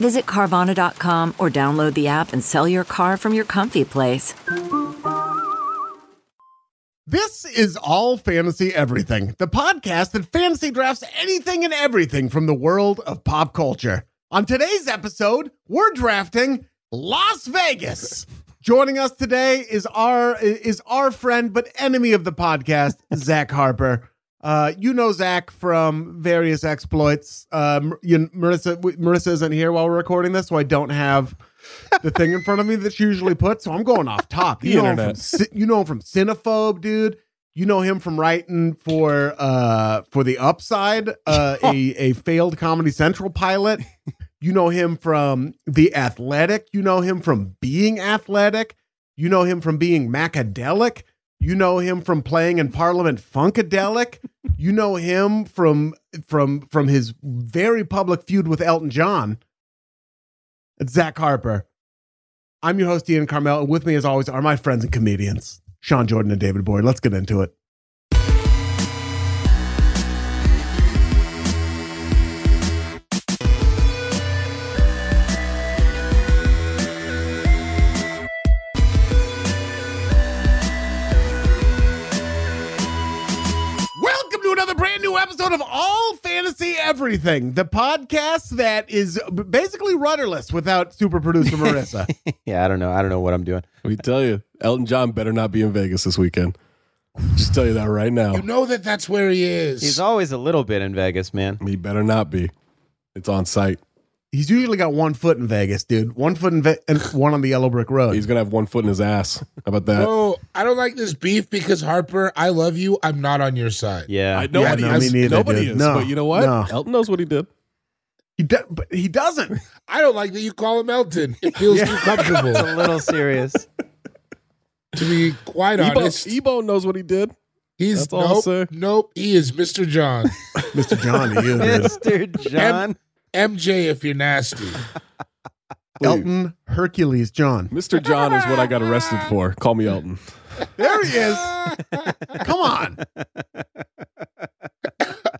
Visit Carvana.com or download the app and sell your car from your comfy place. This is All Fantasy Everything, the podcast that fantasy drafts anything and everything from the world of pop culture. On today's episode, we're drafting Las Vegas. Joining us today is our is our friend but enemy of the podcast, Zach Harper. Uh, you know Zach from various exploits. Uh, Mar- you, Marissa w- Marissa isn't here while we're recording this, so I don't have the thing in front of me that she usually puts. So I'm going off top. You know him from internet. Ci- you know him from Cinephobe, dude. You know him from writing for uh for the Upside, uh, a a failed Comedy Central pilot. You know him from The Athletic. You know him from being athletic. You know him from being macadelic. You know him from playing in Parliament Funkadelic. you know him from from from his very public feud with Elton John. It's Zach Harper. I'm your host, Ian Carmel, and with me as always are my friends and comedians, Sean Jordan and David Boyd. Let's get into it. Welcome to another brand new episode of All Fantasy Everything, the podcast that is basically rudderless without super producer Marissa. Yeah, I don't know. I don't know what I'm doing. We tell you, Elton John better not be in Vegas this weekend. Just tell you that right now. You know that that's where he is. He's always a little bit in Vegas, man. He better not be. It's on site. He's usually got one foot in Vegas, dude. One foot in Ve- and one on the yellow brick road. He's gonna have one foot in his ass. How about that? oh, I don't like this beef because Harper, I love you. I'm not on your side. Yeah. I nobody no, me is. neither, nobody dude. is. No, but you know what? no. Elton knows what he did. he do- but he doesn't. I don't like that you call him Elton. It feels too comfortable It's a little serious. to be quite Ebo, honest. Ebo knows what he did. He's that's all I'll nope, say. nope. He is Mr. John, Mr. John to you, dude. Mr. John. MJ. If you're nasty, Elton Hercules John. Mr. John is what I got arrested for. Call me Elton. There he is. Come on.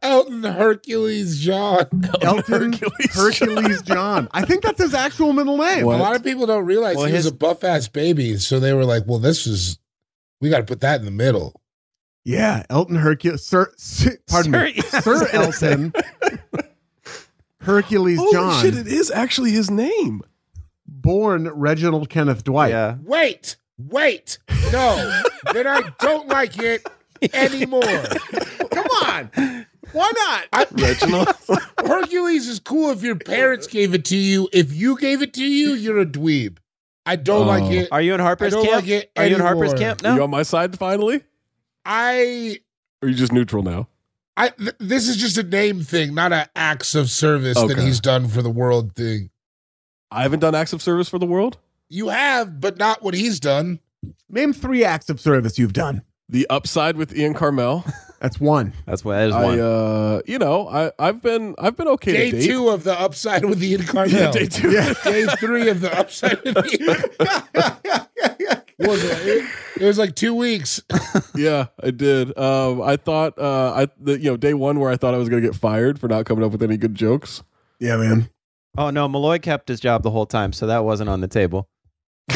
Elton Hercules John. Elton Hercules, Hercules John. I think that's his actual middle name. A What? lot of people don't realize Well, he was his- a buff ass baby, so they were like, "Well, this is we got to put that in the middle." Yeah, Elton Hercules. Sir, Sir- pardon me, Sir- Sir Elton Hercules Holy John, shit! It is actually his name. born Reginald Kenneth Dwight. Yeah. Wait, wait, no, then I don't like it anymore. Come on, why not? I, Reginald. Hercules is cool if your parents gave it to you. If you gave it to you, you're a dweeb. I don't Oh. like it. Are you in Harper's I don't camp? like it Are you in Harper's anymore. camp You now? on my side finally? I, Or are you just neutral now? I, th- this is just a name thing, not an acts of service that Okay. he's done for the world thing. I haven't done acts of service for the world. You have, but not what he's done. Name three acts of service you've done. The upside with Ian Carmel. That's one. That's what that is I one. uh you know, I I've been I've been okay Day to date. two of the upside with the incarnate. Yeah, day two. Day three of the upside with the What was it? It- it was like two weeks. yeah, I did. Um I thought uh I the, you know, day 1 where I thought I was going to get fired for not coming up with any good jokes. Yeah, man. oh no, Malloy kept his job the whole time, so that wasn't on the table.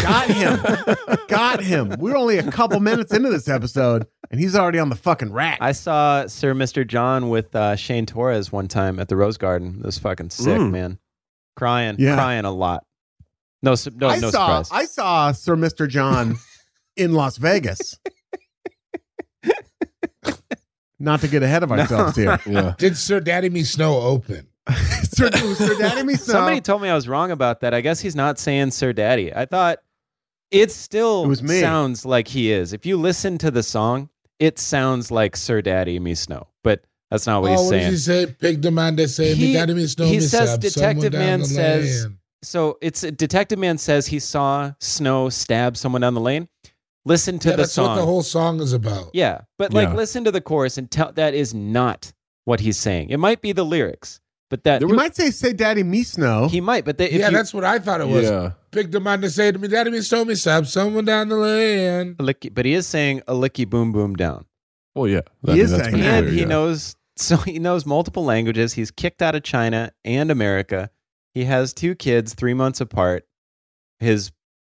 Got him. Got him. We're only a couple minutes into this episode, and he's already on the fucking rack. I saw Sir Mr. John with uh, Shane Torres one time at the Rose Garden. It was fucking sick, Mm. man. Crying, Yeah. crying a lot. No, su- no, I Oh, no saw surprise. I saw Sir Mr. John in Las Vegas. Not to get ahead of ourselves here. Yeah. Did Sir Daddy Me Snow open? Sir, Sir Daddy Me Snow. Somebody told me I was wrong about that. I guess he's not saying Sir Daddy. I thought it still It was me. sounds like he is. If you listen to the song, it sounds like Sir Daddy Me Snow, but that's not what oh, he's what saying. did he say? Pig demand they say, He- me daddy me snow he me says sab, Detective someone down Man the says- lane." so it's Detective Man says he saw Snow stab someone down the lane. Listen to yeah, the that's song. what the whole song is about. yeah, but like Yeah. listen to the chorus and tell that is not what he's saying. It might be the lyrics, but that You might say, "Say, Daddy, me snow." he might. But they, if yeah, you- that's what I thought it was. yeah. Picked him out to say to me, Daddy, me told me, stab someone down the lane. a licky, but he is saying a licky boom boom down. Well, yeah. He I mean, is that's that pretty guy. and clear, he yeah. knows so he knows multiple languages he's kicked out of china and america he has two kids three months apart his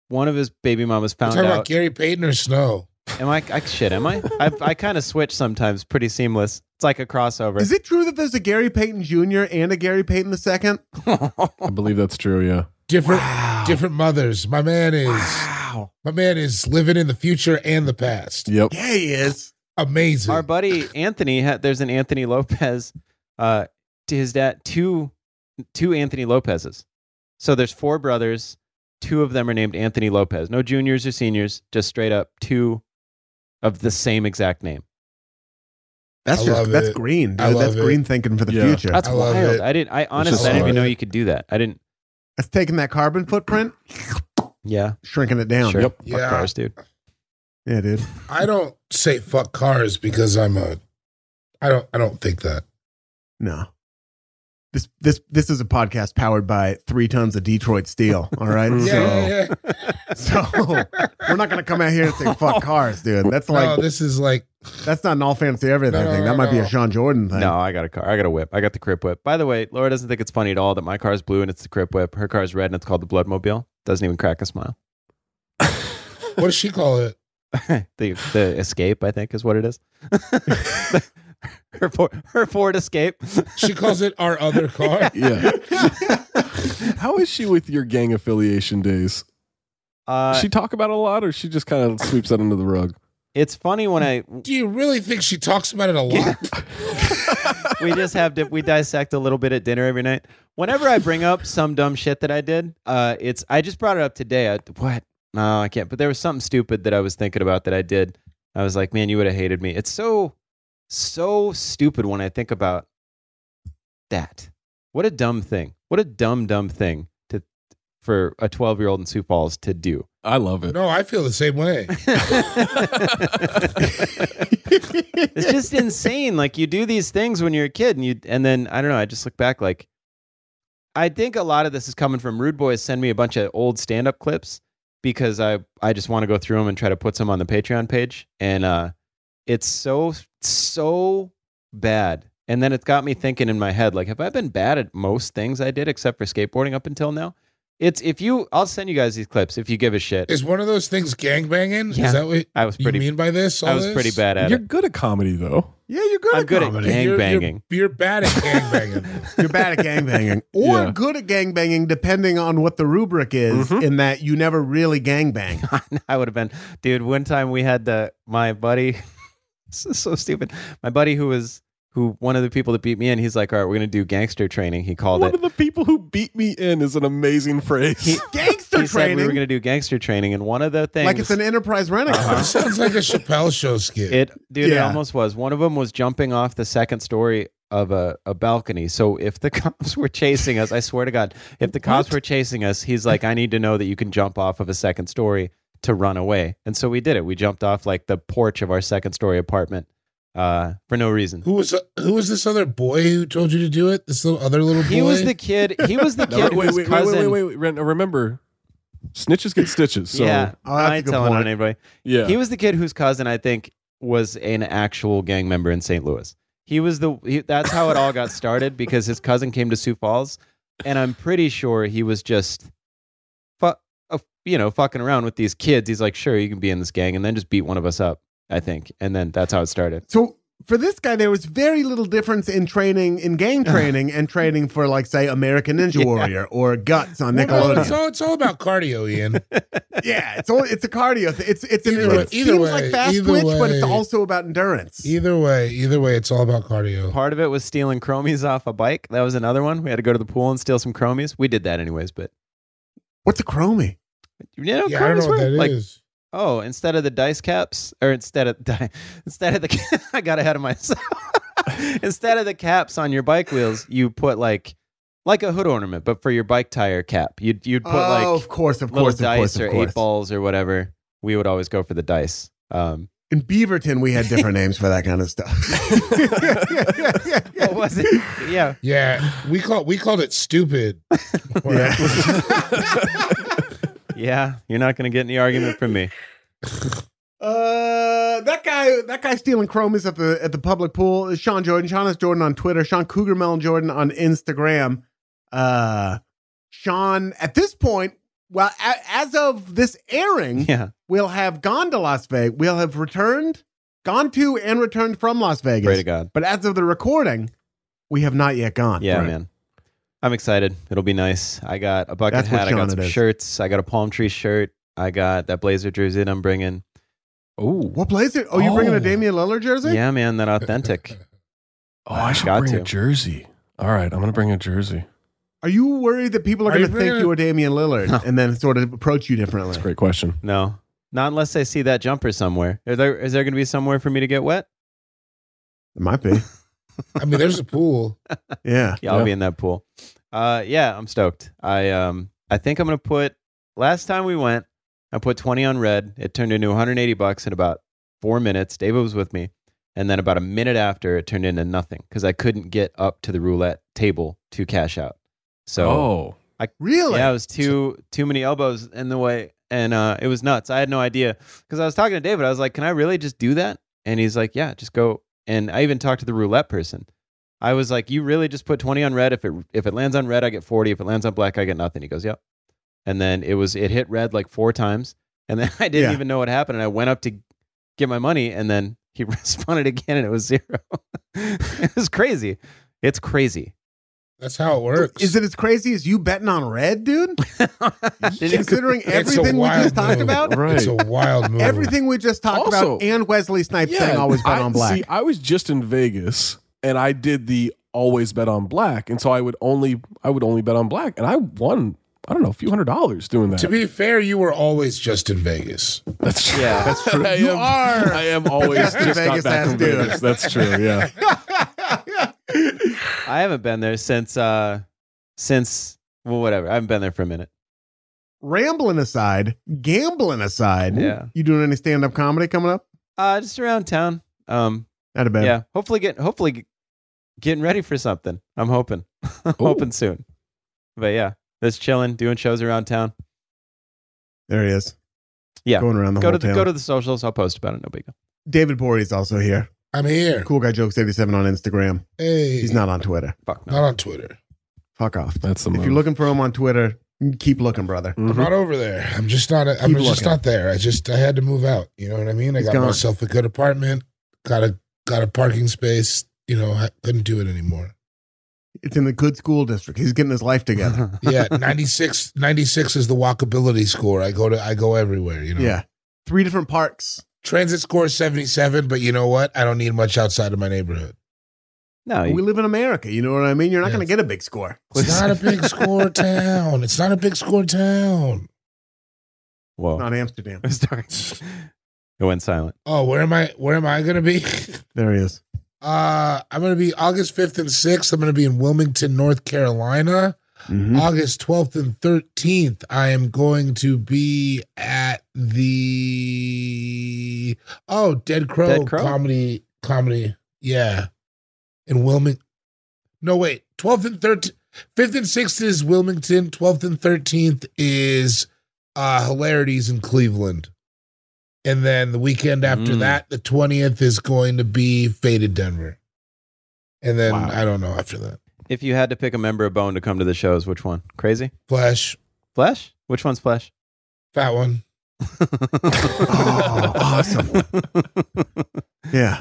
one of his baby mamas We're found talking about out Gary Payton or Snow. am i i shit am i i, I kind of switch sometimes pretty seamless it's like a crossover Is it true that there's a Gary Payton Jr. and a Gary Payton II? I believe that's true. Yeah. Different different mothers. My man is Wow. my man is living in the future and the past. Yep. Yeah, he is. Amazing. our buddy anthony ha- there's an anthony lopez uh to his dad two two anthony lopez's so there's four brothers two of them are named anthony lopez no juniors or seniors just straight up two of the same exact name That's I just love that's it. green, I dude. That's love it. green thinking for the Yeah. future. that's I love wild it. i didn't i honestly just i didn't even smart. know you could do that i didn't That's taking that carbon footprint, yeah shrinking it down. sure Yep. Fuck Yeah. cars, dude Yeah, dude. I don't say fuck cars because I'm a I don't I don't think that. No. This this this is a podcast powered by three tons of Detroit steel. All right. Yeah, Yeah, so, so we're not gonna come out here and say fuck cars, dude. That's no, like this is like that's not an all fancy everything No, thing. no, That might be a no. Sean Jordan thing. no i got a car i got a whip i got the crip whip by the way laura doesn't think it's funny at all that my car's blue and it's the crip whip her car's red and it's called the bloodmobile doesn't even crack a smile what does she call it? the the escape, I think, is what it is. her Ford, her Ford escape. She calls it our other car. Yeah. How is she with your gang affiliation days? Uh, she talk about it a lot, or she just kind of sweeps that under the rug? it's funny when I Do you really think she talks about it a lot? we just have di- we dissect a little bit at dinner every night. Whenever I bring up some dumb shit that I did, uh, it's I just brought it up today. I, what? No, I can't. But there was something stupid that I was thinking about that I did. I was like, man, you would have hated me. It's so so stupid when I think about that. What a dumb thing. What a dumb dumb thing to for a twelve year old in Sioux Falls to do. I love it. No, I feel the same way. it's just insane. Like you do these things when you're a kid, and you and then I don't know. I just look back like I think a lot of this is coming from Rude Boys. Send me a bunch of old stand up clips because I I just want to go through them and try to put some on the Patreon page, and uh, it's so so bad. And then it got me thinking in my head, like, have I been bad at most things I did except for skateboarding up until now? It's if you, I'll send you guys these clips if you give a shit. Is one of those things gangbanging? Yeah. Is that what I was you pretty mean by this? I all was this? pretty bad at You're it. good at comedy, though. Yeah, you're good I'm at good at comedy. gang- You're- you're- banging. You're, bad at gangbanging. You're bad at gangbanging. Or Yeah. good at gangbanging, depending on what the rubric is, Mm-hmm. in that you never really gangbang. I would have been, dude. One time we had the my buddy, so, so stupid. My buddy who was who one of the people that beat me in. He's like, all right, we're gonna do gangster training. He called One it. of the people who beat me in is an amazing phrase. He- Gangster He said training. we were gonna do gangster training, and one of the things like it's an enterprise rent a Uh-huh. car. Sounds like a Chappelle show skit. It, dude, it Yeah. almost was. One of them was jumping off the second story of a, a balcony. So if the cops were chasing us, I swear to God, if the cops were chasing us, he's like, I need to know that you can jump off of a second story to run away. And so we did it. We jumped off like the porch of our second story apartment uh, for no reason. who was who was this other boy who told you to do it? This little other little boy. He was the kid. He was the No, kid wait, whose wait, wait, cousin. wait, wait, wait, wait, Ren- Remember, snitches get stitches. So, yeah, yeah. Oh, that's I a ain't good telling on point. anybody. yeah. He was the kid whose cousin I think was an actual gang member in St. Louis. He was the he, that's how it all got started because his cousin came to Sioux Falls, and I'm pretty sure he was just, fu- uh, you know, fucking around with these kids. He's like, sure, you can be in this gang, and then just beat one of us up. I think, and then that's how it started. So for this guy, there was very little difference in training in gang Uh-huh. training and training for like say American Ninja Warrior or Guts on Well, no, it's Nickelodeon. all it's all about cardio, Ian. yeah, it's all, it's a cardio. Th- it's it's an, Either it way- either seems way, like fast either twitch, but it's way. also about endurance. either way, either way, it's all about cardio. Part of it was stealing chromies off a bike. That was another one. We had to go to the pool and steal some chromies. We did that anyways, but What's a chromie? you know, Yeah, I don't chromies know what were that is. like Oh, instead of the dice caps, or instead of di- instead of the I got ahead of myself. instead of the caps on your bike wheels, you put like like a hood ornament, but for your bike tire cap. You'd you'd put oh, like of course, of little course, of dice course, or of course. eight balls or whatever. We would always go for the dice. Um, In Beaverton, we had different names for that kind of stuff. yeah, yeah, yeah, yeah, yeah. what was it? Yeah, Yeah, we call we called it stupid. yeah. You're not gonna get any argument from me. Uh, that guy, that guy stealing chromies at the at the public pool is Sean Jordan. Sean is Jordan on Twitter. Sean Cougar Melon Jordan on Instagram. Uh, Sean, at this point, well, a- as of this airing, Yeah, we'll have gone to Las Vegas. We'll have returned, gone to, and returned from Las Vegas. pray to God. But as of the recording, we have not yet gone. Yeah, man. I'm excited. It'll be nice. I got a bucket That's what hat. I Sean got some it is. shirts. I got a palm tree shirt. I got that blazer jersey that I'm bringing. Oh, What blazer? Oh, you bringing Oh. a Damian Lillard jersey? Yeah, man, that authentic. oh, I should Got bring to. a jersey. All right, I'm gonna bring a jersey. Are you worried that people are, Are going you to think bringing- you are Damian Lillard No. and then sort of approach you differently? That's a great question. No, not unless I see that jumper somewhere. Is there is there going to be somewhere for me to get wet? It might be. I mean, there's a pool. Yeah. Yeah, I'll Yeah. be in that pool. Uh, yeah, I'm stoked. I um, I think I'm gonna put. Last time we went, I put 20 on red. It turned into 180 bucks in about four minutes. David was with me, and then about a minute after, it turned into nothing because I couldn't get up to the roulette table to cash out. So oh, Really? Yeah, it was too too many elbows in the way, and uh, it was nuts. I had no idea because I was talking to David. I was like, "Can I really just do that?" And he's like, "Yeah, just go." And I even talked to the roulette person. I was like, "You really just put twenty on red? If it if it lands on red, I get forty. If it lands on black, I get nothing." He goes, "Yep." And then it was it hit red like four times, and then I didn't Yeah. even know what happened. And I went up to get my money, and then he responded again, and it was zero. it was crazy. It's crazy. That's how it works. Is it as crazy as you betting on red, dude? Considering It's a everything we wild just talked move. about, Right. It's a wild move. everything we just talked Also- about, and Wesley Snipes saying always bet I- on black. See, I was just in Vegas and I did the always bet on black, and so I would only I would only bet on black, and I won. I don't know, a few hundred dollars doing that. To be fair, you were always just in Vegas. that's true. Yeah. that's true. I You am, are. I am always You're a just got Vegas back ass from dude. Vegas. That's true. Yeah. I haven't been there since uh since well whatever. I haven't been there for a minute. Rambling aside, gambling aside, Yeah. you doing any stand up comedy coming up? Uh just around town. Um Not a bad. yeah, hopefully get hopefully g- getting ready for something. I'm hoping. I'm hoping soon. But yeah, just chilling, doing shows around town. There he is. Yeah. Going around the Go whole to the, town. go to the socials. I'll post about it. No big deal. David Bory is also here. I'm here. Cool guy jokes 87 on Instagram. Hey, He's not on Twitter. Fuck no. not on Twitter. Fuck off. That's the If move. you're looking for him on Twitter, keep looking, brother. Mhm. I'm not over there. I'm just not. I'm Mm-hmm. Keep just looking. not there. I just I had to move out. You know what I mean? I He's got gone. myself a good apartment. Got a got a parking space. You know, I couldn't do it anymore. It's in the good school district. He's getting his life together. Yeah, 96, 96 is the walkability score. I go to I go everywhere. You know. Yeah. Three different parks. Transit score is 77, but you know what? I don't need much outside of my neighborhood. No, We you, live in America. You know what I mean? You're not Yeah. going to get a big score. It's not a big score town. It's not a big score town. whoa. Not Amsterdam. It was dark. It went silent. Oh, where am I? Where am I going to be? There he is. Uh, I'm going to be August 5th and 6th. I'm going to be in Wilmington, North Carolina. Mm-hmm. August 12th and 13th, I am going to be at the oh Dead Crow, Dead Crow? comedy comedy yeah in Wilmington. No wait, 12th and 13th, 5th and 6th is Wilmington. 12th and 13th is uh Hilarities in Cleveland, and then the weekend after Mm. that, the 20th is going to be Faded Denver, and then Wow. I don't know after that. If you had to pick a member of Bone to come to the shows, which one? Crazy? Flash, Flesh? Which one's Flesh? fat one. Oh, awesome. Yeah.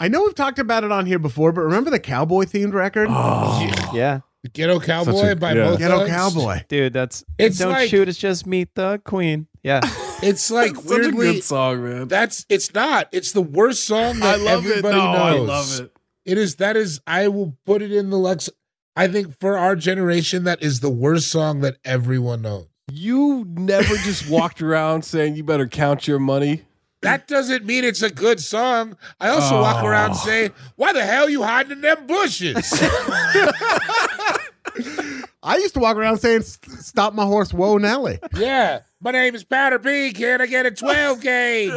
I know we've talked about it on here before, but remember the cowboy themed record? Oh, Yeah. Ghetto Cowboy a- by yeah. both Ghetto Thugs? Cowboy. Dude, that's It's don't like- shoot. It's just meet the queen. Yeah, It's like Such a weirdly good song, man. that's it's not. It's the worst song I that love it. everybody No, I knows. love it. It is that is I will put it in the Lex I think for our generation that is the worst song that everyone knows. You never just walked around saying you better count your money. That doesn't mean it's a good song. I also walk around Oh. saying, "Why the hell you hiding in them bushes?" I used to walk around saying, "S- "Stop my horse, whoa, Nelly." yeah, my name is Powder B. Can I get a twelve gauge?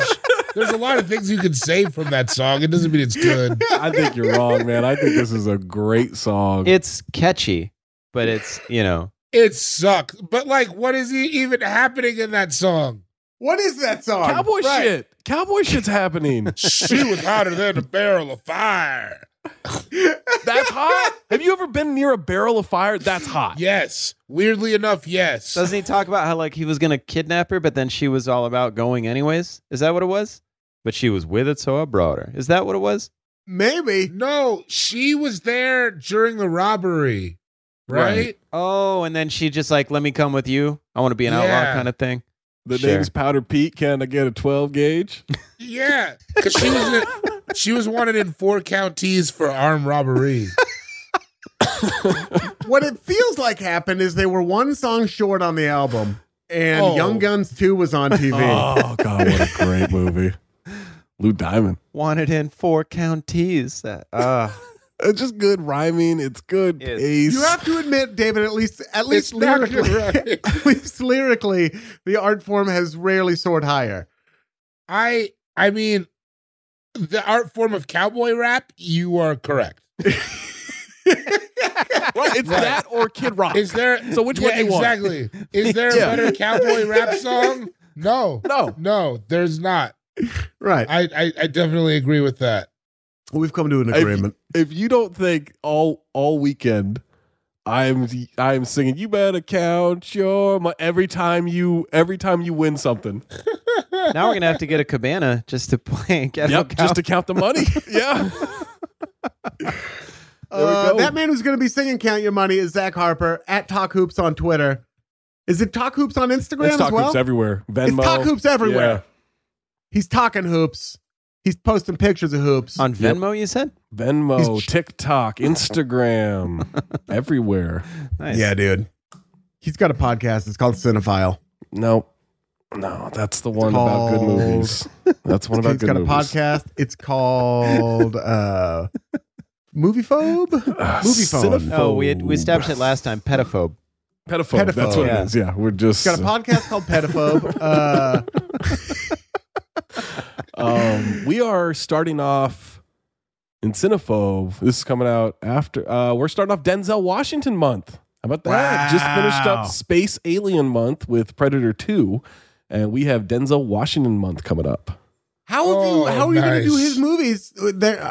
There's a lot of things you can say from that song. It doesn't mean it's good. I think you're wrong, man. I think this is a great song. It's catchy, but it's you know It sucks. But like, what is e- even happening in that song? What is that song? Cowboy Right. shit. Cowboy shit's happening. She was hotter than a barrel of fire. That's hot. Have you ever been near a barrel of fire? That's hot. Yes. Weirdly enough, yes. doesn't he talk about how like he was gonna kidnap her, but then she was all about going anyways? Is that what it was? But she was with it, so I brought her. Is that what it was? Maybe. No, she was there during the robbery, right? Right. Oh, and then she just like, let me come with you. I want to be an outlaw Yeah. kind of thing. The Sure. name's Powder Pete. Can I get a 12 gauge? Yeah, because she was in, she was wanted in four counties for armed robbery. What it feels like happened is they were one song short on the album, and Oh. Young Guns Two was on TV. Oh God, what a great movie. Lou Diamond. Wanted in four counties. That uh, It's just good rhyming. It's good Yes. pace. You have to admit, David, at least at least It's not good lyrically, writing. at least lyrically, the art form has rarely soared higher. I I mean, the art form of cowboy rap. You are correct. Right, it's Right. that or Kid Rock. Is there So which one yeah, do you want? exactly? Is there a Yeah. better cowboy rap song? No, No. no, there's not. Right. I I, I definitely agree with that. We've come to an If- agreement. If you don't think all all weekend I'm I'm singing you better count your mo-" every time you every time you win something. now we're gonna have to get a cabana just to play. Get yep, just to count the money. yeah. we Uh, go. that man who's going to be singing "Count Your Money" is Zach Harper at Talk Hoops on Twitter. Is it Talk Hoops on Instagram It's as talk well? hoops everywhere. Venmo. It's Talk Hoops everywhere. Yeah. He's talking hoops. He's posting pictures of hoops. on Venmo. You said Venmo, He's- TikTok, Instagram, everywhere. nice. dude. He's got a podcast. It's called Cinephile. No, no, that's the one about good called- movies. That's one about He's good got movies. a podcast. It's called uh, Movie Phobe. Ah, Movie phone. cinephobe. Oh, we had, we established it last time. Pedophobe. Pedophobe. That's what Pedophobe. it is. Yeah, we're just. He's got a podcast called Pedophobe. Uh, um, we are starting off in Cinephobe. This is coming out after. Uh, we're starting off Denzel Washington month. How about that? Just finished Wow. up Space Alien month with Predator 2, and we have Denzel Washington month coming up. how have Oh, you? How are you going to do nice. his movies? There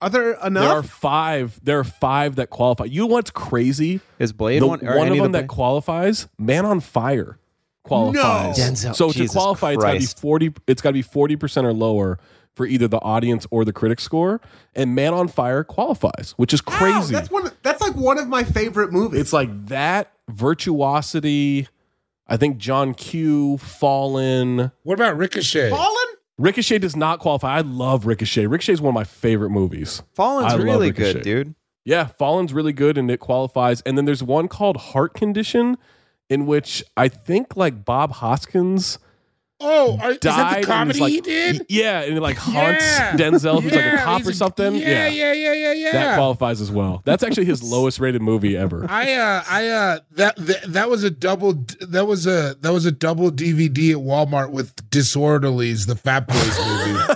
are there There are enough? five. There are five that qualify. You know what's crazy? Is Blade the, one or one any of them the that qualifies, Man on Fire qualifies. No. Denzel, so Jesus to qualify, it's Christ. got to be 40 it's got to be 40% or lower for either the audience or the critic score, and Man on Fire qualifies, which is Wow, crazy. that's one. That's like one of my favorite movies. it's like that virtuosity I think John Q, Fallen, What about Ricochet? Fallen. Ricochet does not qualify. I love Ricochet. Ricochet is one of my favorite movies. Fallen's I love really Ricochet. good, dude. Yeah, Fallen's really good and it qualifies. And then there's one called Heart Condition, in which I think like Bob Hoskins Oh, are, is that died. the and comedy is, like, he did? Yeah, and it like haunts Yeah. Denzel, who's like a Yeah, cop he's or something. Yeah, yeah, yeah, yeah, yeah. That qualifies as well. That's actually his lowest rated movie ever. I uh I uh that, that that was a double that was a that was a double DVD at Walmart with Disorderlies, the Fat Boys movie.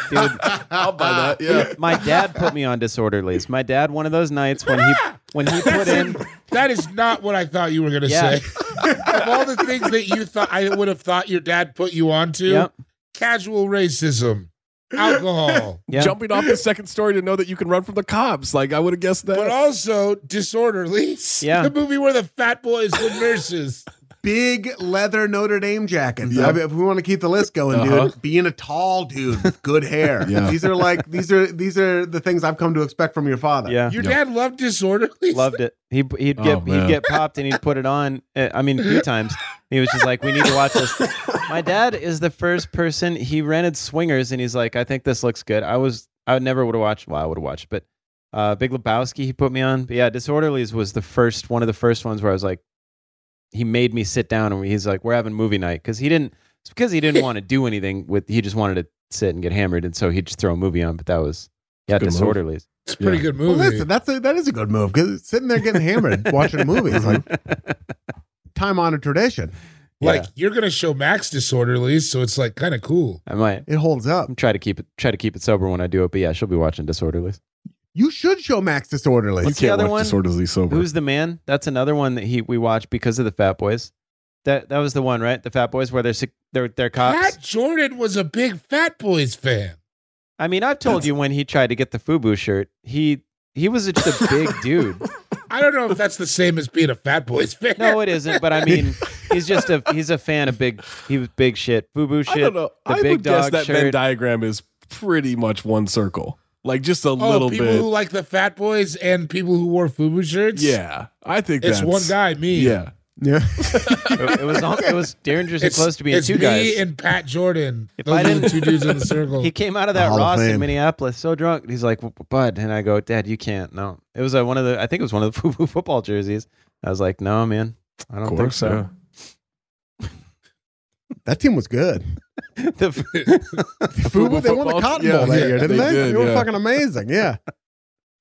I'll buy that. Yeah. My dad put me on Disorderlies. My dad, one of those nights when he when he put in that is not what I thought you were gonna Yeah. say. of all the things that you thought I would have thought your dad put you onto, Yep. casual racism, alcohol, yeah, Jumping off the second story to know that you can run from the cops. Like I would have guessed that. but uh, also Disorderlies. Yeah. The movie where the Fat Boys were nurses. big leather Notre Dame jackets. Yep. I mean, if we want to keep the list going, Uh-huh. dude, being a tall dude with good hair. Yeah. These are like these are these are the things I've come to expect from your father. yeah. Your Yeah. dad loved Disorderlies. Loved it. He he'd Oh, get he'd man. get popped and he'd put it on. uh, I mean, a few times. He was just like, "We need to watch this." My dad is the first person he rented Swingers, and he's like, "I think this looks good." I was I would never would have watched. Well, I would have watched, but uh, Big Lebowski he put me on. But yeah, Disorderlies was the first one of the first ones where I was like, he made me sit down and he's like, "We're having movie night" because he didn't. It's because he didn't want to do anything with. He just wanted to sit and get hammered, and so he'd just throw a movie on. But that was yeah, Good move. disorderly. It's a pretty Yeah. good Well, movie. listen, that's a that is a good move because sitting there getting hammered watching a movie is like time honored tradition. like yeah. you're gonna show Max disorderly, so it's like kind of cool. I might It holds up. I'm try to keep it try to keep it sober when I do it. But yeah, she'll be watching disorderlies. You should show Max disorderly. What's the other one? Disorderly sober. Who's the man? That's another one that he we watched because of the Fat Boys. That that was the one, right? The Fat Boys, where they're sec- they're they're cops. Pat Jordan was a big Fat Boys fan. I mean, I've told you when he tried to get the FUBU shirt, he he was just a big dude. I don't know if that's the same as being a Fat Boys fan. No, it isn't. But I mean, he's just a he's a fan of big. He was big shit. FUBU shit. I don't know. The I big would guess dog that Venn shirt. diagram is pretty much one circle, like just a oh, little people bit. who like the Fat Boys and people who wore FUBU shirts. yeah, I think it's that's, one guy. Me. Yeah, yeah. it, it was all, it was dangerously It's close to being it's two me guys. and Pat Jordan. If Those I are the didn't- two dudes in the circle. He came out of that Hall of Ross in Fame. Minneapolis so drunk. and He's like, "W- "Bud," and I go, "Dad, you can't." No, it was uh, one of the. I think it was one of the FUBU football jerseys. I was like, "No, man, I don't of think course. so." That team was good. The f- Fubu, they won the football- Cotton yeah, Bowl that yeah, year, didn't they they? did, they were yeah. fucking amazing. Yeah.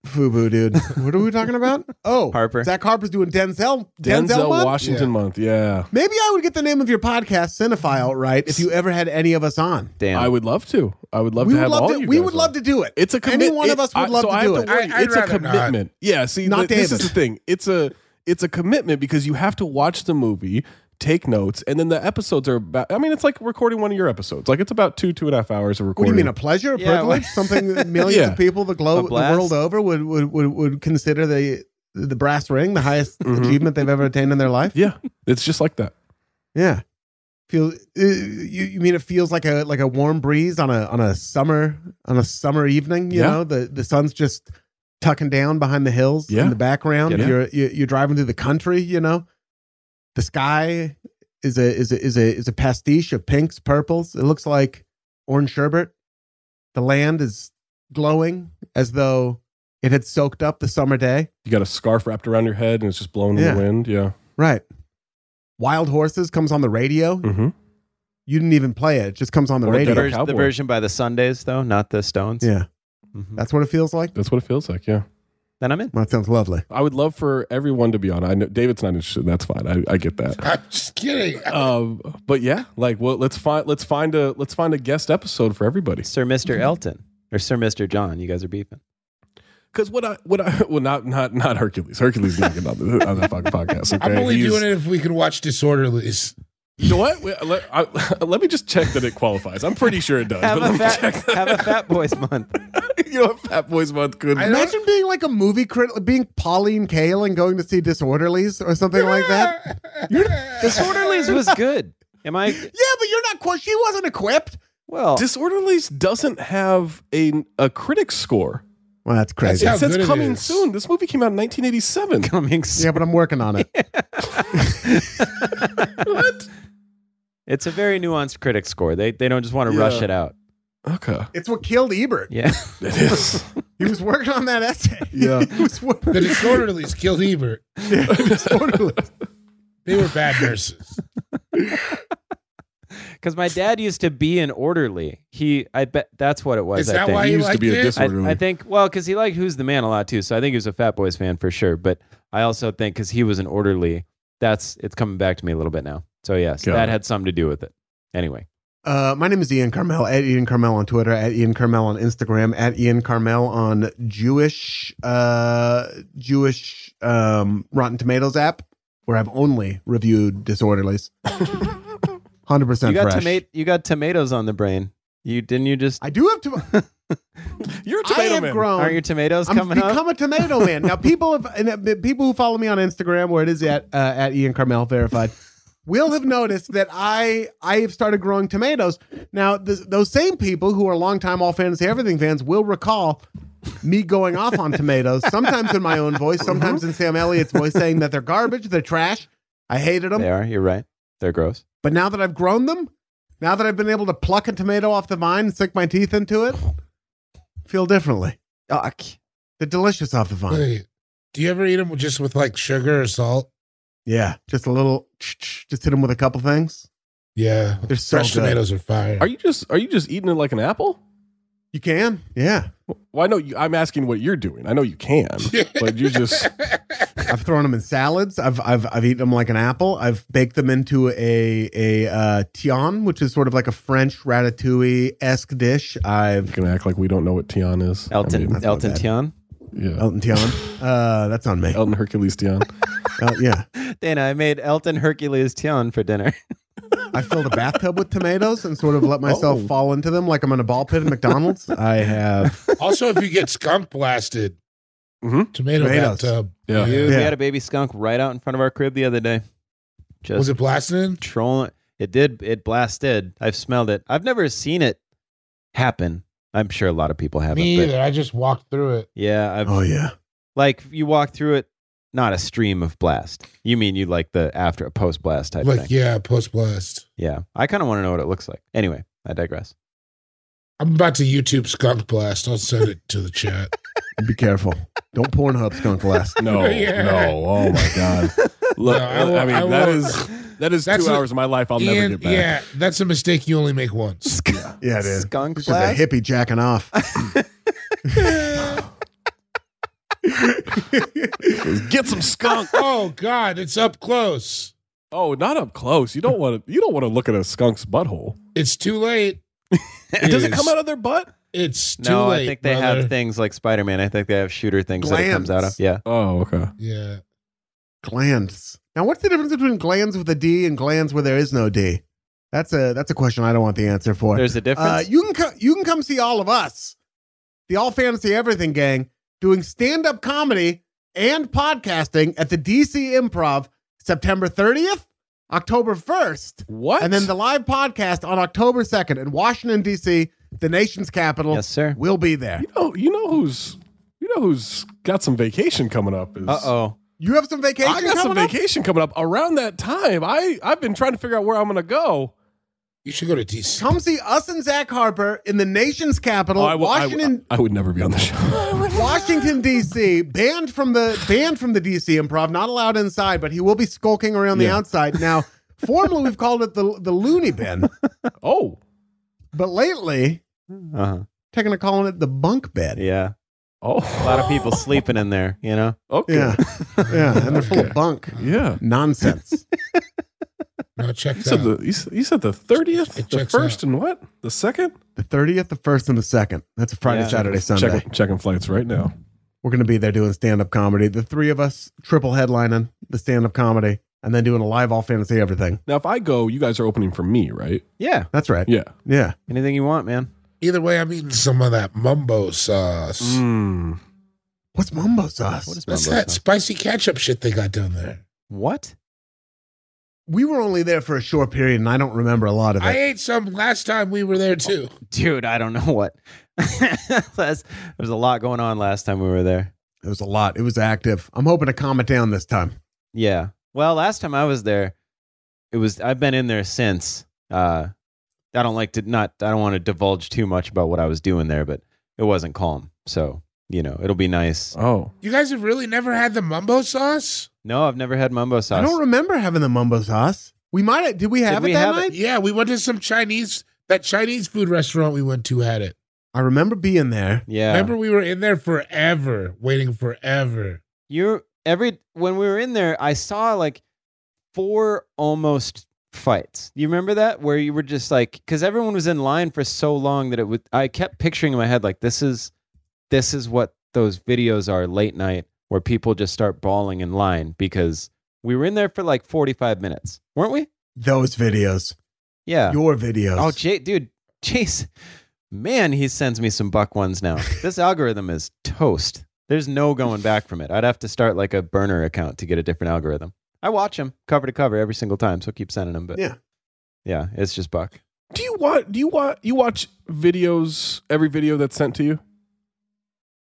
Fubu, dude. What are we talking about? Oh, Harper. Zach Harper's doing Denzel. Denzel, Denzel, month? Washington month. Yeah, Maybe I would get the name of your podcast, Cinephile, right? If you ever had any of us on, Damn, I would love to. I would love we to would have love all to. you We guys would on. love to do it. It's a Any commitment. one of us would love to do it. I- I'd it's a rather not. commitment. Yeah. See, Not the- this is David. the thing. It's a it's a commitment because you have to watch the movie, take notes, and then the episodes are about. I mean, it's like recording one of your episodes. Like it's about two two and a half hours of What do recording. you mean, a pleasure, a Yeah, privilege, what- something that millions Yeah. of people the A globe, the blast. world over would would, would would consider the the brass ring the highest Mhm. achievement they've ever attained in their life? Yeah, it's just like that. Yeah. Feel uh, you, you mean it feels like a like a warm breeze on a on a summer on a summer evening, you Yeah. know? The the sun's just tucking down behind the hills Yeah. in the background. Yeah. You're you- you're driving through the country, you know. The sky is a is a is a is a pastiche of pinks, purples. It looks like orange sherbet. The land is glowing as though it had soaked up the summer day. You got a scarf wrapped around your head and it's just blowing Yeah. in the wind. Yeah. Right. Wild Horses comes on the radio. Mm-hmm. You didn't even play it. It just comes on the Or the, radio. Better version, the Cowboy. version by the Sundays though, not the Stones. Yeah, Mhm. that's what it feels like. That's what it feels like. Yeah. Then I'm in. Well, that sounds lovely. I would love for everyone to be on. I know David's not interested. That's fine. I, I get that. I'm just kidding. um, but yeah, like, well, let's find let's find a let's find a guest episode for everybody. Sir Mister Elton or Sir Mister John. You guys are beefing. Because what I what I well not not not Hercules. Hercules not getting on the on the fucking podcast. Okay? I'm only He's- doing it if we can watch Disorderlies. You know what? Wait, Let, I- let me just check that it qualifies. I'm pretty sure it does. Have but let a me fat check that. have a Fat Boys month. you know what? Fat Boys Month could. I- Imagine being like a movie critic, being Pauline Kael and going to see Disorderlies or something like that. Disorderlies was good. Am I? Yeah, but you're not. Qu- she wasn't equipped. Well, Disorderlies doesn't have a a critic score. Well, that's crazy. That's it says good it coming is. soon. This movie came out in 1987. coming. yeah, soon. but I'm working on it. what? It's a very nuanced critic score. They they don't just want to Yeah. rush it out. Okay, It's what killed Ebert. Yeah. it is. He was working on that essay. Yeah. he was working The Disorderlies killed Ebert. on Disorderlies. They were bad nurses. Because my dad used to be an orderly. He, I bet that's what it was. Is I that think. why He you used to like be a it? dis- I, Disorderly. I think well, because he liked Who's the Man a lot too. So I think he was a Fat Boys fan for sure. But I also think because he was an orderly, that's it's coming back to me a little bit now. So yes, Got that it. had something to do with it. Anyway, Uh, my name is Ian Carmel at Ian Carmel on Twitter, at Ian Carmel on Instagram, at Ian Carmel on Jewish uh, Jewish um, Rotten Tomatoes app, where I've only reviewed Disorderlies. Hundred you percent got fresh. tomato, you got tomatoes on the brain. You didn't you just I do have to. You're a I tomato have man. grown. aren't your tomatoes I'm coming up? become a tomato man now. People have and uh, people who follow me on Instagram, where it is at uh, at Ian Carmel verified, will have noticed that I I have started growing tomatoes. Now th- those same people who are longtime all fantasy everything fans will recall me going off on tomatoes, sometimes in my own Mm-hmm. voice, sometimes in Sam Elliott's voice, saying that they're garbage, they're trash. I hated them, They are. You're right. They're gross. but now that I've grown them, now that I've been able to pluck a tomato off the vine and stick my teeth into it, feel differently. Ugh. They're delicious off the vine. Wait, do you ever eat them just with like sugar or salt? Yeah, just a little, just hit him with a couple things. Yeah. They're so Fresh good. tomatoes are fire. uh, Are you just are you just eating it like an apple? You can, yeah. Well, I know you, I'm asking what you're doing. I know you can, but you just I've thrown them in salads. I've I've I've eaten them like an apple. I've baked them into a a uh, tion, which is sort of like a French ratatouille esque dish. I've gonna act like we don't know what Tion is. I Elton mean, not Elton bad. Tion. yeah, Elton Tion. Uh, that's on me. Elton Hercules Tion. Uh, yeah, Dana, I made Elton Hercules Tion for dinner. I filled a bathtub with tomatoes and sort of let myself Oh. fall into them like I'm in a ball pit at McDonald's. I have also, if you get skunk blasted, Mhm. tomato uh, Tomatoes. bathtub. Yeah. We Yeah. had a baby skunk right out in front of our crib the other day. Just Was it blasted? trolling. It did. It blasted. I've smelled it. I've never seen it happen. I'm sure a lot of people haven't. Me but either. I just walked through it. Yeah, I've oh yeah, like you walk through it, not a stream of blast. You mean you like the after a post blast type like, thing? yeah, post blast. Yeah. I kind of want to know what it looks like. Anyway, I digress. I'm about to YouTube skunk blast. I'll send it to the chat. be careful. Don't Pornhub skunk last. No, Yeah. no. Oh my god. Look, No, I will- I, I mean that will- is that is That's two a- hours of my life I'll never Ian, get back. yeah, that's a mistake you only make once. Yeah, it is. Skunk It's just blast. a hippie jacking off. Get some skunk. oh God, it's up close. Oh, not up close. You don't want to. You don't want to look at a skunk's butthole. It's too late. Does it is. come out of their butt? It's too no, late. I think they brother. have things like Spider Man. I think they have shooter things that it comes out of. Glands. Yeah. Oh, okay. Yeah, glands. Now, what's the difference between glands with a D and glands where there is no D? That's a that's a question I don't want the answer for. There's a difference. Uh, you can co- you can come see all of us, the All Fantasy Everything Gang, doing stand up comedy and podcasting at the DC Improv September 30th, October 1st, What? and then the live podcast on October 2nd in Washington D.C., the nation's capital. yes, sir. We'll be there. you know, Oh, you know who's you know who's got some vacation coming up. Is, Uh oh. You have some vacation I got some coming up? vacation coming up around that time. I I've been trying to figure out where I'm going to go. you should go to DC. Come see us and Zach Harper in the nation's capital, Oh, I w- I w- Washington. I would never be on the show. Washington D.C. banned from the banned from the D.C. Improv, not allowed inside, but he will be skulking around the Yeah. outside. Now, formerly we've called it the the loony bin, oh, but lately Uh-huh. taking to calling it the bunk bed. Yeah. oh, A lot of people sleeping in there, you know? Okay. yeah, yeah, and they're full of bunk Yeah. nonsense. No, check You that. said out. the you said, you said the thirtieth, It the checks first, out. and what? The second? The thirtieth, the first, and the second. That's a Friday, Yeah. Saturday, Sunday. Checking, checking flights right now. We're going to be there doing stand up comedy. The three of us triple headlining the stand up comedy, and then doing a live all fantasy everything. Now, if I go, you guys are opening for me, right? Yeah. That's right. Yeah. Yeah. Anything you want, man. Either way, I'm eating some of that mumbo sauce. Mm. What's mumbo sauce? What is That's mumbo that sauce? spicy ketchup shit they got down there. What? we were only there for a short period, and I don't remember a lot of it. I ate some last time we Oh. were there too. Dude, I don't know what. That's- there was a lot going on last time we were there. It was a lot. It was active. I'm hoping to calm it down this time. Yeah. Well, last time I was there, it was I've been in there since. Uh I don't like to not I don't want to divulge too much about what I was doing there, but it wasn't calm. So, you know, it'll be nice. Uh, Oh, You guys have really never had the mumbo sauce? No, I've never had mumbo sauce. I don't remember having the mumbo sauce. We might have. Did we have we it that have it? night? Yeah, we went to some Chinese that Chinese food restaurant we went to had it. I remember being there. yeah. Remember we were in there forever, waiting forever. You're every when we were in there, I saw like four almost fights. You remember that where you were just like because everyone was in line for so long that it would. I kept picturing in my head like this is this is what those videos are late night where people just start bawling in line because we were in there for like forty five minutes, weren't we? Those videos. Yeah. Your videos. Oh, Jay, dude, Chase, man, he sends me some buck ones now. This algorithm is toast. There's no going back from it. I'd have to start like a burner account to get a different algorithm. I watch him cover to cover every single time, so keep sending him. But Yeah. yeah, it's just buck. do you want? Do you want? You watch videos? Every video that's sent to you?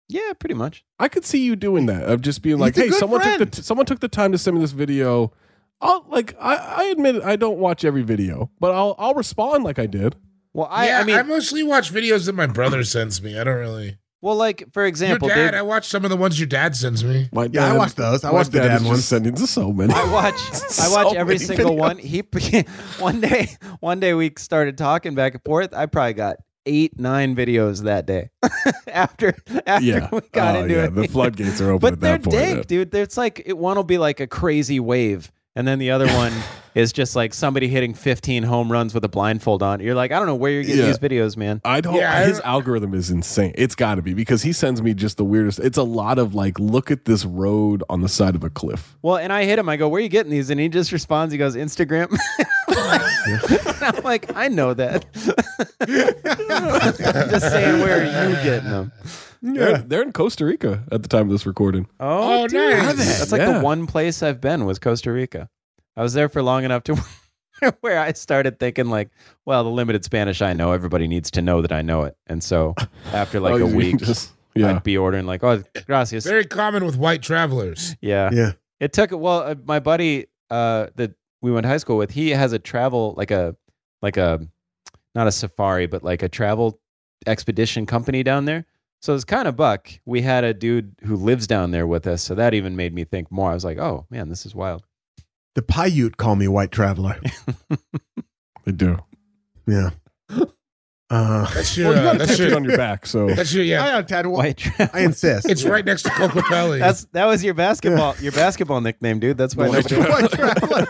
Yeah, pretty much. I could see you doing that of just being like, He's a "Hey, good someone took friend." the t- someone took the time to send me this video." I'll like I, I admit I don't watch every video, but I'll I'll respond like I did. Well, I, yeah, I mean, I mostly watch videos that my brother sends me. I don't really. Well, like for example, your dad. Dave- I watched some of the ones your dad sends me. My Yeah, I watched those. I watched the dad one. ones. Sending to so many. I watch I So watch every many single videos. one. He one day one day we started talking back and forth. I probably got eight nine videos that day after after yeah, we got Oh, into yeah, it. The floodgates are open. but at they're that point. dank, dude. It's like it, one will be like a crazy wave, and then the other one is just like somebody hitting 15 home runs with a blindfold on. You're like, I don't know where you're getting Yeah. these videos, man. I don't. Yeah, I his don't- algorithm is insane. It's got to be because he sends me just the weirdest. It's a lot of like, look at this road on the side of a cliff. Well, and I hit him. I go, "Where are you getting these?" And he just responds. He goes, "Instagram." And I'm like, I know that. I'm just saying, where are you getting them? They're, they're in Costa Rica at the time of this recording. Oh, Oh, dear. nice. Are they? That's like Yeah. the one place I've been was Costa Rica. I was there for long enough to where I started thinking like, well, the limited Spanish I know, everybody needs to know that I know it. And so after like Oh, a you week, just- yeah. I'd be ordering like, oh, gracias. Very common with white travelers. Yeah. Yeah. It took well, uh, my buddy uh that we went to high school with, he has a travel like a like a not a safari, but like a travel expedition company down there. So it's kind of buck. We had a dude who lives down there with us, so that even made me think more. I was like, "Oh, man, this is wild." The Paiute call me white traveler. They do. Yeah. Uh, That's your. Well, you uh, got a that's tattoo your. on your back, so That's your. I Yeah. got a tattoo. White travel. I insist. It's right next to Coco Pelli. That's that was your basketball your basketball nickname, dude. That's why White nobody traveler.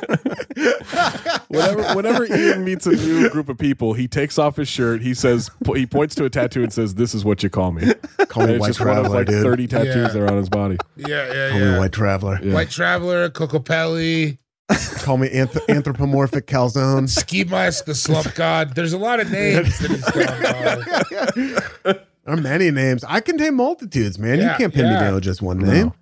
whenever, whenever Ian meets a new group of people, he takes off his shirt. He says, po- he points to a tattoo and says, "This is what you call me." Call And me it's white just one of traveler, like dude. thirty tattoos Yeah. that are on his body. yeah, yeah, Call yeah. me White, white traveler. Yeah. traveler, Coco Pelli, Call me anth- anthropomorphic calzones. Ski Mask, the Slump God. There's a lot of names that he's gone by. There are many names. I contain multitudes, man. you Yeah, can't pin me yeah. down with just one No. name.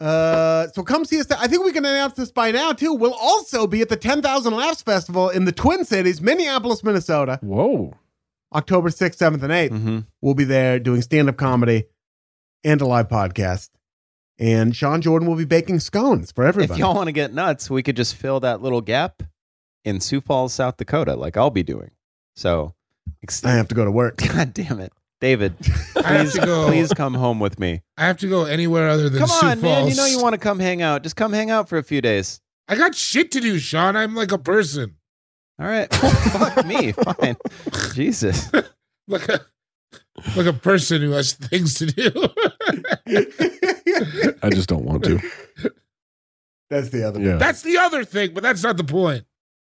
Uh, so come see us. I think we can announce this by now too. We'll also be at the 10,000 Laughs Festival in the Twin Cities, Minneapolis, Minnesota, Whoa. October 6th, 7th, and 8th. hmm We'll be there doing stand-up comedy and a live podcast. And Sean Jordan will be baking scones for If everybody. y'all want to get nuts, we could just fill that little gap in Sioux Falls, South Dakota, like I'll be doing. So, ex- I have to go to work. God damn it, David! I have Please, to go. please come home with me. I have to go anywhere other than Come Oh. Sioux on, man! You know Falls. you want to come hang out. Just come hang out for a few days. I got shit to do, Sean. I'm like a person. All right, fuck me, fine. Jesus, Like a like a person who has things to do. I just don't want to. That's the other Yeah. that's the other thing, but that's not the point.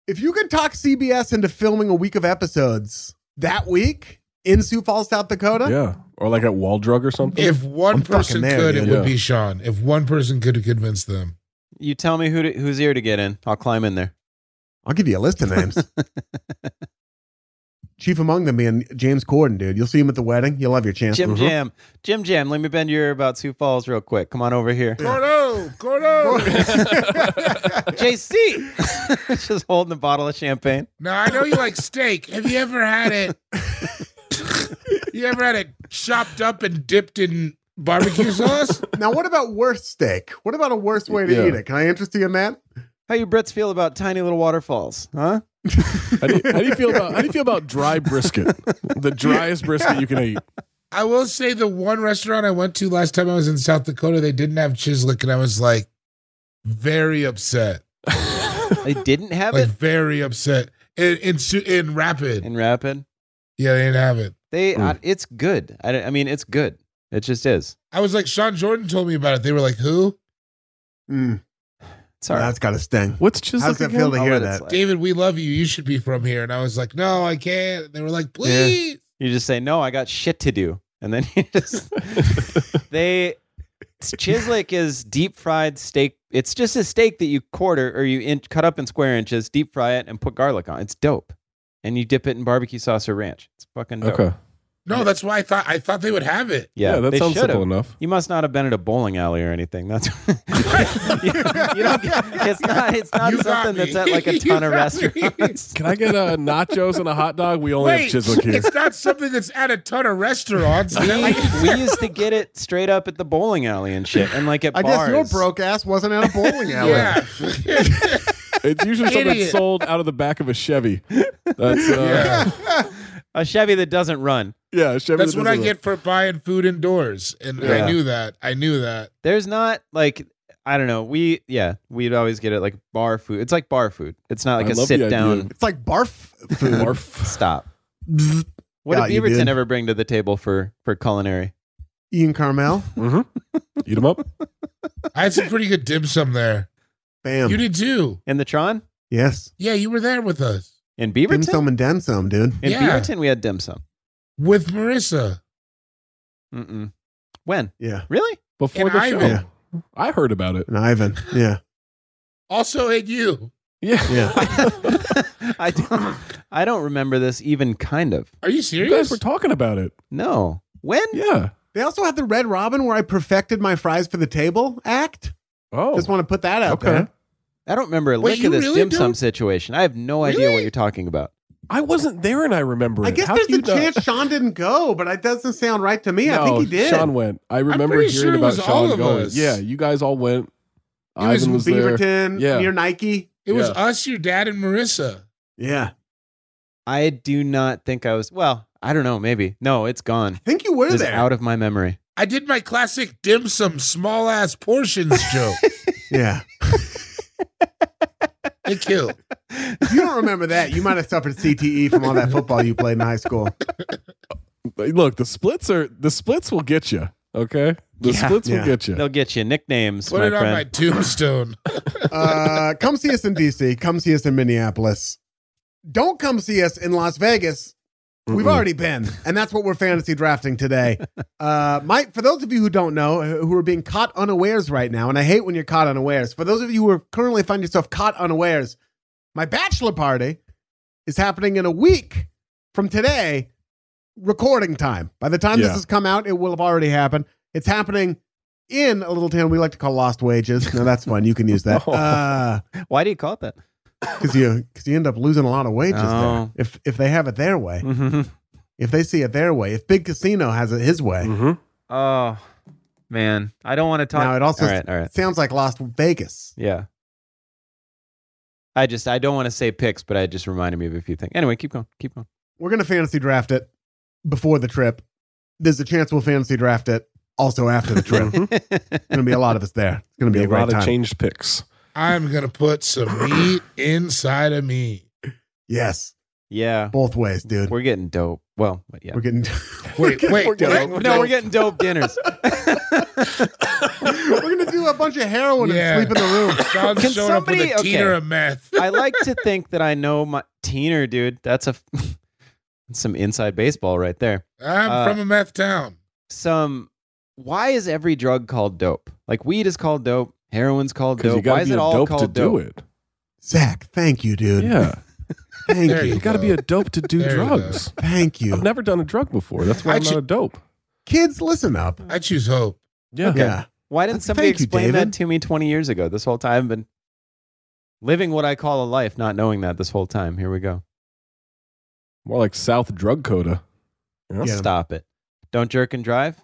If you could talk CBS into filming a week of episodes that week in Sioux Falls, South Dakota, yeah. Or like at Waldrug or something. If one I'm fucking person there, could, dude. it would Yeah. be Sean. If one person could convince them. you tell me who to, whose ear to get in. I'll climb in there. I'll give you a list of names. Chief among them being James Corden, dude. You'll see him at the wedding. You'll have your chance. Jim Mhm. Jam, Jim Jam. Let me bend your ear about Sioux Falls real quick. Come on over here. Gordo! Gordo! JC, just holding a bottle of champagne. now I know you like steak. Have you ever had it? you ever had it chopped up and dipped in barbecue sauce? Now, what about worst steak? What about a worst way to Yeah. eat it? Can I interest you in that? How you Brits feel about tiny little waterfalls, huh? How do, you, how do you feel about how do you feel about dry brisket? The driest brisket you can eat. I will say the one restaurant I went to last time I was in South Dakota, they didn't have Chislik, and I was like very upset. They didn't have Like it very upset. In in, Su- in Rapid. in Rapid. yeah, they didn't have it. They, Mm. uh, it's good. I, don't- I mean, it's good. It just is. I was like, Sean Jordan told me about it. They were like, who? Mm, Sorry. That's got to sting. What's just How's that feel to I'll hear let it that? slide. David, we love you. You should be from here. And I was like, no, I can't. And they were like, please. You just say no. I got shit to do, and then you just they. Chislik is deep fried steak. It's just a steak that you quarter or you inch, cut up in square inches, deep fry it, and put garlic on. It's dope, and you dip it in barbecue sauce or ranch. It's fucking dope. Okay. No, that's why I thought I thought they would have it. Yeah, Yeah, that they sounds should've. simple enough. You must not have been at a bowling alley or anything. That's you, you don't, it's not it's not You got something me. that's at like a You ton of got me. restaurants. Can I get uh, nachos and a hot dog? We only Wait, have Chiswick here. it's not something that's at a ton of restaurants. We, we used to get it straight up at the bowling alley and shit, and like at I guess bars. your broke ass wasn't at a bowling alley. yeah. It's usually something Idiot. sold out of the back of a Chevy. That's uh, yeah. a Chevy that doesn't run. Yeah, Chevy That's that what I doesn't get for buying food indoors, and Yeah. I knew that. I knew that. There's not like I don't know. We yeah, we'd always get it like bar food. It's like bar food. It's not I like a love the sit down idea. It's like barf look. food. Barf. stop. What Yeah, did you Beaverton did. ever bring to the table for for culinary? Ian Carmel. Mhm. Eat them up. I had some pretty good dim sum there. Bam. You did too. In the Tron? yes. Yeah, you were there with us In Dim Beaverton? sum and den sum, dude. In Yeah. Beaverton we had dim sum. with Marissa. Mm-mm. When? Yeah. Really? Before And the Ivan. show. Yeah. I heard about it. And Ivan. Yeah. Also, at you. Yeah. Yeah. I don't I don't remember this even kind of. Are you you guys serious? were talking about it. No. When? Yeah. They also had the Red Robin where I perfected my fries for the table act. Oh. Just want to put that out okay. there. I don't remember a Wait, lick you of this really dim sum don't? situation. I have no idea what Really? you're talking about. I wasn't there and I remember I it. guess How there's do the you know- chance Sean didn't go, but it doesn't sound right to me. I think he No, did. Sean went. I remember pretty hearing sure it about was Sean all of going. us. Yeah, you guys all went. It was, Ivan was there. Beaverton Yeah. near Nike. it was Yeah. us, your dad, and Marissa. Yeah. I do not think I was well, I don't know, maybe. No, it's gone. I think you were It's there. out of my memory. I did my classic dim sum small ass portions joke. yeah. It killed. If you don't remember that, you might have suffered CTE from all that football you played in high school. Look, the splits are the splits will get you. Okay, the Yeah. splits will Yeah. get you. They'll get you nicknames, Put my it on my friend. tombstone. Uh, come see us in DC. Come see us in Minneapolis. Don't come see us in Las Vegas. We've Mm-mm. already been, and that's what we're fantasy drafting today. Uh, Mike, for those of you who don't know, who are being caught unawares right now, and I hate when you're caught unawares. For those of you who are currently find yourself caught unawares, my bachelor party is happening in a week from today, recording time. By the time Yeah. this has come out, it will have already happened. It's happening in a little town we like to call Lost Wages. Now that's fun. You can use that. Oh. Uh, Why do you call it that? because you because you end up losing a lot of wages Oh. there if if they have it their way Mm-hmm. if they see it their way if big casino has it his way Mhm. Oh man, I don't want to talk. Now, it also- all right, all right, it sounds like las vegas yeah. I just I don't want to say picks, but I just reminded me of a few things. Anyway, keep going, keep going. we're gonna fantasy draft it before the trip there's a chance we'll fantasy draft it also after the trip There's Hmm? gonna be a lot of us there it's gonna be, Be a, a great lot time of changed picks. I'm gonna put some meat inside of me. yes Yeah, both ways dude we're, we're getting dope. Well, but yeah, getting Wait, wait, We're what? getting- no, we're getting dope dinners. we're gonna do a bunch of heroin Yeah. and sleep in the room Sean's Can showing up with somebody- okay. a Uh, teeter of meth. I like to think that I know my teener, dude. That's a that's some inside baseball right there. I'm Uh, from a meth town. Some why is every drug called dope? Like weed is called dope, heroin's called Because you dope. Why got to is be it a all dope called to dope? do it. zach thank you dude Yeah, thank There you you got to be a dope to do There you go. drugs. thank you I've never done a drug before. That's why I I'm not ju- a dope. kids listen up I choose hope. Yeah. yeah Why didn't That's- somebody thank you, explain that David. to me 20 years ago? This whole time I've been living what I call a life, not knowing that this whole time. Here we go. more like South Drug Coda. Yeah. Stop it. Don't jerk and drive.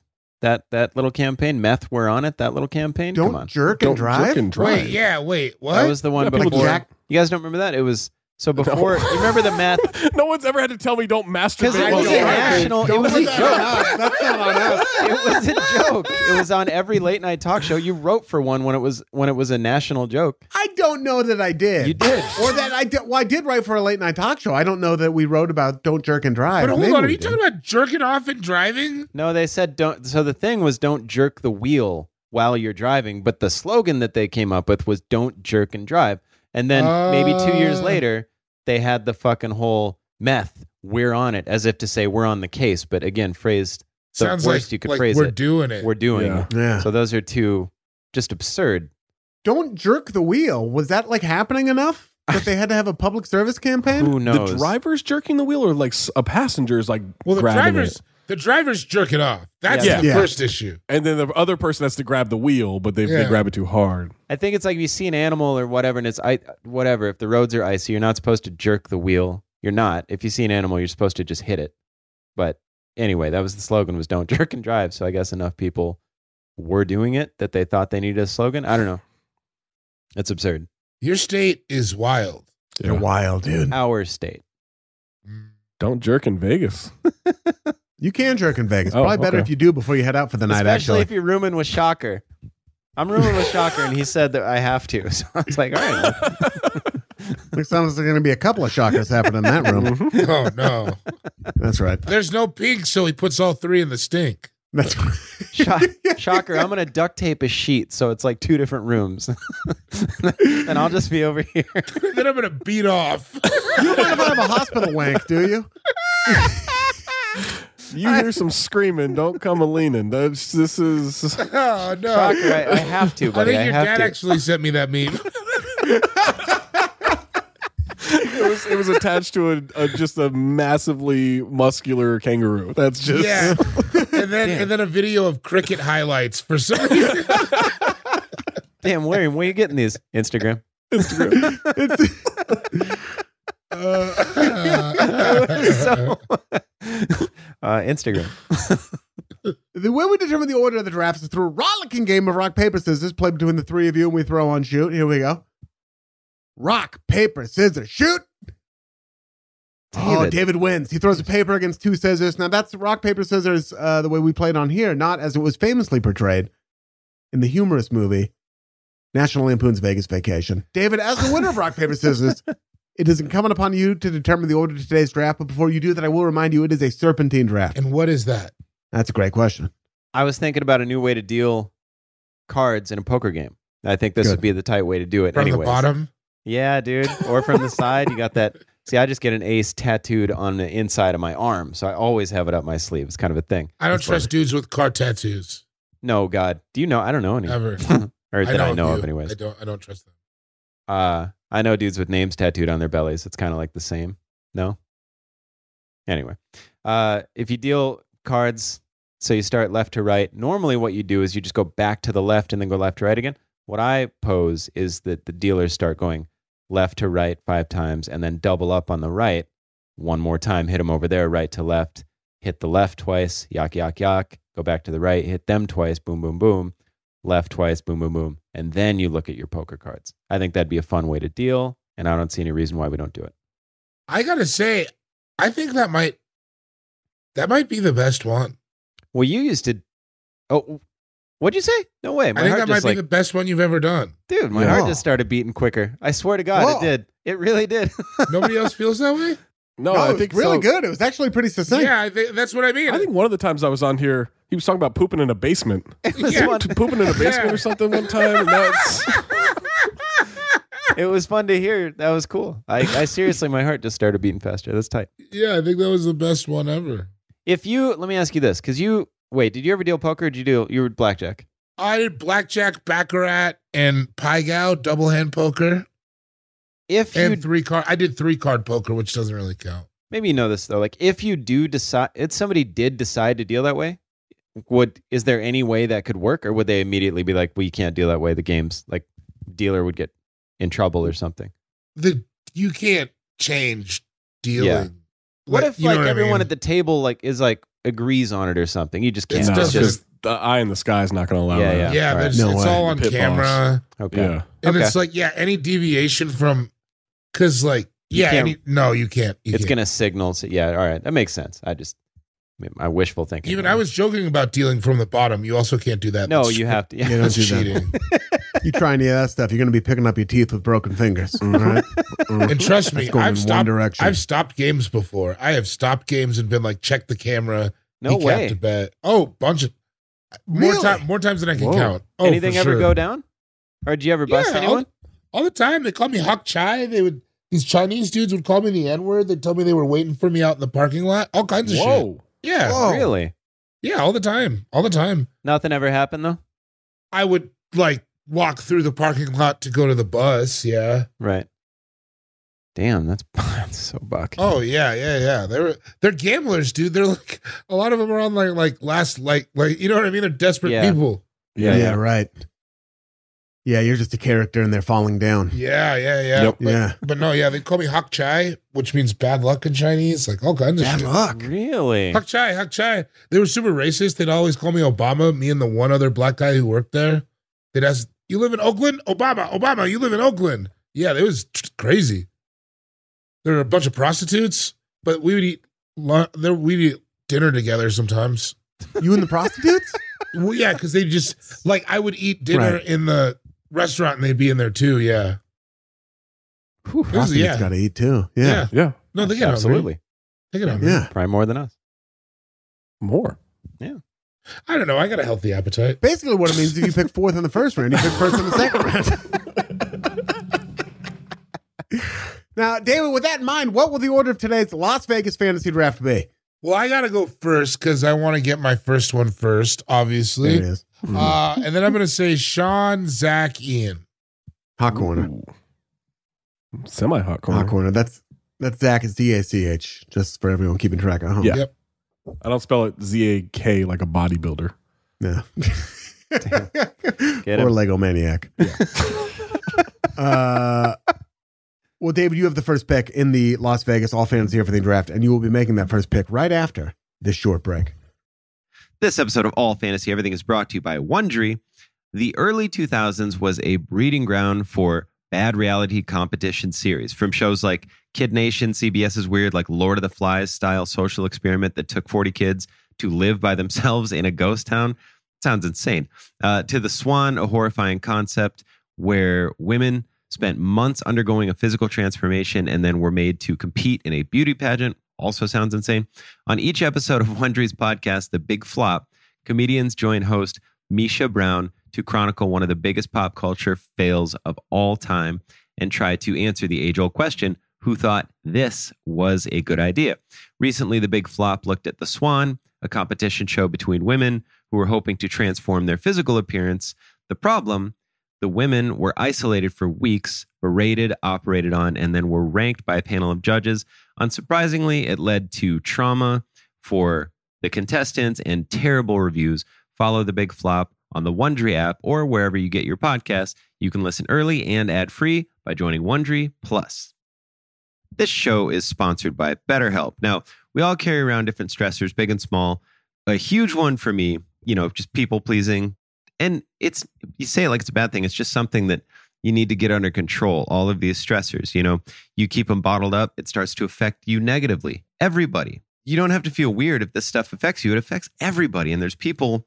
That that little campaign, meth, we're on it. That little campaign. Come don't on. jerk Don't and drive jerk and drive. Wait, yeah, wait, what? That was the one Yeah, people before. jack- You guys don't remember that? It was so before. You remember the meth? no one's ever had to tell me don't masturbate. Because it while was a driving. national. It Don't was a put that on joke. us. That's not on us. It was a joke. It was on every late night talk show. You wrote for one when it was when it was a national joke. I don't know that I did. You did. Or that I did. Well, I did write for a late night talk show. I don't know that we wrote about Don't Jerk and Drive. but hold Maybe on, are we you did. talking about jerking off and driving? No, they said don't. So the thing was don't jerk the wheel while you're driving. But the slogan that they came up with was don't jerk and drive. And then maybe two years Uh. later, they had the fucking whole meth. We're on it, as if to say we're on the case. But again, phrased the Sounds worst like, you could like phrase we're it. doing it. we're doing Yeah. it. Yeah. So those are two just absurd. don't Jerk the Wheel. Was that like happening enough that they had to have a public service campaign? Who knows? The driver's jerking the wheel, or like s- a passenger's like well, the grabbing drivers, it, the drivers jerk it off. That's Yeah. the Yeah. first issue. and then the other person has to grab the wheel, but they, they Yeah. grab it too hard. I think it's like if you see an animal or whatever, and it's I whatever. If the roads are icy, you're not supposed to jerk the wheel. You're not. If you see an animal, you're supposed to just hit it. But anyway, that was the slogan was "Don't jerk and drive." So I guess enough people were doing it that they thought they needed a slogan. I don't know. That's absurd. Your state is wild. They're wild, dude. Our state. Mm. Don't jerk in Vegas. You can jerk in Vegas. Oh, Probably better okay. if you do before you head out for the night. Actually, Especially if you're rooming with Shocker. I'm rooming with Shocker, and he said that I have to. So I was like, all right. well, next time there's going to be a couple of shockers happening in that room. Mhm. Oh no, That's right. there's no pink, so he puts all three in the stink. That's Sho- Shocker, I'm going to duct tape a sheet so it's like two different rooms. and I'll just be over here. then I'm gonna beat off. you don't mind if I have a hospital wank, do you? You hear some screaming. Don't come a leaning. That's, this is. oh no, Shocker, I, I have to, I buddy. think I, your have dad to. actually sent me that meme. It was, it was attached to a, a just a massively muscular kangaroo. That's just. yeah, and then and then a video of cricket highlights for some reason. Damn, William, where are you getting these? Instagram. Uh, so, uh, Instagram. The way we determine the order of the drafts is through a rollicking game of rock, paper, scissors played between the three of you, and we throw on shoot. Here we go. Rock, paper, scissors, shoot. Oh, David. David wins. He throws a paper against two scissors. Now, that's rock, paper, scissors uh, the way we played on here, not as it was famously portrayed in the humorous movie National Lampoon's Vegas Vacation. David, as the winner of rock, paper, scissors, it is incumbent upon you to determine the order of today's draft. But before you do that, I will remind you it is a serpentine draft. and what is that? That's a great question. I was thinking about a new way to deal cards in a poker game. I think this Good. would be the tight way to do it. From Anyways. the bottom. Yeah, dude. Or from the side, you got that. See, I just get an ace tattooed on the inside of my arm, so I always have it up my sleeve. It's kind of a thing. I don't trust dudes with car tattoos No, God, do you know? I don't know any, ever. or that I know, a of, few. anyways. I don't. I don't trust them. uh, I know dudes with names tattooed on their bellies. It's kind of like the same. No. Anyway, uh, if you deal cards, so you start left to right. Normally, what you do is you just go back to the left and then go left to right again. What I pose is that the dealers start going left to right five times and then double up on the right one more time. Hit them over there, right to left. Hit the left twice. Yak yak yak. Go back to the right. Hit them twice. Boom boom boom left twice, boom, boom, boom. And then you look at your poker cards. I think that'd be a fun way to deal. And I don't see any reason why we don't do it. I gotta say, I think that might that might be the best one. Well, you used to. Oh, what'd you say? No way. My I think heart that might just like, be the best one you've ever done. dude, my Yeah. heart just started beating quicker. I swear to God, Whoa. it did. It really did. Nobody else feels that way. No, No, Oh, I it was think really so. good. It was actually pretty succinct. Yeah, I think that's what I mean. I think one of the times I was on here, he was talking about pooping in a basement. it, was Yeah. fun. To pooping in a basement or something one time. And that's, it was fun to hear. That was cool. I, I seriously, my heart just started beating faster. That's tight. yeah, I think that was the best one ever. If you, let me ask you this because you, wait, did you ever deal poker or did you do, you were blackjack? I did blackjack, baccarat, and pie gow, double hand poker, If you and three card. I did three card poker, which doesn't really count. maybe you know this though like if you do decide if somebody did decide to deal that way would is there any way that could work or would they immediately be like well you can't deal that way the game's like dealer would get in trouble or something The you can't change dealing. Yeah. what if you know like I everyone mean? at the table like is like agrees on it or something you just can't It's no, just- it's just the eye in the sky is not going to allow Yeah, that. yeah, all right. but it's, No it's way. all on Pit boss. camera, okay Yeah. and Okay. it's like yeah, any deviation from because like You yeah, can't- any, no, you can't. You it's can't. gonna signal to, yeah all right that makes sense i just my wishful thinking Even I was joking about dealing from the bottom. You also can't do that. no That's- you have to yeah, You don't That's do that. cheating. You try any of that stuff, you're going to be picking up your teeth with broken fingers. All right? Mm. and trust me, That's going I've in stopped. one direction. I've stopped games before. I have stopped games and been like, check the camera. no he way Capped a bet. Oh, bunch of more Really? time, more times than I can Whoa. count. Oh, anything for ever sure. go down or did you ever bust Yeah, all- anyone all the time? They call me Hawk Chai. They would. These Chinese dudes would call me the N word. They'd tell me they were waiting for me out in the parking lot. All kinds of shit. Whoa. Yeah, Whoa. really yeah, all the time, all the time. nothing ever happened though I would like walk through the parking lot to go to the bus. Yeah. Right. Damn, that's, that's so buck. Oh yeah, yeah, yeah. They were they're gamblers, dude. They're like a lot of them are on like like last like like you know what I mean. They're desperate Yeah. people. yeah, right. Yeah, you're just a character and they're falling down. Yeah, yeah, yeah. Yep. But, Yeah. but no, yeah, they call me Hak Chai, which means bad luck in Chinese. Like all kinds of Bad shit. luck. Really? Hak Chai, Hak Chai. They were super racist. They'd always call me Obama. Me and the one other black guy who worked there. They'd ask, "You live in Oakland, Obama? Obama, you live in Oakland?" Yeah, it was t- crazy. There were a bunch of prostitutes, but we would eat lun- there we eat dinner together sometimes. You and the prostitutes? Well, yeah, because they just like I would eat dinner Right. in the restaurant and they'd be in there too. Yeah, This is- yeah. got to eat too. Yeah. Yeah. no, they get Absolutely. Hungry. They get Yeah. hungry. Probably more than us. More. I don't know. I got a healthy appetite. Basically, what it means is if you pick fourth in the first round, you pick first in the second round. now, David, with that in mind, what will the order of today's Las Vegas fantasy draft be? Well, I gotta go first because I want to get my first one first, There it obviously. is. Uh, and then I'm gonna say Sean, Zach, Ian. Hot corner. Semi hot Hot corner. corner. That's that's Zach is D A C H. Just for everyone keeping track at home. Yeah. Yep. I don't spell it Z A K like a bodybuilder. Yeah. Get or him. Lego Maniac. uh, well, David, you have the first pick in the Las Vegas All Fantasy Everything Draft, and you will be making that first pick right after this short break. This episode of All Fantasy Everything is brought to you by Wondery. The early 2000s was a breeding ground for bad reality competition series from shows like Kid Nation, CBS's weird, like Lord of the Flies style social experiment that took 40 kids to live by themselves in a ghost town. Sounds insane. Uh, to The Swan, a horrifying concept where women spent months undergoing a physical transformation and then were made to compete in a beauty pageant. Also sounds insane. On each episode of Wondry's podcast, The Big Flop, comedians join host Misha Brown to chronicle one of the biggest pop culture fails of all time and try to answer the age old question who thought this was a good idea? Recently, The Big Flop looked at The Swan, a competition show between women who were hoping to transform their physical appearance. The problem the women were isolated for weeks, berated, operated on, and then were ranked by a panel of judges Unsurprisingly, it led to trauma for the contestants and terrible reviews. Follow the big flop on the Wondery app or wherever you get your podcasts. You can listen early and ad free by joining Wondery Plus. This show is sponsored by BetterHelp. Now, we all carry around different stressors, big and small. A huge one for me, you know, just people pleasing. And it's, you say it like it's a bad thing. It's just something that you need to get under control. All of these stressors, you know, you keep them bottled up, it starts to affect you negatively. Everybody. You don't have to feel weird if this stuff affects you. It affects everybody. And there's people,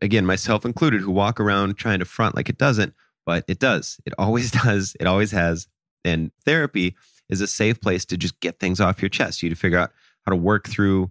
again, myself included, who walk around trying to front like it doesn't, but it does. It always does. It always has. And therapy is a safe place to just get things off your chest. You to figure out how to work through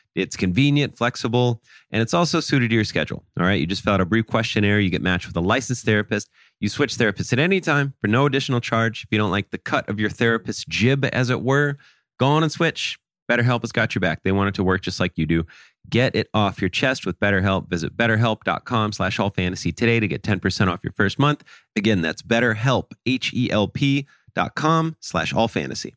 it's convenient, flexible, and it's also suited to your schedule. All right? You just fill out a brief questionnaire, you get matched with a licensed therapist. You switch therapists at any time for no additional charge. If you don't like the cut of your therapist's jib, as it were, go on and switch. BetterHelp has got your back. They want it to work just like you do. Get it off your chest with BetterHelp. Visit betterhelp.com slash all fantasy today to get 10% off your first month. Again, that's betterhelp, H-E-L-P dot com slash all fantasy.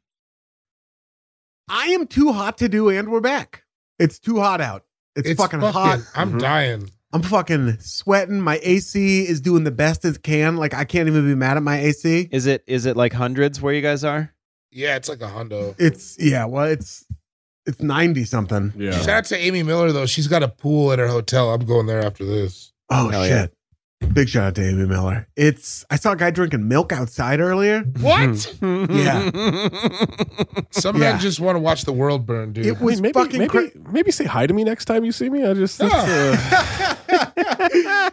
I am too hot to do, and we're back. It's too hot out. It's, fucking, hot. I'm Mhm. dying. I'm fucking sweating. My AC is doing the best it can. Like I can't even be mad at my AC. Is it is it like hundreds where you guys are? Yeah, it's like a Hondo. It's yeah. Well, it's it's ninety something. Shout out to Amy Miller though. She's got a pool at her hotel. I'm going there after this. Oh Hell yeah. shit! Big shout out to Amy Miller. It's I saw a guy drinking milk outside earlier. What? Yeah. Some men Yeah. just want to watch the world burn, dude. It was Hey, maybe, fucking maybe, cra- maybe say hi to me next time you see me. I just that's, uh,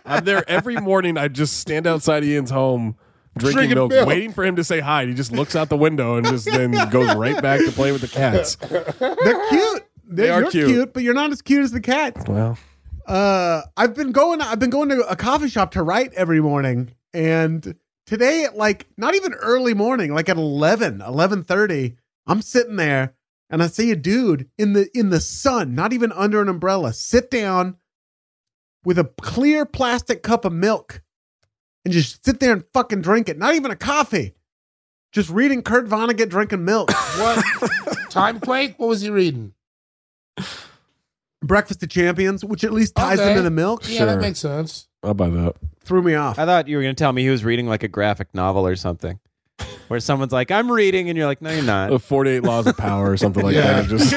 I'm there every morning. I just stand outside Ian's home drinking, Drinking milk, milk. waiting for him to say hi. He just looks out the window and just then goes right back to play with the cats. They're cute. They're, They are you're cute. cute. but you're not as cute as the cats. Well, Uh, I've been going. I've been going to a coffee shop to write every morning, and today at like not even early morning, like at 11, 11.30, I'm sitting there and I see a dude in the in the sun, not even under an umbrella, sit down with a clear plastic cup of milk and just sit there and fucking drink it. Not even a coffee. Just reading Kurt Vonnegut drinking milk. what? Time Quake? What was he reading? Breakfast of Champions, which at least ties Okay. them in the milk. Yeah, that Sure. makes sense. I'll buy that. Threw me off. I thought you were going to tell me he was reading like a graphic novel or something, where someone's like, "I'm reading," and you're like, "No, you're The not." 48 Laws of Power or something like Yeah. that. Just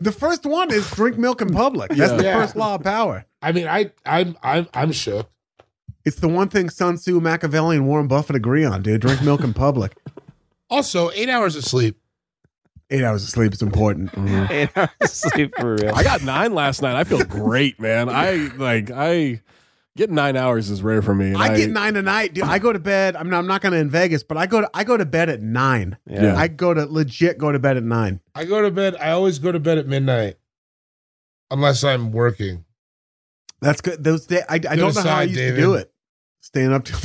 the first one is drink milk in public. That's the Yeah. first law of power. I mean, I I'm I'm I'm shook. It's the one thing Sun Tzu, Machiavelli, and Warren Buffett agree on, dude. Drink milk in public. Also, eight hours of sleep. Eight hours of sleep is important. Eight hours of sleep for real. mm-hmm. I got nine last night. I feel great, man. I like I get nine hours is rare for me. and I get nine a night, dude. I go to bed. I'm not, I'm not going to in Vegas, but I go to I go to bed at nine. Yeah. I go to legit go to bed at nine. I go to bed. I always go to bed at midnight, unless I'm working. That's good. Those day I, I don't know how I aside, used David. to do it. Staying up I'm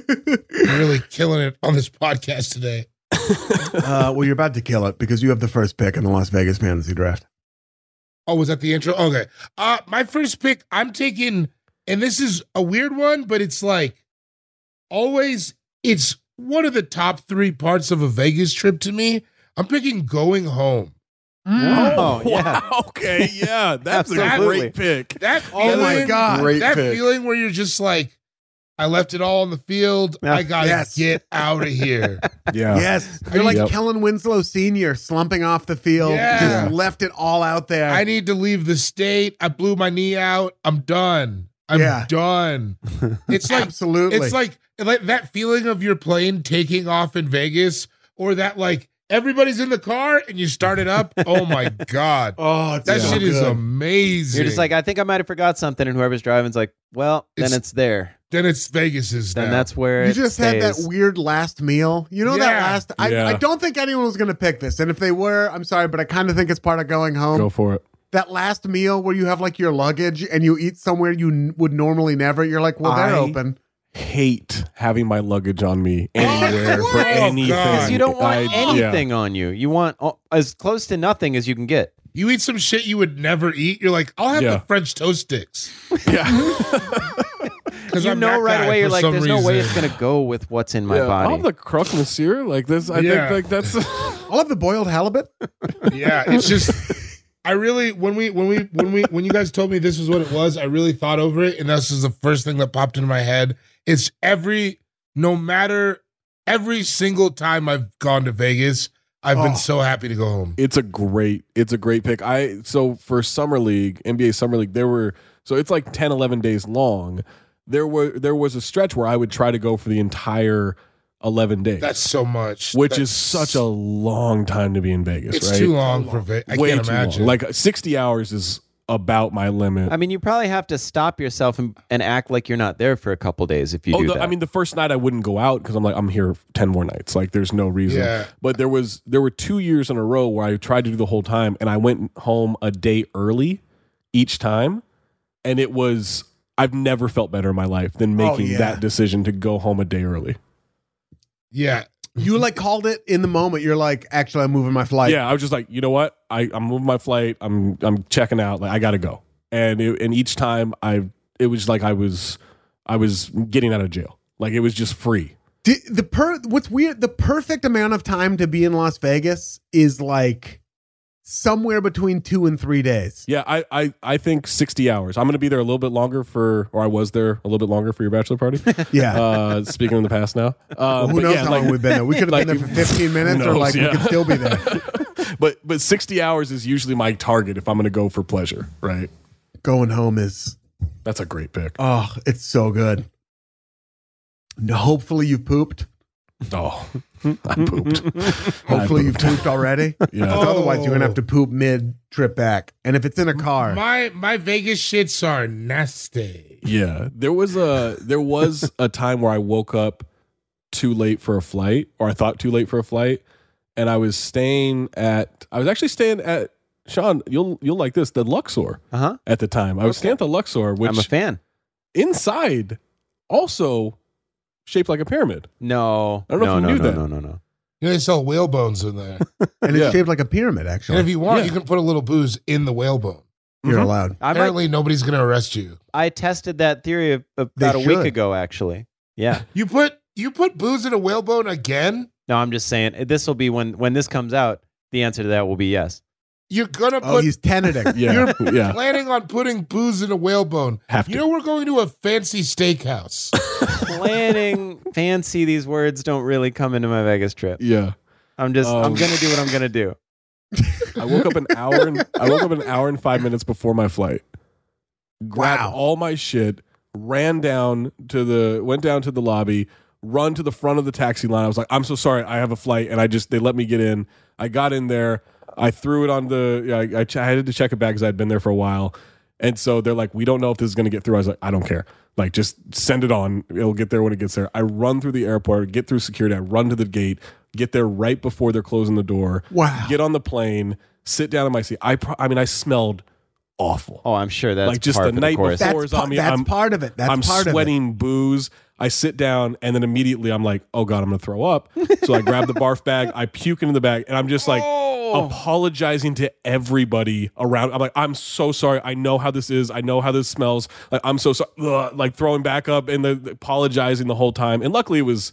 till. really killing it on this podcast today. uh, well, you're about to kill it because you have the first pick in the Las Vegas fantasy draft. Oh, was that the intro? Okay. Uh my first pick, I'm taking, and this is a weird one, but it's like always it's one of the top three parts of a Vegas trip to me. I'm picking going home. Oh, Oh, yeah. wow. Okay, yeah, that's a Absolutely. great pick. That Oh feeling, my God. Great that pick. feeling where you're just like, I left it all on the field. Yeah. I gotta Yes. get out of here. Yeah, Yes, you're like Yep. Kellen Winslow Senior, slumping off the field, Yeah. just left it all out there. I need to leave the state. I blew my knee out. I'm done. I'm Yeah. done. It's like Absolutely, It's like like that feeling of your plane taking off in Vegas, or that like everybody's in the car and you start it up. Oh my god, oh, it's that so shit is good. amazing. You're just like, I think I might have forgot something, and whoever's driving's like, "Well, then It's- it's, there. then it's Vegas's. Then now. that's where You it just had that stays." weird last meal. You know that Yeah. last. I, Yeah. I don't think anyone was going to pick this, and if they were, I'm sorry, but I kind of think it's part of going home. go for it. That last meal where you have like your luggage and you eat somewhere you n- would normally never. You're like, well, they're I- open. Hate having my luggage on me anywhere Oh, for God. anything. 'Cause you don't want I- anything on you. You want all, as close to nothing as you can get. you eat some shit you would never eat. You're like, I'll have Yeah. the French toast sticks Yeah, because you I'm know that right guy away. You're for like, some there's no way it's reason." gonna go with what's in my yeah. body. I'll have the croque monsieur like this. I Yeah. think like that's I love the boiled halibut. yeah it's just i really when we when we when we when you guys told me this was what it was i really thought over it and this is the first thing that popped into my head it's every no matter every single time i've gone to vegas i've Oh. been so happy to go home It's a great, it's a great pick. I so for summer league, NBA summer league, there were so it's like 10, 11 days long. There were there was a stretch where I would try to go for the entire eleven days, that's so much which is That's- such a long time to be in Vegas. it's right? too long for vegas i Way can't too long. imagine Like sixty hours is about my limit. I mean, you probably have to stop yourself and, and act like you're not there for a couple days if you Oh, do the- that. I mean, the first night I wouldn't go out because I'm like, I'm here ten more nights. Like, there's no reason. Yeah. But there was there were two years in a row where I tried to do the whole time, and I went home a day early each time, and it was I've never felt better in my life than Oh, making yeah. that decision to go home a day early. yeah You like called it in the moment. You're like, actually, I'm moving my flight. yeah, I was just like, you know what? I I'm moving my flight. I'm I'm checking out. Like, I gotta go. And it, and each time I it was like I was I was getting out of jail. Like it was just free. Di- the per what's weird the perfect amount of time to be in Las Vegas is like somewhere between 2 and 3 days. Yeah, I, I, I think 60 hours. I'm going to be there a little bit longer for, or I was there a little bit longer for your bachelor party. Yeah. uh, speaking in the past now. Uh, Well, who but knows yeah, how like- long we've been there? We could have like- been there for 15 minutes or knows, like yeah. we could still be there. but, but 60 hours is usually my target if I'm going to go for pleasure, right? Going home is That's a great pick. oh, it's so good. And hopefully you pooped. Oh, I pooped. Hopefully I you pooped already. Yeah. Oh. Because Otherwise you're going to have to poop mid trip back. And if it's in a car, my my vegas shits are nasty Yeah, there was a there was a time where I woke up too late for a flight, or I thought too late for a flight, and I was staying at I was actually staying at Sean. You'll you'll like this the Luxor Uh-huh. at the time. I was staying at the Luxor, which I'm a fan. inside also shaped like a pyramid. No, I don't know no, no, if you knew no, that. no, no, no. you know they sell whale bones in there and it's Yeah. shaped like a pyramid actually. and if you want Yeah. you can put a little booze in the whale bone you're Mhm. allowed. I might- apparently nobody's gonna arrest you I tested that theory of, They about a week should. ago, actually. Yeah. You put you put booze in a whalebone again? eh, No, I'm just saying this will be when when this comes out. The answer to that will be yes. You're gonna Oh, put. he's Tenedick. Yeah, yeah. planning on putting booze in a whalebone. Have You to. know we're going to a fancy steakhouse. planning fancy these words don't really come into my Vegas trip. Yeah. I'm just I'm Um, gonna do what I'm gonna do. I woke up an hour and I woke up an hour and five minutes before my flight. Grabbed Wow. all my shit, ran down to the went down to the lobby, run to the front of the taxi line. I was like, I'm so sorry, I have a flight, and I just they let me get in. I got in there, I threw it on the. yeah, I, I, ch- I had to check it back because I'd been there for a while, and so they're like, we don't know if this is gonna get through. I was like, I don't care. Like, just send it on. It'll get there when it gets there. I run through the airport, get through security. I run to the gate, get there right before they're closing the door Wow. get on the plane, sit down in my seat. I pro- I mean, I smelled awful. Oh, I'm sure that's Like, just par the for night course. before- that's, Doors pa- on me, that's I'm- part of it. That's I'm part of sweating booze. I sit down and then immediately I'm like, oh god, I'm gonna throw up. So I grab the barf bag, I puke into the bag, and I'm just like Oh. apologizing to everybody around. I'm like, I'm so sorry. I know how this is. I know how this smells. Like I'm so sorry. Like throwing back up and the, the- apologizing the whole time. And luckily it was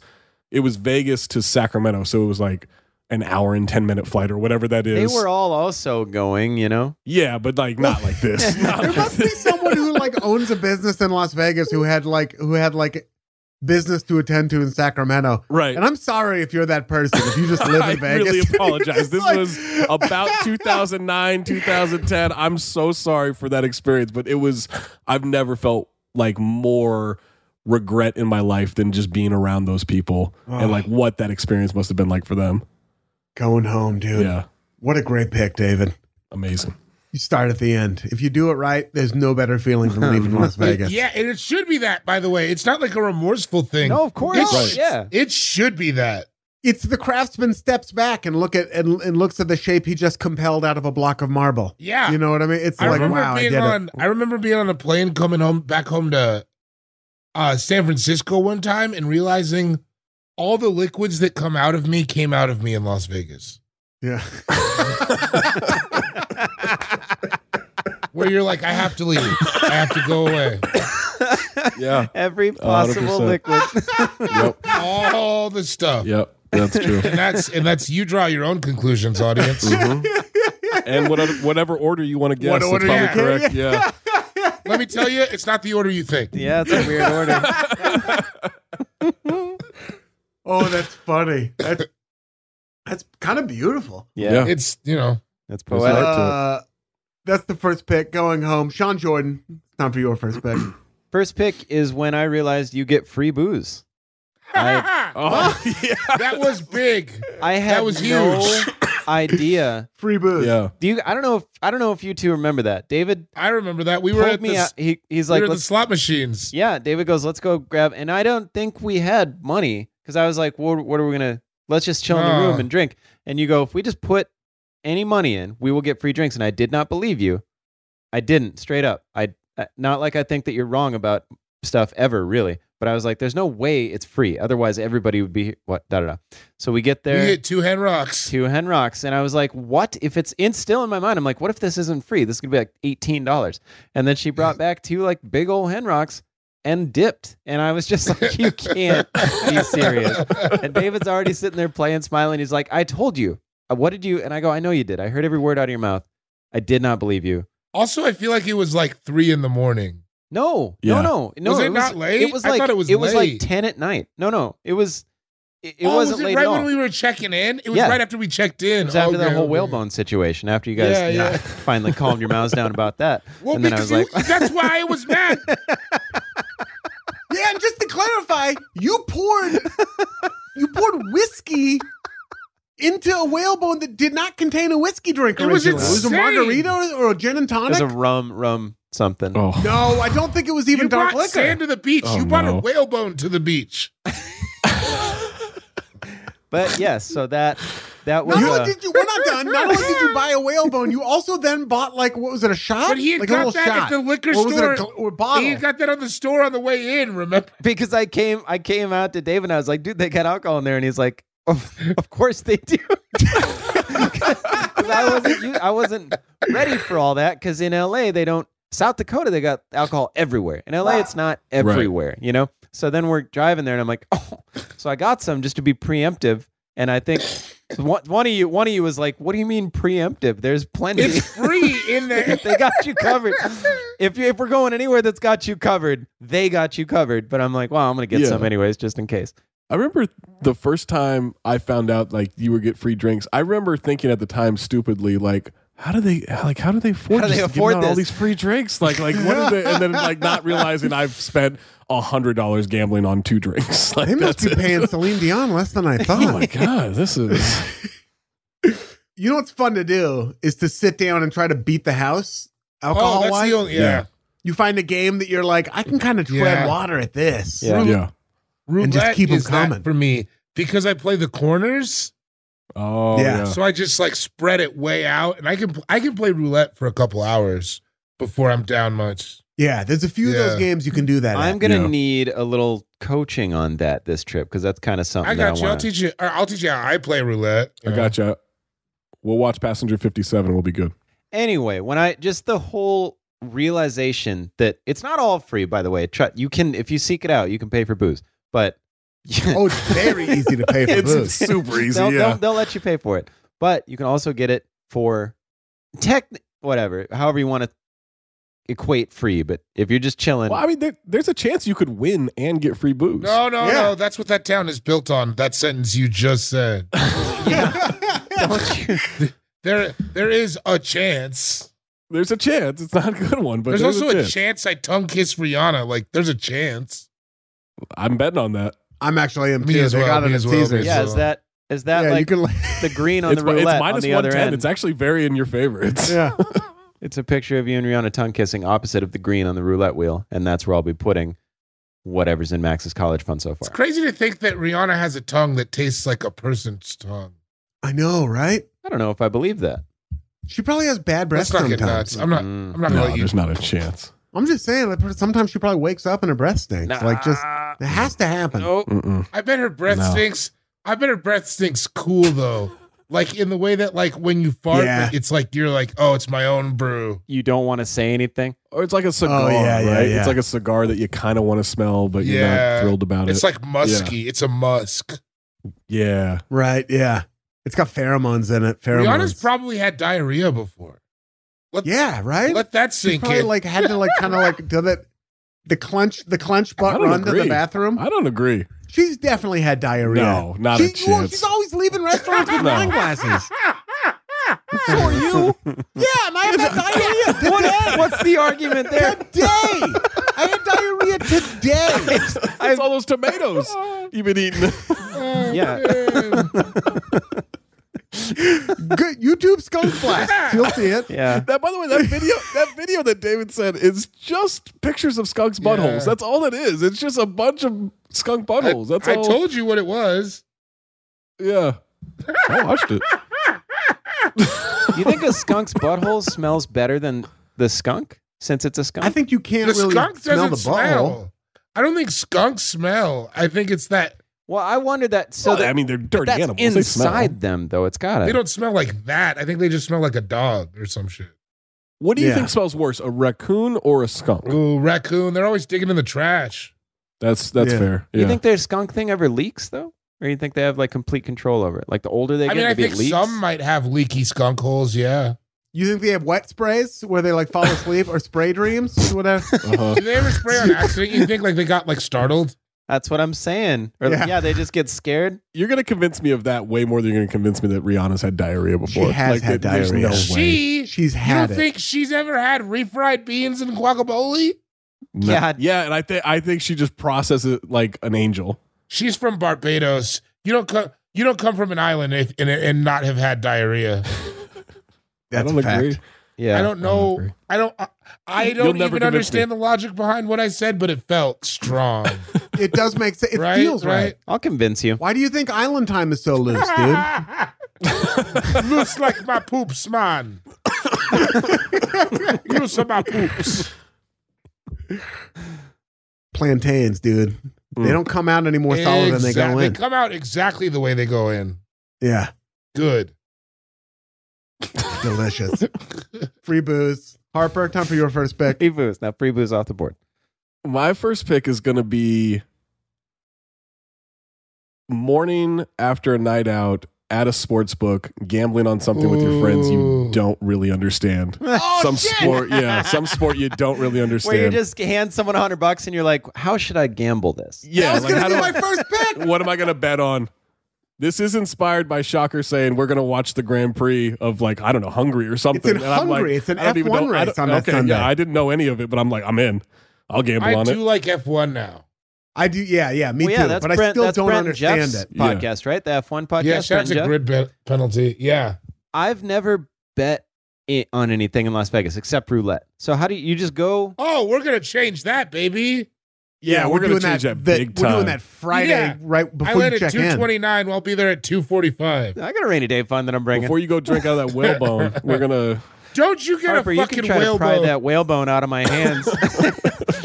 it was Vegas to Sacramento, so it was like an hour and ten minute flight or whatever that They is. were all also going, you know. yeah, but like not like this. Not it. There like must be someone who like owns a business in Las Vegas who had like who had like business to attend to in Sacramento. Right. And I'm sorry if you're that person. If you just live in I Vegas, really You're apologize. just This like- was about 2009, 2010. I'm so sorry for that experience, but it was, I've never felt like more regret in my life than just being around those people and like what that experience must have been like for them. going home, dude. Yeah. What a great pick, David. Amazing. You start at the end. If you do it right, there's no better feeling than leaving Las Vegas. Yeah, and it should be that. By the way, it's not like a remorseful thing. No, of course, It's- Right. yeah. it should be that. It's the craftsman steps back and look at and, and looks at the shape he just compelled out of a block of marble. Yeah. You know what I mean? It's I like, remember wow, I being did on. it. I remember being on a plane coming home back home to uh, San Francisco one time and realizing all the liquids that come out of me came out of me in Las Vegas. Yeah. Where you're like, I have to leave. I have to go away. Yeah. Every possible 100%. liquid. Yep. All the stuff. Yep. That's true. And that's and that's you draw your own conclusions, audience. And whatever, whatever order you want to guess, What that's order, probably yeah. correct. Yeah. Let me tell you, it's not the order you think. yeah, it's a weird order. Oh, that's funny. That's that's kind of beautiful. Yeah, Yeah. It's you know, that's I poetic. like to- Uh, that's the first pick. Going home, Sean Jordan. It's time for your first pick. First pick is when I realized you get free booze. I- Oh, yeah. that was big. I had was no huge. idea. Free booze. Yeah. Do you? I don't know. If, I don't know if you two remember that. David I remember that we were pulled at me the, out. He, he's we like, were at the let's slot machines. Yeah, David goes, let's go grab. And I don't think we had money because I was like, well, what are we going to? Let's just chill in the No. room and drink. And you go, if we just put any money in, we will get free drinks. And I did not believe you. I didn't, straight up. I I- Not like I think that you're wrong about stuff ever, really. But I was like, there's no way it's free. Otherwise, everybody would be, what, da da da. So we get there We hit two hand rocks. two hen rocks and i was like what if it's in still in my mind i'm like what if this isn't free this is gonna be like $18 and then she brought back two like big old hen rocks and dipped and i was just like you can't be serious and david's already sitting there playing smiling he's like i told you Uh, what did you and i go i know you did i heard every word out of your mouth i did not believe you Also, I feel like it was like three in the morning. no no Yeah. no no Was it not late? it was I like thought it was like late. 10 at night no no it was it, it Oh, wasn't was it late right at all. when we were checking in. It was Yeah. right after we checked in. Oh, It was after Okay, the whole okay. whalebone situation, after you guys Yeah, yeah. finally calmed your mouths down about that. Well, and then I was like, because you- that's why I was mad. Yeah, and just to clarify, you poured you poured whiskey into a whalebone that did not contain a whiskey drink It was originally. It was, a insane. margarita or, or a gin and tonic. there's a rum, rum, something. Oh. no, I don't think it was even you dark brought liquor. sand to the beach. Oh, you brought no. a whalebone to the beach. But yes, so that that was. Not only uh, did you, we're not done. Not only did you buy a whalebone, you also then bought like what was it, a shot? But he had like a got little that shot. at the liquor or was it a store. gl- or bottle? He got that on the store on the way in. Remember? because I came, I came out to Dave and I was like, dude, they got alcohol in there, and he's like, of, of course they do. 'Cause I wasn't, u- I wasn't ready for all that because in LA they don't. South Dakota they got alcohol everywhere. In LA it's not everywhere, you know. So then we're driving there, and I'm like, oh. So I got some just to be preemptive, and I think So one, one of you, one of you was like, "What do you mean preemptive? There's plenty. It's free in there. they got you covered. If you, if we're going anywhere that's got you covered, they got you covered." But I'm like, "Well, I'm gonna get Yeah. some anyways, just in case." I remember the first time I found out like you would get free drinks. I remember thinking at the time stupidly like how do they like how do they afford, How do they just giving afford out all this? these free drinks like like what are they and then like not realizing I've spent a hundred dollars gambling on two drinks like They must that's be it. paying Celine Dion less than I oh my thought. god this is you know what's fun to do is to sit down and try to beat the house Oh, alcohol that's wise. the only, yeah. Yeah. you find a game that you're like, I can kind of tread Yeah. water at this. Yeah. yeah Roulette And just keep 'em is that coming. for me because I play the corners. oh Yeah. yeah So I just like spread it way out, and I can I can play roulette for a couple hours before I'm down much. Yeah, there's a few of those Yeah. games you can do that. I'm at. gonna uh, Yeah. need a little coaching on that this trip because that's kind of something. I got that I you. I'll wanna- teach you. Or I'll teach you how I play roulette. Oh, I gotcha we'll watch Passenger Fifty Seven we'll be good anyway, when I just the whole realization that it's not all free, by the way. Try, you can if you seek it out, you can pay for booze, but Oh, it's very easy to pay for It's booze. super easy, They'll, yeah. they'll, they'll let you pay for it, but you can also get it for tech, whatever, however you want to equate free. But if you're just chilling, well I mean there, there's a chance you could win and get free booze No, no, Yeah. no. That's what that town is built on. That sentence you just said. don't you? There, there is a chance. there's a chance it's not a good one but there's, there's, also a chance. chance. I tongue kiss Rihanna. Like, there's a chance. I'm betting on that I'm actually am Me too. as They well, got it me at as well, me Caesars. as yeah, is that is that Yeah, like you can. the green on it's, the mi- roulette it's on minus the other 110. end? It's actually very in your favor. It's, yeah. It's a picture of you and Rihanna tongue kissing opposite of the green on the roulette wheel, and that's where I'll be putting whatever's in Max's college fund so It's far. crazy to think that Rihanna has a tongue that tastes like a person's tongue. I know, right? I don't know if I believe that. She probably has bad breath Let's not get sometimes. nuts. I'm not. Mm. I'm not gonna No, let you. there's not a chance. I'm just saying. like, Sometimes she probably wakes up and her breath stinks. Like just Nah. it has to happen. Oh. Nope. Mm-mm. I bet her breath No. stinks. I bet her breath stinks cool though. Like in the way that like when you fart, Yeah. it's like you're like, oh, it's my own brew. you don't want to say anything. Or Oh, it's like a cigar, yeah, yeah, right? yeah. It's like a cigar that you kind of want to smell, but you're Yeah. not thrilled about It's it. like musky. It's a musk. yeah. Right? Yeah. It's got pheromones in it. Pheromones. Rihanna's probably had diarrhea before. Let, yeah. Right. let that she sink probably in. like had to like kind of like do that. The clench, the clench I butt don't run to the agree. bathroom. I don't agree. She's definitely had diarrhea. No, not she, a well, chance. she's always leaving restaurants Ah, with No. wine glasses. so are you? Yeah, and I have had diarrhea today. What's the argument there? Today, I had diarrhea today. It's all those tomatoes you've been eating. Yeah. Good YouTube skunk blast. You'll see it. Yeah. that, by the way, that video, that video that David said is just pictures of skunks' buttholes. Yeah. That's all it is. It's just a bunch of skunk I, buttholes. That's I all. told you what it was. yeah. I watched it. You think a skunk's butthole smells better than the skunk since it's a skunk? I think you can't The really skunk smell the doesn't butthole. smell. I don't think skunks smell. I think it's that well, I wondered that. So Well, that, I mean, they're dirty that's animals. They smell. inside them, though. It's gotta. they don't smell like that. I think they just smell like a dog or some shit. What do you Yeah. think smells worse, a raccoon or a skunk? Ooh, raccoon. They're always digging in the trash. That's that's Yeah. fair. You Yeah. think their skunk thing ever leaks though, or you think they have like complete control over it? Like the older they I get, mean, I maybe it think leaks? some might have leaky skunk holes. Yeah. You think they have wet sprays where they like fall asleep or spray dreams? Whatever. uh-huh. Do they ever spray on accident? You think like they got like startled? That's what I'm saying. Or, Yeah. yeah. they just get scared. You're gonna convince me of that way more than you're gonna convince me that Rihanna's had diarrhea before. has had there- there's diarrhea. no way. She. She's You had don't it. think she's ever had refried beans and guacamole? No. Yeah. yeah, and I think I think she just processes it like an angel. She's from Barbados. You don't come. You don't come from an island if, and and not have had diarrhea. That's I don't a fact. agree. Yeah. I don't I know. agree. I don't. I, I You'll don't never even convince understand the logic behind what I said, but it felt strong. It does make sense. It right? feels right. I'll convince you. Why do you think Island Time is so loose, dude? Looks like my poops, man. Loose of my poops. Plantains, dude. They Mm. don't come out any more solid than they go Exact- in. come out exactly the way they go in. Yeah, Good. delicious. Free booze. Harper, time for your first pick. Free booze now. Free booze off the board. My first pick is gonna be morning after a night out at a sports book, gambling on something with your friends you Ooh. don't really understand. Oh, some shit! sport, yeah, some sport you don't really understand. Where you just hand someone a hundred bucks and you're like, how should I gamble this? yeah, that was like, gonna how be do my I- first pick. what am I going to bet on? This is inspired by Shocker saying we're going to watch the Grand Prix of like I don't know Hungary or something. in Hungary. It's an I don't even F1 know- I race don't- on that okay, Sunday. Yeah, I didn't know any of it, but I'm like I'm in. I'll gamble I on do it. like F1 now. I do. Yeah, yeah, me well, yeah, too. that's but Brent, I still that's don't Brent and understand Jeff's it. Yeah. Podcast, right? The F1 podcast. yeah, shout Brent out to Jeff. grid pe- penalty. Yeah. I've never bet i on anything in Las Vegas except roulette. So how do you, you just go? Oh, we're gonna change that, baby. Yeah, we're, gonna doing change that, big We're time. doing that Friday Yeah. right I before land you at check two in. twenty nine. I'll be there at two forty five. I got a rainy day fund that I'm bringing. Before you go drink out of that whalebone, we're gonna Don't you get Harper, a you can fucking try to whale pry bone? that whalebone out of my hands.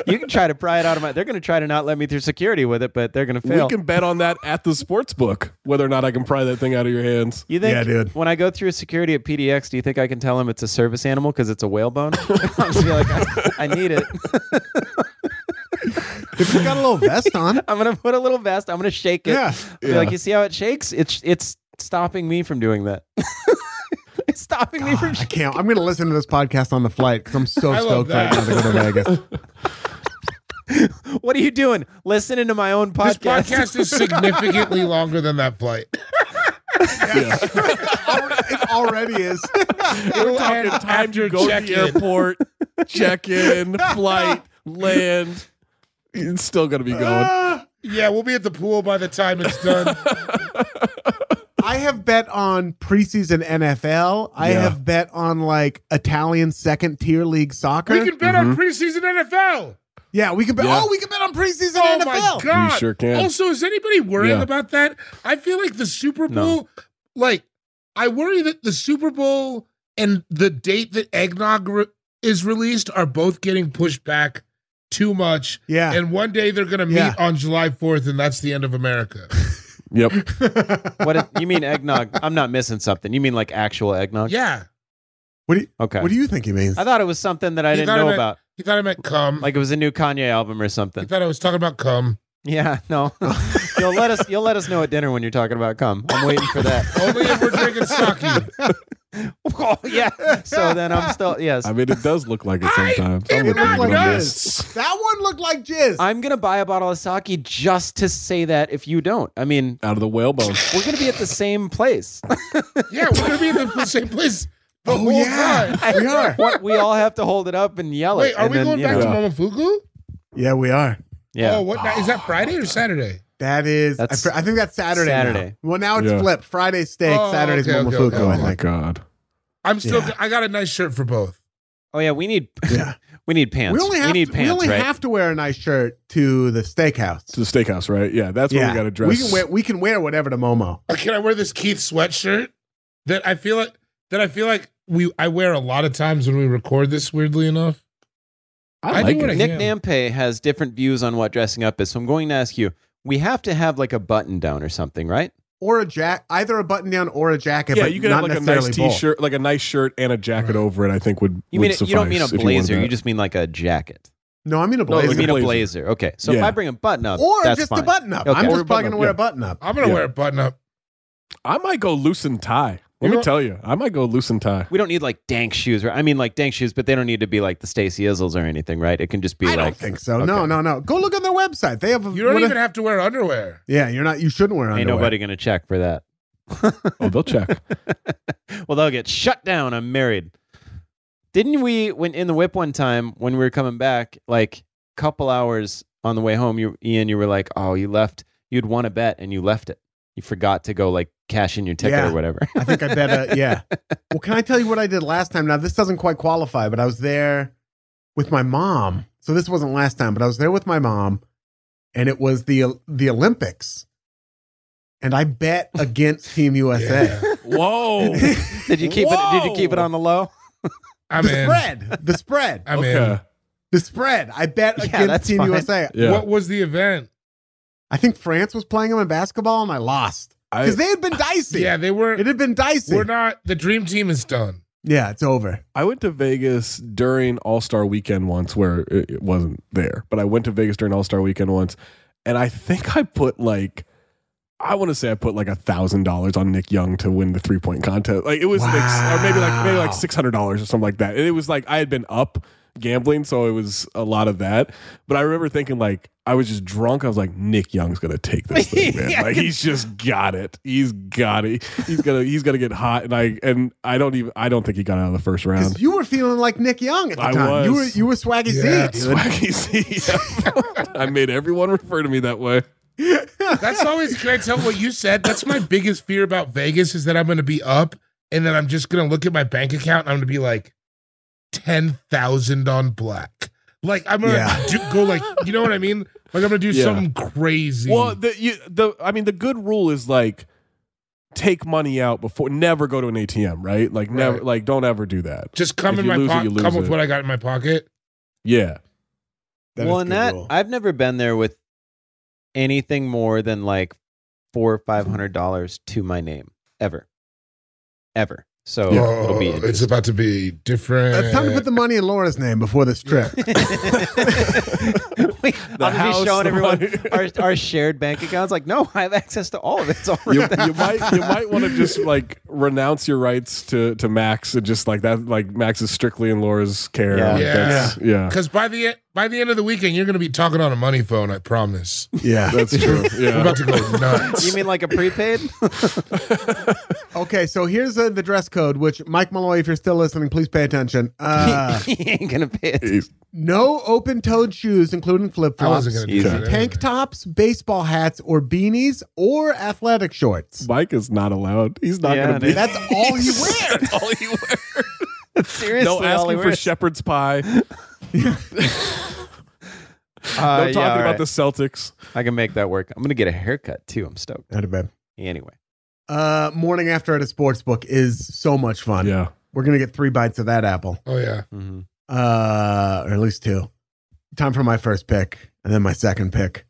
you can try to pry it out of my. They're going to try to not let me through security with it, but they're going to fail. we can bet on that at the sports book whether or not I can pry that thing out of your hands. you think Yeah, dude. when I go through security at PDX, do you think I can tell them it's a service animal because it's a whalebone? I'm just like, I, I need it. If you got a little vest on, I'm gonna put a little vest. I'm gonna shake it. Yeah. I'll be Like you see how it shakes? It's it's stopping me from doing that. it's stopping me from. Ah, I can't. I'm gonna listen to this podcast on the flight because I'm so I love stoked right now that. to go to Vegas. What are you doing? Listening to my own This podcast. podcast is significantly longer than that flight. it already is. It'll Talking end time to after go to check-in. the airport, check in, flight, land. It's still gonna be going. Uh, Yeah, we'll be at the pool by the time it's done. I have bet on preseason NFL. I Yeah. have bet on like Italian second tier league soccer. we can bet on Mm-hmm. preseason NFL. yeah, we can bet. Yeah. Oh, we can bet on preseason Oh NFL. my god! We sure can. Also, is anybody worrying Yeah. about that? I feel like the Super Bowl, like I worry that the Super Bowl and the date that eggnog re- is released are both getting pushed back too much. Yeah. and one day they're going to meet Yeah. on July fourth, and that's the end of America. Yep. what if- you mean eggnog? I'm not missing something. You mean like actual eggnog? yeah, What do you, Okay. what do you think he means? I thought it was something that I You didn't thought know about- about. he thought I meant cum. Like Like it was a new Kanye album or he something. thought I was talking about cum. Yeah, no. you'll let us you'll let us know at dinner when you're talking about cum. I'm waiting for that. Only if we're drinking sake. oh, yeah. So then I'm still yes. I mean, it does look like it sometimes. did I'm looking not at it on know. this. That one looked like jizz. I'm gonna buy a bottle of sake just to say that if you don't. I mean, Out of the whalebone. Oh we're gonna be at the same place. Yeah, we're going to be in the same place Oh, the whole time. Oh, we are. What we all have to hold it up and yell Wait, it. are and we then, going you back know. to Momofuku? Yeah, we are. Yeah. Oh, what night- is that? Friday or Saturday? That is. I, That's fr- I think that's Saturday. now. Saturday. Well, now it's Yeah. flipped. Friday steak. Oh, Saturday's okay, okay, momofuku. okay. Oh I my think. god. I'm still. Yeah. I got a nice shirt for both. oh yeah, we need Yeah. we need pants. We only have need to, pants, we only right? have to wear a nice shirt to the steakhouse. To the steakhouse, right? Yeah, that's where we got to dress. We can wear. We can wear whatever to Momo. Uh, Can I wear this Keith sweatshirt that I feel like that I feel like we I wear a lot of times when we record this. Weirdly enough, I do like what it. Nick can. Nampe has different views on what dressing up is, so I'm going to ask you. We have to have like a button down or something, right? Or a jack, either a button down or a jacket. yeah, but you can not have like a nice necessarily both. t-shirt, like a nice shirt and a jacket over it. I think would. You would mean you don't mean a suffice if wanted blazer, you, that. just mean like a jacket. No, I mean Oh, a No, blazer. you like mean a blazer. blazer. Okay. So if Yeah. I bring a button up, or that's just fine. a button up. Okay. I'm Or a just probably button gonna up, wear yeah. a button up. I'm gonna Yeah. wear a button up. I might go loose and tie. Let You me know- tell you, I might go loose and tie. We don't need like dank shoes, right? I mean, like dank shoes, but they don't need to be like the Stacy Izzles or anything, right? It can just be I like. don't think so. No, Okay. no, no. Go look on their website. They have. A, You don't what a- even have to wear underwear. yeah, you're not. You shouldn't wear Ain't underwear. nobody gonna check for that. Oh, they'll check. well, they'll get shut down. I'm married. Didn't we when in the whip one time when we were coming back, like couple hours on the way home, you Ian, you were like, Oh, you left you'd won a bet and you left it. You forgot to go like cash in your ticket Yeah. or whatever. I think I bet. A, yeah. Well, can I tell you what I did last time? Now this doesn't quite qualify, but I was there with my mom. So this wasn't last time, but I was there with my mom, and it was the the Olympics, and I bet against Team USA. Yeah. Whoa. did you keep it did you keep it Whoa. on the low? I'm The in. spread, the spread, I'm in. okay. the spread. I bet Yeah, against that's Team fine. USA. Yeah. What was the event? I think France was playing them in basketball, and I lost I- because they had been dicey. Yeah, they were. it had been dicey. We're not. The dream team is done. yeah, it's over. I went to Vegas during All Star Weekend once, where it it wasn't there, but I went to Vegas during All Star Weekend once, and I think I put like, I want to say I put like a thousand dollars on Nick Young to win the three point contest. Like it was, like, s- or maybe like maybe like Wow. six hundred dollars or something like that. And it was like I had been up gambling, so it was a lot of that. But I remember thinking like I was just drunk. I was like, Nick Young's gonna take this thing, man. Yeah, I like can- he's just got it. He's got it. He's gonna he's gonna get hot. And I and I don't even I don't think he got out of the first round. Because you were feeling like Nick Young at the I time. You were was. you were swaggy Yeah. Z. dude. Swaggy C. I made everyone refer to me that way. That's always. Can I tell what you said? That's my biggest fear about Vegas is that I'm going to be up and then I'm just going to look at my bank account and I'm going to be like ten thousand on black. Like I'm going to Yeah. do, go like you know what I mean? Like I'm going to do Yeah. something crazy. Well, the you, the I mean, the good rule is like take money out before. Never go to an ATM, right? Like never, Right. like don't ever do that. just come if in you my lose it, pocket. you lose Come with it. what I got in my pocket. Yeah, That well, is and good that rule. I've never been there with anything more than like four or five hundred dollars to my name ever, ever. So it'll be Oh, it's interesting. about to be different. it's time to put the money in Laura's name before this trip. Wait, I'll just house, be showing the everyone money. our, our shared bank accounts. Like, no, I have access to all of it. It's all right you, there. you might you might want to just like renounce your rights to to Max and just like that. Like Max is strictly in Laura's care. Yeah. Like, Yeah. that's- yeah. because by the e- by the end of the weekend, you're going to be talking on a money phone. I promise. yeah. That's true. We're Yeah. about to go nuts. You mean like a prepaid? Okay, so here's uh, the dress code, which Mike Malloy, if you're still listening, please pay attention. Uh, he ain't gonna pay it. no open-toed shoes, including I flip-flops, wasn't going to Easy. do that. tank tops, baseball hats, or beanies, or athletic shorts. Mike is not allowed. He's not Yeah, going to be. dude. That's all he wears. That's all he wears. Seriously, No Ollie, asking for we're- shepherd's pie. No Uh, yeah, talking all about right. the Celtics. I can make that work. I'm gonna get a haircut too. I'm stoked. Not bad. Anyway, Uh, morning after at a sports book is so much fun. Yeah. We're gonna get three bites of that apple, Oh yeah. Mm-hmm. Mhm. uh, or at least two. Time for my first pick, and then my second pick.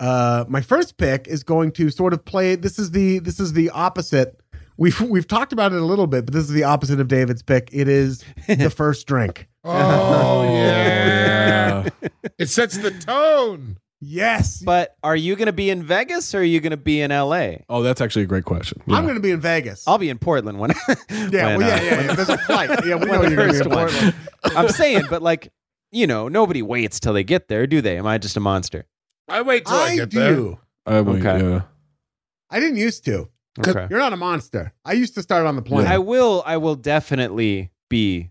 Uh, my first pick is going to sort of play. This is the this is the opposite. We've we've talked about it a little bit, but this is the opposite of David's pick. It is the first drink. Oh yeah. yeah. It sets the tone. Yes, but are you gonna be in Vegas or are you gonna be in LA? Oh, that's actually a great question. Yeah. I'm going to be in Vegas. I'll be in Portland when. yeah, when, well, uh, yeah, yeah, yeah. There's a flight. Yeah, we know when the you're going to be first in one. Portland. I'm saying, but like, you know, nobody waits till they get there, do they? Am I just a monster? I wait till I, I get there. do. I wait, Okay. yeah. I didn't used to. Okay. You're not a monster. I used to start on the plane. I will. I will definitely be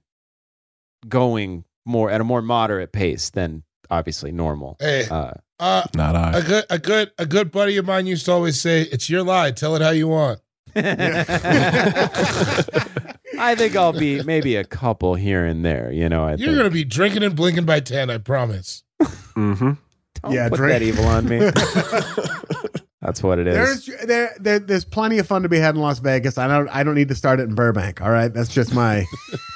going more at a more moderate pace than obviously normal. Hey, Uh, uh, Not I. a good, a good, a good buddy of mine used to always say, "It's your lie. Tell it how you want." I think I'll be maybe a couple here and there. You know, I You're think. gonna be drinking and blinking by ten. I promise. Mm-hmm. Don't Yeah, put drink. that evil on me. That's what it is. There's there, there there's plenty of fun to be had in Las Vegas. I don't I don't need to start it in Burbank. All right, that's just my.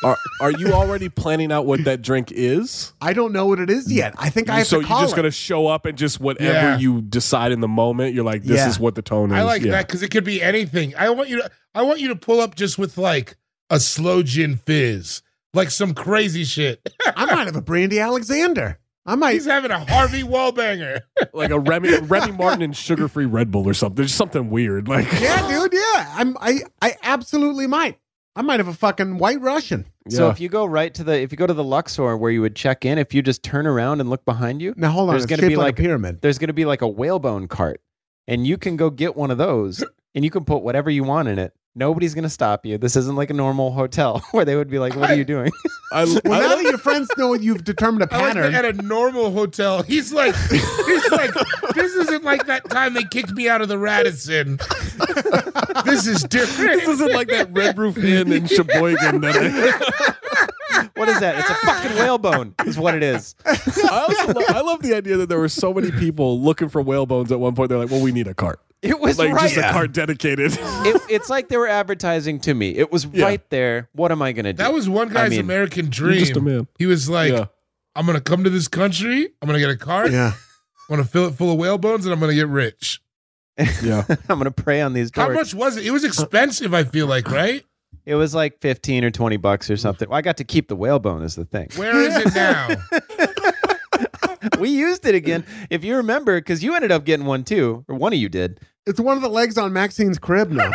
Are Are you already planning out what that drink is? I don't know what it is yet. I think I have so to you're call just it. gonna show up and just whatever Yeah. you decide in the moment, you're like, this Yeah. is what the tone is. I like Yeah. that because it could be anything. I want you to, I want you to pull up just with like a slow gin fizz, like some crazy shit. I might have a Brandy Alexander. I might. He's having a Harvey Wallbanger. like a Remy Remy Martin and sugar free Red Bull or something. There's something weird. Like Yeah, dude. Yeah, I'm. I I absolutely might. I might have a fucking White Russian. So Yeah. if you go right to the if you go to the Luxor where you would check in, if you just turn around and look behind you, Now hold on. There's It's gonna shaped be like like- a pyramid. there's going to be like a whalebone cart, and you can go get one of those, and you can put whatever you want in it. Nobody's going to stop you. This isn't like a normal hotel where they would be like, "What are you doing?" I, Well, I now like- that your friends know you've determined a I like pattern, that at a normal hotel. He's like, he's like, this isn't like that time they kicked me out of the Radisson. this is different. this isn't like that Red Roof Inn in Sheboygan. That I, What is that? It's a fucking whalebone. Is what it is. I, also lo- I love the idea that there were so many people looking for whale bones at one point. They're like, well, we need a cart, It was like right. just a cart dedicated. It- it's like they were advertising to me. It was Yeah. right there. What am I going to do? That was one guy's mean, American You're dream. just a man. He was like, yeah. I'm gonna come to this country. I'm gonna get a cart. yeah. I'm gonna fill it full of whale bones, and I'm gonna get rich. Yeah. I'm going to prey on these How doors. much was it? It was expensive. I feel like, right? It was like 15 or 20 bucks or something. Well, I got to keep the whalebone is the thing. Where is it now? we used it again. If you remember, because you ended up getting one too, or one of you did. It's one of the legs on Maxine's crib now.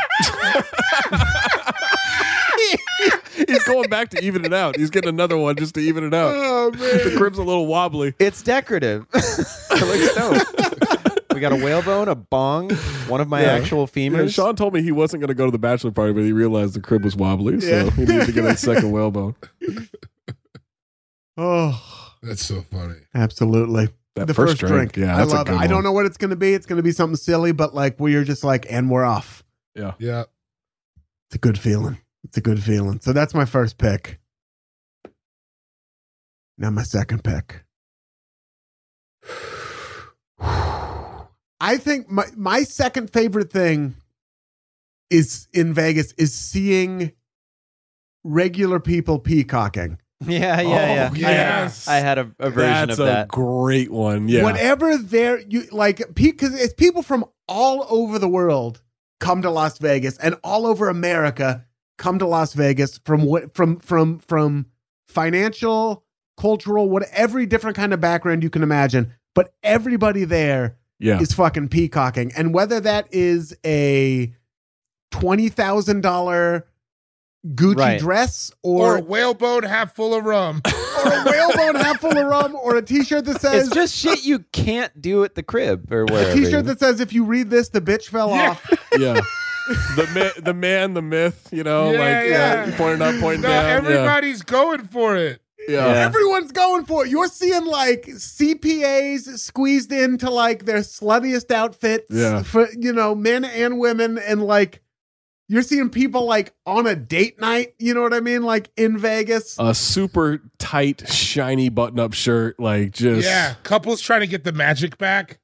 He's going back to even it out. He's getting another one just to even it out. oh The crib's a little wobbly. It's decorative. I like stone. we got a whalebone, a bong, one of my Yeah. actual Yeah, femurs. Sean told me he wasn't going to go to the bachelor party, but he realized the crib was wobbly, so Yeah. he needed to get a second whalebone. Oh, That's so funny. absolutely. That the first, drink. yeah, I that's love a good it. I one. don't know what it's going to be. It's going to be something silly, but like where you're just like, and we're off. Yeah. It's a good feeling. It's a good feeling. So that's my first pick. Now my second pick. I think my my second favorite thing is in Vegas is seeing regular people peacocking. Yeah, yeah, yeah. Oh, I, yes. had, I had a, a version That's of a that. great one. Yeah, Whenever they're you like because it's people from all over the world come to Las Vegas and all over America come to Las Vegas from what from from from financial, cultural, what every different kind of background you can imagine. But everybody there yeah. is fucking peacocking. And whether that is a twenty thousand dollar Gucci Right. dress Or, or, a whalebone half full of rum. or a whalebone half full of rum or a t-shirt that says It's just shit you can't do at the crib or wherever. A T-shirt that says "If you read this, the bitch fell off." yeah. The ma- the man, the myth, you know, Yeah, like yeah. yeah. pointing up, pointing No, down. everybody's going for it. yeah. yeah. Everyone's going for it. You're seeing like CPAs squeezed into like their sluttiest outfits Yeah. for you know men and women, and like you're seeing people like on a date night. You know what I mean? Like in Vegas. A super tight, shiny button-up shirt, like just Yeah. Couples trying to get the magic back.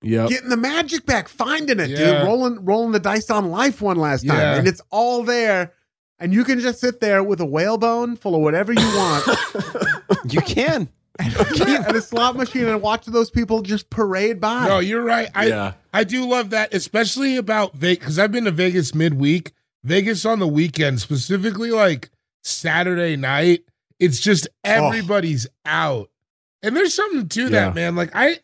yep. Getting the magic back, finding it, Yeah. dude. Rolling, rolling the dice on life one last time, Yeah. and it's all there. And you can just sit there with a whalebone full of whatever you want, you can. and a slot machine, and watch those people just parade by. No, you're right. I yeah, I do love that, especially about Vegas, because I've been to Vegas midweek, Vegas on the weekend, specifically like Saturday night. It's just everybody's out, and there's something to Yeah. that, man. Like I,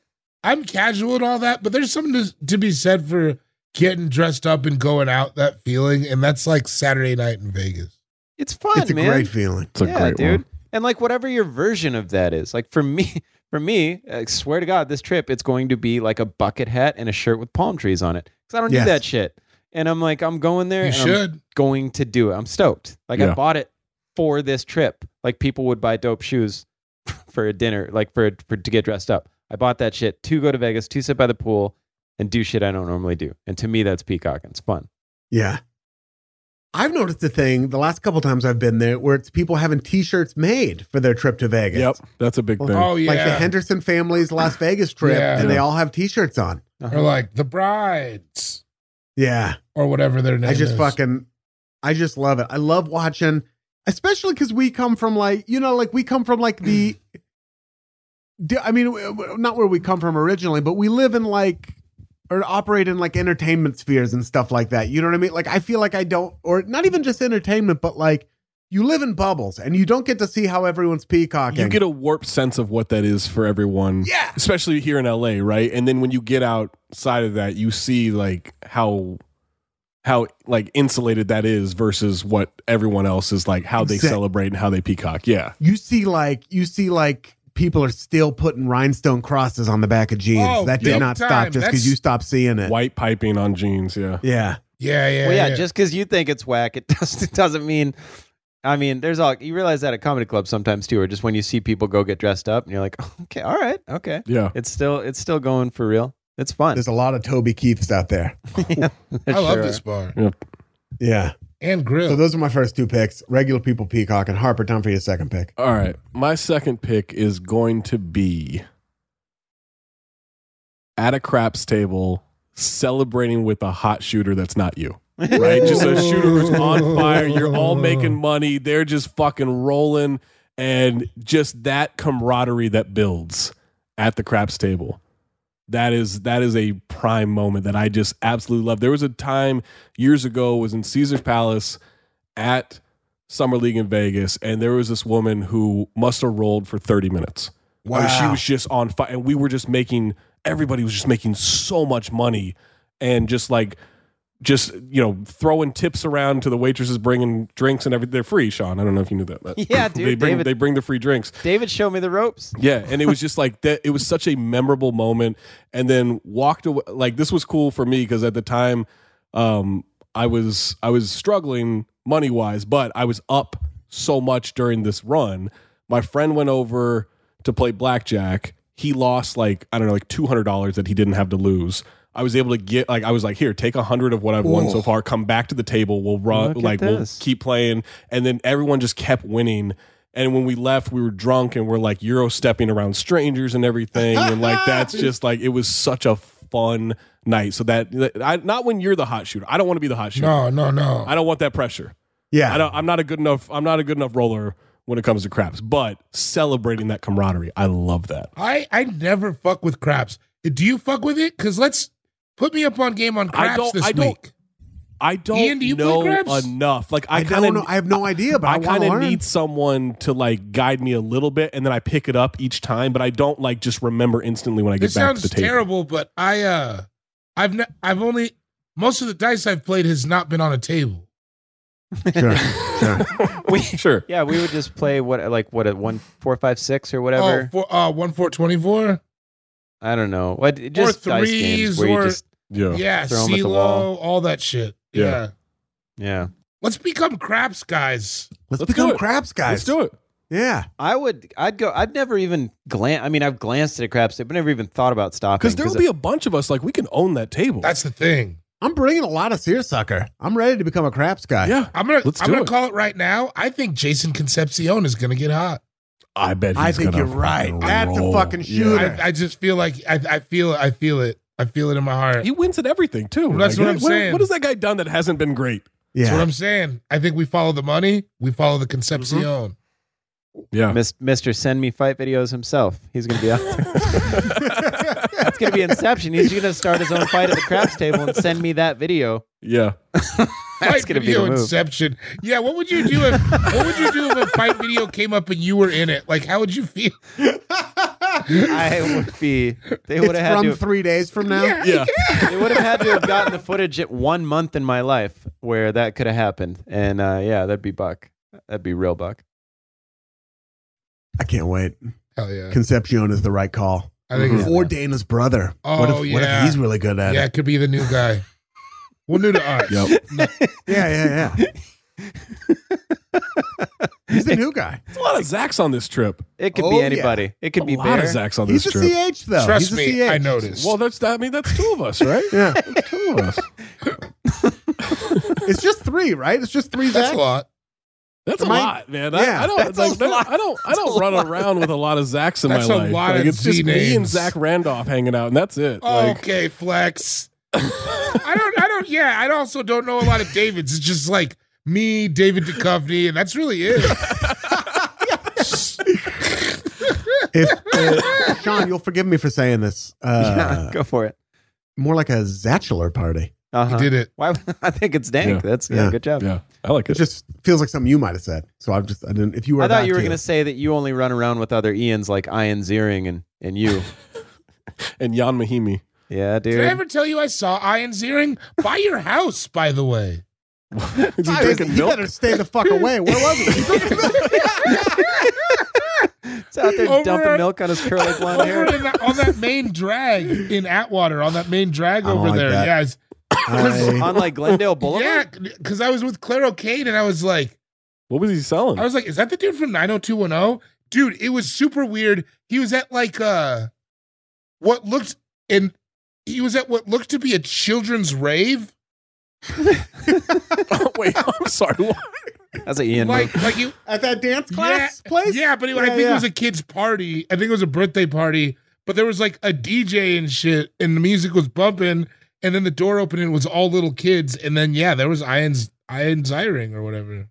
I'm casual and all that, but there's something to, to be said for getting dressed up and going out. That feeling, and that's like Saturday night in Vegas. It's fun, it's a man. great feeling. it's a yeah, great dude. one. And like whatever your version of that is, like for me, for me, I swear to God, this trip it's going to be like a bucket hat and a shirt with palm trees on it because I don't Yes. do that shit. And I'm like, I'm going there. You um, and I'm should. going to do it. I'm stoked. Like Yeah. I bought it for this trip. Like people would buy dope shoes for a dinner, like for, for to get dressed up. I bought that shit to go to Vegas, to sit by the pool and do shit I don't normally do. And to me, that's peacocking. It's fun. Yeah. I've noticed a thing the last couple times I've been there where it's people having t-shirts made for their trip to Vegas. Yep, that's a big thing. Oh yeah, Like the Henderson family's Las Vegas trip Yeah. and they all have t-shirts on. or like the brides, Yeah. or whatever their name. I just is. fucking I just love it. I love watching especially cuz we come from like, you know, like we come from like the di- I mean, w- w- not where we come from originally, but we live in like or operate in like entertainment spheres and stuff like that. You know what I mean? Like I feel like I don't or not even just entertainment, but like you live in bubbles and you don't get to see how everyone's peacocking. You get a warped sense of what that is for everyone. Yeah. Especially here in LA, right? And then when you get outside of that, you see like how how like insulated that is versus what everyone else is like how they Exact- celebrate and how they peacock. Yeah. you see like you see like people are still putting rhinestone crosses on the back of jeans. Oh, that did big not stop time. just That's- cuz you stopped seeing it. White piping on jeans, yeah. Yeah. Yeah, yeah, well, yeah, just because you think it's whack, it doesn't, it doesn't mean. I mean, there's all you realize that at comedy clubs sometimes too, or just when you see people go get dressed up, and you're like, okay, all right, okay, Yeah. it's still it's still going for real. It's fun. There's a lot of Toby Keiths out there. Yeah, I there love sure this are. bar Yeah. and grill. So those are my first two picks. Regular people peacock and Harper time for your second pick. All right. My second pick is going to be at a craps table celebrating with a hot shooter that's not you. right? Just a shooter who's on fire. You're all making money. They're just fucking rolling, and just that camaraderie that builds at the craps table. That is that is a prime moment that I just absolutely love. There was a time years ago was in Caesar's Palace at Summer League in Vegas, and there was this woman who must have rolled for 30 minutes. I mean, she was just on fire, and we were just making everybody was just making so much money, and just like just you know throwing tips around to the waitresses bringing drinks and everything they're free sean i don't know if you knew that but Yeah, dude, they bring David- they bring the free drinks David showed me the ropes. yeah, and it was just like that. It was such a memorable moment. And then walked away. Like this was cool for me because at the time, um, I was I was struggling money wise, but I was up so much during this run. My friend went over to play blackjack. He lost like I don't know, like two hundred dollars that he didn't have to lose. I was able to get like I was like, here, take a hundred of what I've won so far. Come back to the table. We'll run Look at like we'll this. keep playing. And then everyone just kept winning. And when we left, we were drunk and we're like Euro stepping around strangers and everything. And like that's just like it was such a fun night. So that, that- I, not when you're the hot shooter. I don't want to be the hot shooter. No, no, no. I don't want that pressure. Yeah. I don't, I'm not a good enough. I'm not a good enough roller when it comes to craps. But celebrating that camaraderie, I love that. I I never fuck with craps. Do you fuck with it? Because let's put me up on game on I craps don't- this I don't- week. I don't Ian, do you play know craps? enough. Like I I, kind don't know. of I have no idea, but I, I want kind to of learn. need someone to like guide me a little bit, and then I pick it up each time. But I don't like just remember instantly when I get This back to sounds the table. terrible, but I uh, I've ne- I've only most of the dice I've played has not been on a table. Sure, sure. We- sure. Yeah, we would just play what like what a one four five six or whatever. Oh, for uh, one four twenty four. I don't know. What just dice games threes where you or- just Yeah. Yeah, Throw 'em at the CeeLo, wall. all that shit. Yeah. Yeah. yeah. let's become craps guys. Let's, Let's do become it. craps guys. Let's do it. Yeah. I would. I'd go. I'd never even glance. I mean, I've glanced at a crap stick, but never even thought about stopping. Because there will be a bunch of us like we can own that table. That's the thing. I'm bringing a lot of seersucker. I'm ready to become a craps guy. yeah. I'm gonna Let's I'm do gonna it. call it right now. I think Jason Concepcion is gonna get hot. I bet. I he's think gonna you're right. fucking That's a roll. fucking Yeah. shooter. I, I just feel like I, I feel it. I feel it. I feel it in my heart. He wins at everything too. Well, that's what I'm saying. What has that guy done that hasn't been great? That's what Yeah. I'm saying. I think we follow the money. We follow the Concepcion. Yeah. Mister Send Me Fight videos himself. He's gonna be out there. it's gonna be Inception. He's gonna start his own fight at the craps table and send me that video. yeah. That's Fight gonna be video the move. inception. Yeah, what would you do if what would you do if a fight video came up and you were in it? Like, how would you feel? I would be. They would It's have had to. from three days from now. Yeah. they would have had to have gotten the footage at one month in my life where that could have happened. And uh, yeah, that'd be Buck. That'd be real Buck. I can't wait. Hell yeah! Concepcion is the right call. I think it's- Or Dana's brother. what if, Oh, what if yeah. he's really good at yeah, it? it could be the new guy. Well, new to us. Yep. Yeah, yeah, yeah. he's the new guy. There's a lot of Zachs on this trip. It could Oh, be yeah. anybody. It could a be lot Bear. of Zachs on He's this a trip. CH though. Trust He's a me, I CH. noticed. Well, that's I mean that's two of us, right? Yeah. two of us. It's just three, right? It's just three that's Zach. a lot. That's Am a I- lot, man. Yeah. I, I don't That's a like, there- lot. I don't I don't run around with a lot of Zachs in That's my a life. lot Like, of Oh. it's just Z me and names. Zach Randolph hanging out, and that's it. Like, okay, flex. I don't. I don't. Yeah, I also don't know a lot of Davids. It's just like me, David Duchovny, and that's really it. If, uh, Sean, you'll forgive me for saying this. Uh, yeah, go for it. More like a Zatchler party. Uh-huh. He did it. Why? I think it's dank. Yeah. That's yeah, Yeah. Good job. yeah, I like It it. just feels like something you might have said. So I'm just I didn't. If you were, I thought about you were to. going to say that you only run around with other Ians like Ian Ziering and, and you. And Jan Mahimi. yeah, dude. Did I ever tell you I saw Ian Ziering by your house? By the way, Is I he was- drinking you milk? better stay the fuck away. Where was it? It's out there Over- dumping milk on his curly blonde over hair. in that, on that main drag in Atwater, on that main drag I don't over like there. that. Yes. on like Glendale Boulevard. Yeah, because I was with Claire O'Kane and I was like, What was he selling? I was like, is that the dude from 90210? Dude, it was super weird. He was at like uh what looked and he was at what looked to be a children's rave. Oh, Wait, I'm sorry. What? That's an Ian Like move. like you At that dance yeah, class place? Yeah, but it, I Yeah, think yeah. it was a kid's party. I think it was a birthday party, but there was like a DJ and shit, and the music was bumping, and then the door opened and it was all little kids, and then yeah, there was Ian's Ian Ziring or whatever.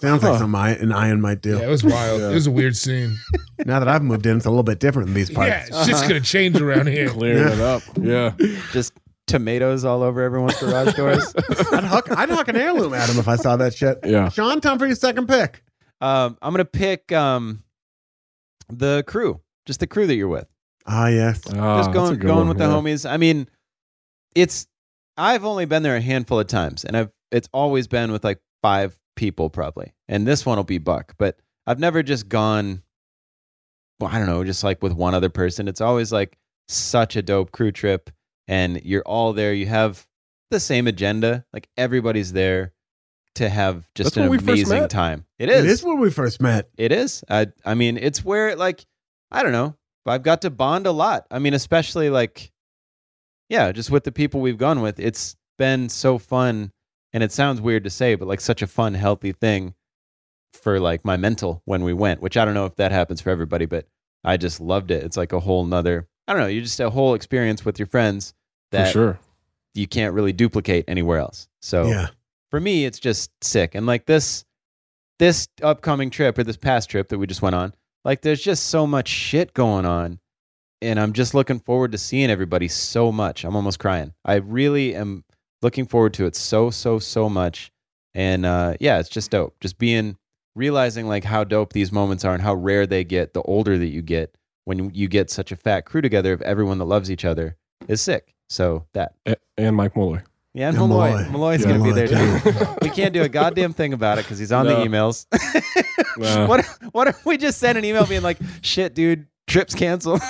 Sounds like Huh. something I, an iron might do. Yeah, it was wild. Yeah. It was a weird scene. Now that I've moved in, it's a little bit different in these parts. Yeah, it's just gonna change around here. Clearing Yeah. it up. Yeah. Just tomatoes all over everyone's garage doors. I'd, huck, I'd huck an heirloom at him if I saw that shit. Yeah. Sean, time for your second pick. Um, I'm gonna pick um, the crew, just the crew that you're with. Ah, yes. Ah, Just that's a going good going one, with yeah. the homies. I mean, it's I've only been there a handful of times, and I've it's always been with like five people probably, and this one will be Buck. But I've never just gone. Well, I don't know, just like with one other person. It's always like such a dope crew trip, and you're all there. You have the same agenda. Like everybody's there to have just That's where an we first amazing met. time. It It is. is where we first met. It is. I I mean, it's where like I don't know. I've got to bond a lot. I mean, especially like yeah, just with the people we've gone with. It's been so fun and it sounds weird to say, but like such a fun healthy thing for like my mental when we went, which I don't know if that happens for everybody, but I just loved it. It's like a whole nother I don't know, you just a whole experience with your friends for that sure. you can't really duplicate anywhere else. So Yeah. for me it's just sick and like this this upcoming trip or this past trip that we just went on like there's just so much shit going on and i'm just looking forward to seeing everybody so much i'm almost crying i really am looking forward to it so so so much and uh yeah it's just dope just being realizing like how dope these moments are and how rare they get the older that you get when you get such a fat crew together of everyone that loves each other is sick so that A- and Mike Mueller. yeah and Yeah, malloy, Malloy. malloy's Yeah, gonna Malloy, be there too too. we can't do a goddamn thing about it because he's on No. the emails. Nah. what, if, what if we just send an email being like, shit, dude, trip's canceled?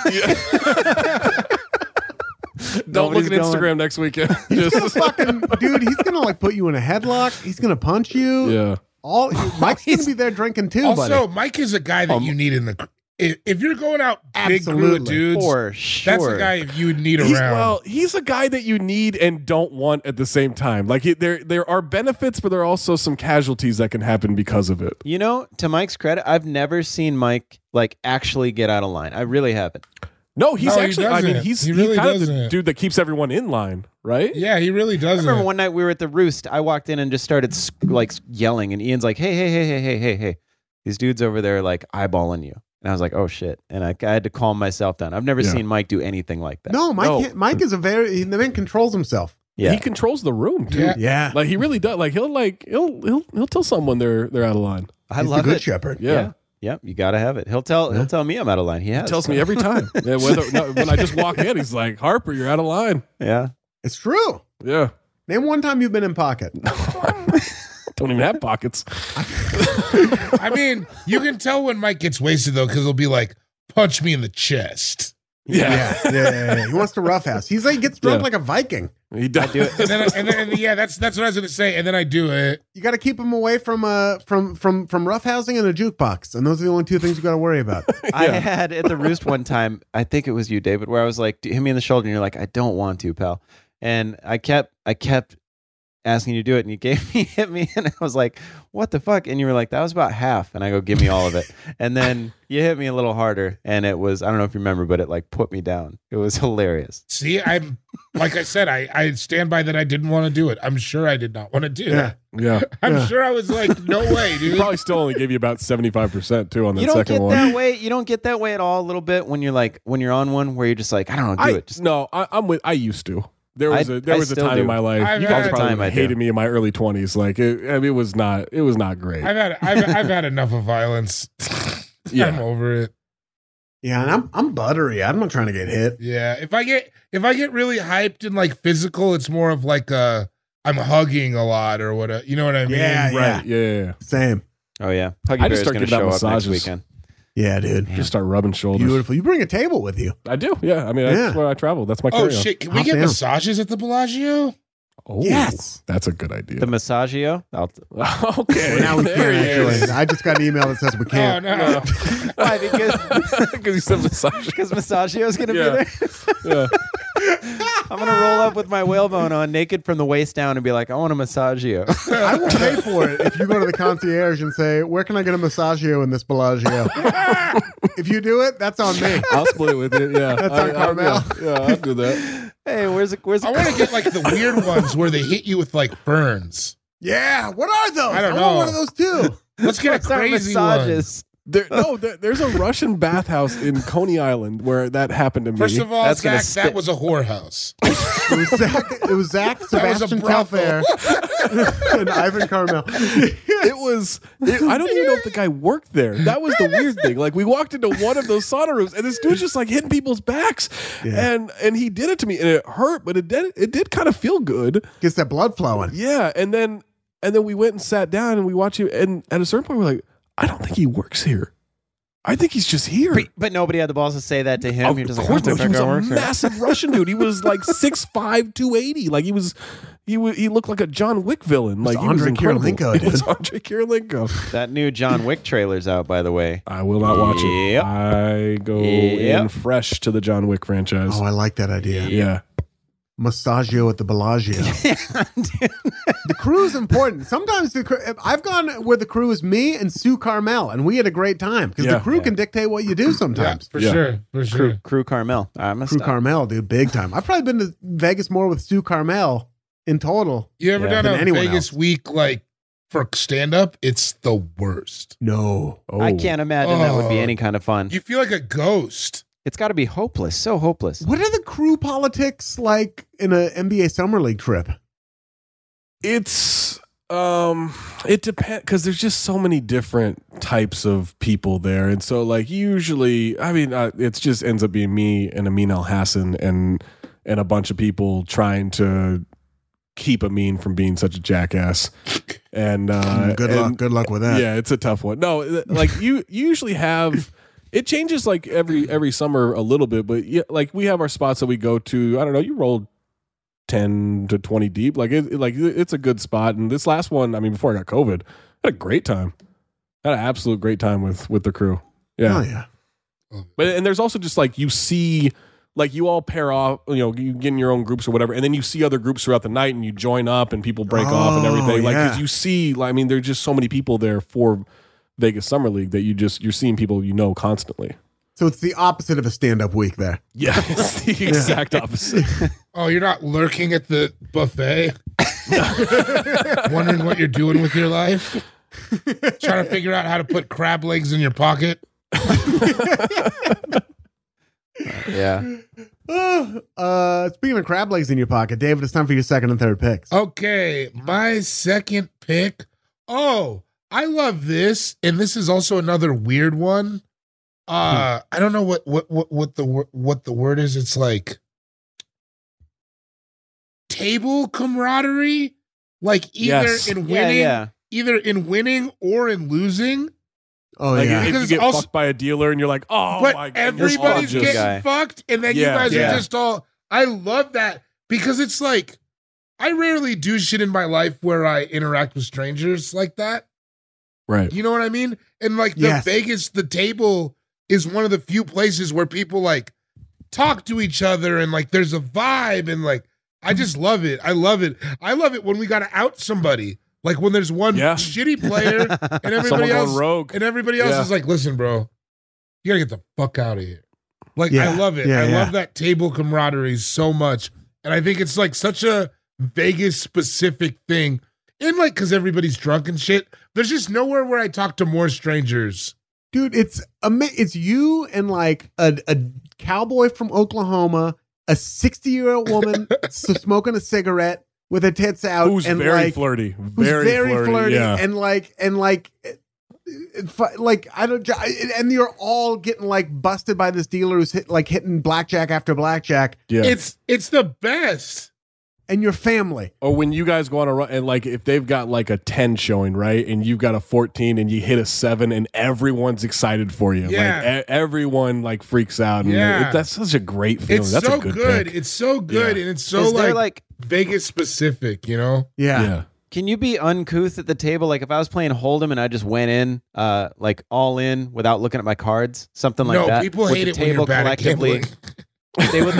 Don't Nobody's look at Instagram going. next weekend. He's gonna Just- fucking dude. He's gonna like put you in a headlock. He's gonna punch you. yeah. All Mike's gonna be there drinking too. Also, buddy. Mike is a guy that Um, you need in the. cr- If, if you're going out big crew of Absolutely. dudes, For sure. that's a guy you would need around. He's, well, he's a guy that you need and don't want at the same time. Like it, there, there are benefits, but there are also some casualties that can happen because of it. You know, to Mike's credit, I've never seen Mike like actually get out of line. I really haven't. No, he's No, he actually. I mean, doesn't. he's He he's really kind of the doesn't. dude that keeps everyone in line, right? yeah, he really I doesn't. remember one night we were at the Roost. I walked in and just started s- like yelling, and Ian's like, "Hey, hey, hey, hey, hey, hey, hey! These dudes over there are like eyeballing you." And I was like, "Oh shit!" And I, I had to calm myself down. I've never Yeah. seen Mike do anything like that. no, Mike. No. can't- Mike is a very. The man controls himself. yeah, He controls the room, dude. Yeah. Yeah. Like he really does. Like he'll like he'll he'll he'll tell someone they're they're out of line. I he's love the good it. shepherd. Yeah. Yeah. Yep, you gotta have it. He'll tell he'll tell me I'm out of line. He He has. tells me every time. Yeah, whether, no, when I just walk in, he's like, Harper, you're out of line. Yeah. It's true. Yeah. Name one time you've been in pocket. Don't even have pockets. I mean, you can tell when Mike gets wasted though, because he'll be like, "Punch me in the chest," Yeah, yeah, yeah, yeah. He wants to roughhouse. He's like gets drunk Yeah. like a Viking. He does. do and then, and then and yeah, that's that's what I was gonna say. And then I do it. You got to keep him away from uh from from from roughhousing and a jukebox, and those are the only two things you got to worry about. I had at the roost one time, I think it was you, David, where I was like, "Do- hit me in the shoulder. And you're like, I don't want to, pal. And I kept, I kept asking you to do it. And you gave me, hit me. And I was like, what the fuck? And you were like, that was about half. And I go, give me all of it. And then you hit me a little harder. And it was, I don't know if you remember, but it like put me down. It was hilarious. See, I'm like I said, I I stand by that. I didn't want to do it. I'm sure I did not want to do that. Yeah. I'm Yeah. sure I was like, "No way, He dude." probably still only gave you about 75% too on that you don't second get one. that way. You don't get that way at all a little bit when you're like, when you're on one where you're just like, I don't know, do I, it. Just no, I, I'm with. I used to. There was I- a there I was a still time do. in my life. I've you had guys a probably time I do. hated me in my early 20s. Like it, I mean, it was not. It was not great. I've had I've, I've had enough of violence. I'm yeah. over it. yeah, and I'm I'm buttery. I'm not trying to get hit. Yeah, if I get if I get really hyped and like physical, it's more of like uh I'm hugging a lot or what. You know what I mean? Yeah, yeah. Right. Yeah. yeah, yeah. Same. Oh yeah, Huggy Bear I is just start going to giving out show up next massages. weekend. Yeah, dude. Just start rubbing shoulders. Beautiful. You bring a table with you. I do. Yeah. I mean, Yeah. that's where I travel. That's my Oh career. shit! Can we Hop get down. massages at the Bellagio? Oh, Yes. That's a good idea. The Massagio. I'll, okay. Well, now we there can't he is. actually. I just got an email that says we Oh can't. no! No. why? Because Because he said massage. because Massagio is going to Yeah. be there. Yeah. I'm going to roll up with my whalebone on, naked from the waist down, and be like, I want a Massagio. I will pay for it if you go to the concierge and say, "Where can I get a massagio in this Bellagio?" if you do it, that's on me. I'll split it with you. Yeah. That's on I- I'll- Carmel. Yeah, yeah, I'll do that. hey, where's the where's I want to the get like the weird ones where they hit you with like ferns. Yeah. What are those? I don't want know. one of those too. Let's get a where's our crazy one. massages? There, no, there, there's a Russian bathhouse in Coney Island where that happened to me. First of all, That's gonna Zach, that spit. was a whorehouse. It was Zach, it was Zach was a Sebastian brothel. Telfair, and Ivan Carmel. it was. It, I don't even know if the guy worked there. That was the weird thing. Like we walked into one of those sauna rooms, and this dude's just like hitting people's backs, Yeah. and and he did it to me, and it hurt, but it did it did kind of feel good. Gets that blood flowing. Yeah, and then and then we went and sat down, and we watched you. And at a certain point, we're like, I don't think he works here. I think he's just here. But, but nobody had the balls to say that to him. Of You're just like, course "Oh, not. he fucking was a works here." massive Russian dude. He was like 6'5", 280. Like he was, he wa- he looked like a John Wick villain. was Like he was Andre incredible. Kirilenko, It was dude. Andre Kirilenko. That new John Wick trailer's out, by the way. I will not watch it. Yep. I go in Yep. fresh to the John Wick franchise. Oh, I like that idea. yeah. Massaggio at the Bellagio. Dude. the crew is important. Sometimes the crew, I've gone where the crew is me and Sue Carmel, and we had a great time because Yeah. the crew can dictate what you do sometimes. for Yeah. sure, for sure. Crew, Crew Carmel. All right, I'm gonna Crew stop. Carmel, dude, big time. I've probably been to Vegas more with Sue Carmel in total. You ever Yeah. done Than a anyone Vegas else. week like for stand up? It's the worst. No. Oh. I can't imagine that would be Oh. any kind of fun. You feel like a ghost. it's got to be hopeless. So hopeless. What are the crew politics like in an NBA summer league trip? It's um it depends because there's just so many different types of people there and so like usually i mean uh, it's just ends up being me and amin al hassan and and a bunch of people trying to keep amin from being such a jackass and uh Mm, Good and- luck. Good luck with that. yeah, it's a tough one. No, th- like you you usually have it changes like every every summer a little bit, but yeah, like we have our spots that we go to. I don't know, you roll 10 to 20 deep. Like it it- like it- it's a good spot and this last one, I mean before I got COVID, I had a great time. I had an absolute great time with with the crew. Yeah. Oh, yeah. But and there's also just like you see like you all pair off, you know, you get in your own groups or whatever, and then you see other groups throughout the night and you join up and people break off and Oh, everything. Like 'cause yeah. you see, like, I mean, there's just so many people there for Vegas Summer League that you just you're seeing people you know constantly. So it's the opposite of a stand up week there. Yeah, it's the exact opposite. Oh, you're not lurking at the buffet, wondering what you're doing with your life, trying to figure out how to put crab legs in your pocket. Yeah. Uh, uh, speaking of crab legs in your pocket, David, it's time for your second and third picks. Okay, my second pick. Oh, I love this, and this is also another weird one. Uh, I don't know what what what what the wor- what the word is. It's like table camaraderie, like either Yes. in Yeah, winning, yeah. either in winning or in losing. Oh, like yeah. if Because you get also- fucked by a dealer and you're like, oh my but god, you're all everybody's just- getting Guy. fucked, and then Yeah, you guys yeah. are just all. I love that because it's like I rarely do shit in my life where I interact with strangers like that. right. You know what I mean? And like the Yes. Vegas, the table is one of the few places where people like talk to each other and like there's a vibe and like I just love it. I love it. I love it when we gotta out somebody. Like when there's one Yeah. shitty player and Someone everybody going else rogue. and everybody else Yeah. is like, listen, bro, you gotta get the fuck out of here. Like I Yeah. love it. Yeah, I yeah. love that table camaraderie so much. And I think it's like such a Vegas specific thing. And like cause everybody's drunk and shit. There's just nowhere where I talk to more strangers. dude it's ama- it's you and like a, a cowboy from oklahoma a 60 year old woman s- smoking a cigarette with her tits out Who's uh, and very like, flirty? who's Very, very, flirty, Yeah. and like and like it- it- fu- like i don't I- and you're all getting like busted by this dealer who's hit, like hitting blackjack after blackjack yeah. It's it's the best. and your family Or when you guys go on a run, and like if they've got like a 10 showing, right? And you've got a 14 and you hit a seven and everyone's excited for you. Yeah. Like e- everyone like freaks out. And Yeah. it- that's such a great feeling. It's that's so a good, good. pick. It's so good. Yeah. And it's so Is there like, like, Vegas specific, you know? yeah, yeah. can you be uncouth at the table? Like if I was playing Hold'em and I just went in, uh, like all in without looking at my cards, something like no, that. people would hate the it when you're bad at gambling. They would,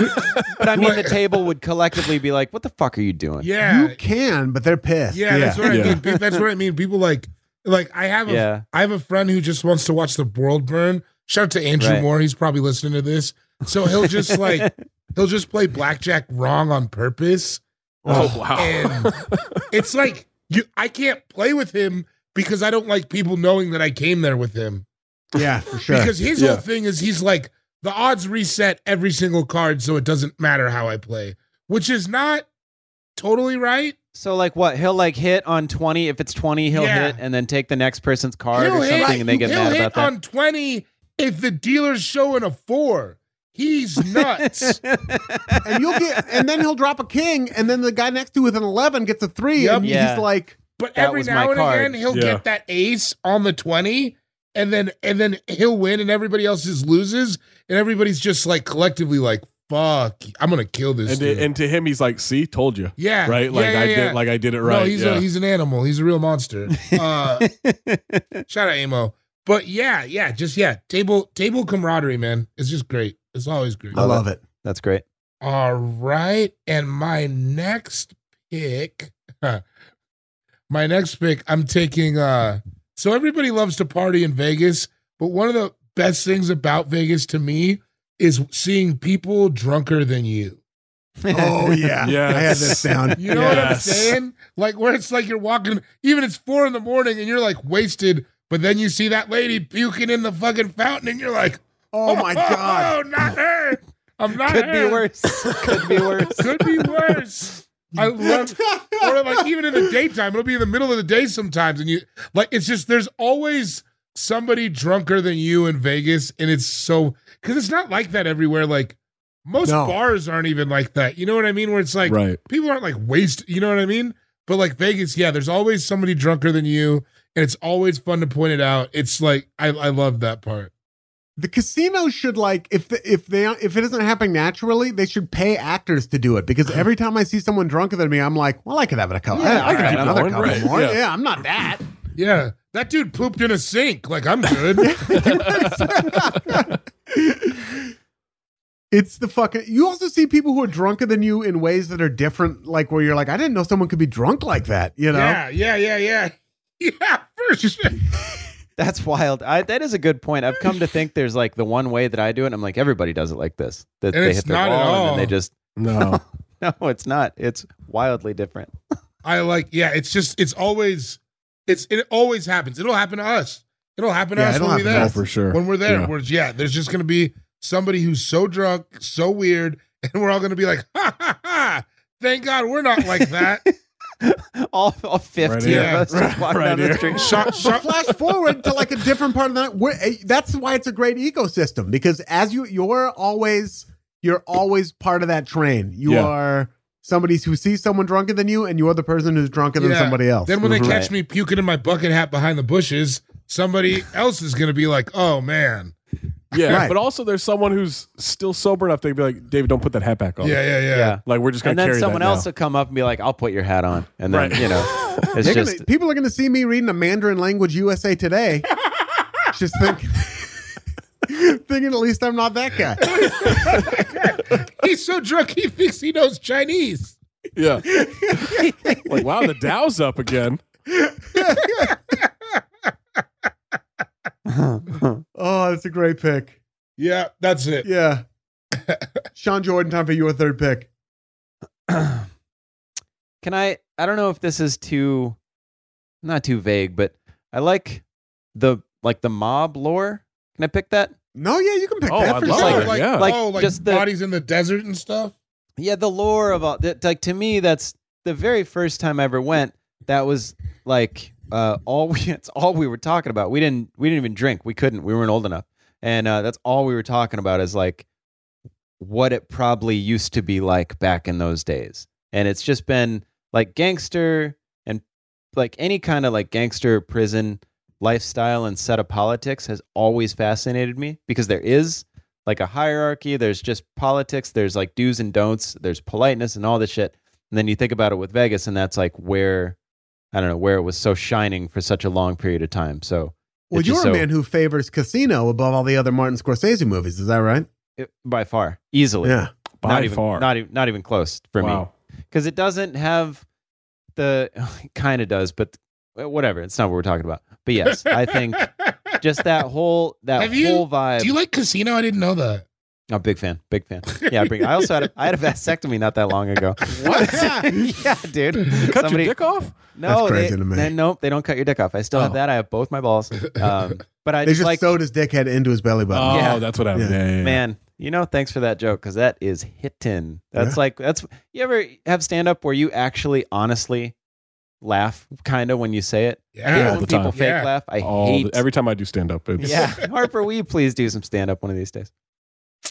but I mean, the What? table would collectively be like, "What the fuck are you doing?" Yeah. you can but they're pissed yeah, that's what Yeah. I mean. Pe- That's what I mean. People like like I have a I Yeah. have a friend who just wants to watch the world burn. Shout out to Andrew Right. Moore. He's probably listening to this. So he'll just like he'll just play blackjack wrong on purpose. Um, Oh, wow. And it's like you I can't play with him because I don't like people knowing that I came there with him. Yeah, for sure. Because his Yeah. whole thing is he's like the odds reset every single card, so it doesn't matter how I play, which is not totally right. So like what? He'll like hit on twenty. If it's twenty, he'll Yeah. hit and then take the next person's card he'll or something, hit, and they get he'll mad hit about that. on twenty if the dealer's showing a four. He's nuts. and you'll get and then he'll drop a king and then the guy next to with an 11 gets a 3 Yep. and Yeah. he's like but That every was my now and card. again, he'll Yeah. get that ace on the twenty, and then and then he'll win, and everybody else's loses, and everybody's just like collectively like, "Fuck, I'm gonna kill this." And dude. to, and to him, he's like, "See, told you." Yeah. Right. Like Yeah, yeah, I yeah. did. Like I did it right. No, he's yeah. a, he's an animal. He's a real monster. Uh, shout out Amo. But yeah, yeah, just yeah. Table table camaraderie, man. It's just great. It's always great. i love it That's great. All right, and my next pick, my next pick, I'm taking. uh So everybody loves to party in Vegas, but one of the best things about Vegas to me is seeing people drunker than you. oh yeah Yes. i had this down You know what I'm Yes. saying? Like where it's like you're walking, even it's four in the morning and you're like wasted, but then you see that lady puking in the fucking fountain and you're like, oh my god oh, not her! I'm not Could her. be worse. Could be worse. Could be worse. I love, or like even in the daytime, it'll be in the middle of the day sometimes, and you like it's just there's always somebody drunker than you in Vegas, and it's so because it's not like that everywhere. Like most No. bars aren't even like that. You know what I mean? Where it's like right. people aren't like waste you know what i mean but like vegas yeah there's always somebody drunker than you and it's always fun to point it out it's like i, I love that part the casino should like if the, if they if it isn't happening naturally they should pay actors to do it because every time i see someone drunker than me i'm like well i could have it a couple Yeah, i, I could alright, have I'm another going, couple right, more yeah. yeah. i'm not that yeah that dude pooped in a sink like i'm good it's the fucking you also see people who are drunker than you in ways that are different like where you're like i didn't know someone could be drunk like that you know yeah yeah yeah yeah yeah for sure That's wild. I, that is a good point. I've come to think there's like the one way that I do it. I'm like everybody does it like this. That And they it's hit their not at wall and then all. they just No. no. It's not. It's wildly different. i like yeah it's just it's always it's it always happens it'll happen to us it'll happen to Yeah, us it'll when we happen to there Oh, for sure. when we're there Yeah. we're yeah there's just gonna be somebody who's so drunk so weird and we're all gonna be like ha ha ha thank god we're not like that all, all 50 Right of here. us just Right- walk right down the here. street. Shot, but shot, flash forward to like a different part of that. Where, eh, that's why it's a great ecosystem because as you you're always you're always part of that train. You Yeah. are somebody who sees someone drunker than you, and you're the person who's drunker than Yeah. somebody else. Then when they Mhm. catch Right. me puking in my bucket hat behind the bushes, somebody else is going to be like, "Oh man, Yeah. Right. But also, there's someone who's still sober enough. They'd be like, "David, don't put that hat back yeah, on." yeah, yeah." Yeah. Like we're just gonna And then carry someone that else now. will come up and be like, I'll put your hat on. And then, Right. you know, it's They're gonna- just, people are going to see me reading a Mandarin language USA Today, just thinking, thinking at least I'm not that guy. He's so drunk he thinks he knows Chinese. Yeah. like wow, the Dow's up again. Oh, that's a great pick. Yeah, that's it. Yeah, Sean Jordan, time for your third pick. can I? I don't know if this is too, not too vague, but I like the like the mob lore. Can I pick that? No, yeah, you can pick Oh, that I for love sure. it. like, yeah. Like, oh, like just the- bodies in the desert and stuff. Yeah, the lore of all that. Like to me, that's the very first time I ever went. That was like uh, all we. It's all we were talking about. We didn't. We didn't even drink. We couldn't. We weren't old enough. And uh, that's all we were talking about is like what it probably used to be like back in those days. And it's just been like gangster and like any kind of like gangster prison lifestyle and set of politics has always fascinated me because there is like a hierarchy. There's just politics. There's like do's and don'ts. There's politeness and all this shit. And then you think about it with Vegas, and that's like where I don't know where it was so shining for such a long period of time. So Well, It's you're just a so- man who favors Casino above all the other Martin Scorsese movies. Is that right? it, by far, easily, Yeah. By not even, far. not even not even close for me. wow. because it doesn't have the kind of does, but whatever. It's not what we're talking about. But yes, I think just that whole that Have you- whole vibe. Do you like casino? I didn't know that. I'm a Oh, big fan. Big fan. Yeah, I bring. I also had a, I had a vasectomy not that long ago. What? yeah, dude. Cut Somebody- your dick off? No, That's crazy they, to me. they- nope, they don't cut your dick off. I still have Oh. that. I have both my balls. Um, but I they just, just like, sewed his dickhead into his belly button. Oh, Yeah. that's what happened. Yeah. Yeah, yeah, yeah. man, you know, thanks for that joke because that is hitting. That's Yeah. like that's you ever have stand up where you actually honestly laugh kind of when you say it. Yeah. You know all when the people time. fake Yeah. laugh. I All hate the- every time I do stand up, it's Yeah, Harper, will you please do some stand up one of these days?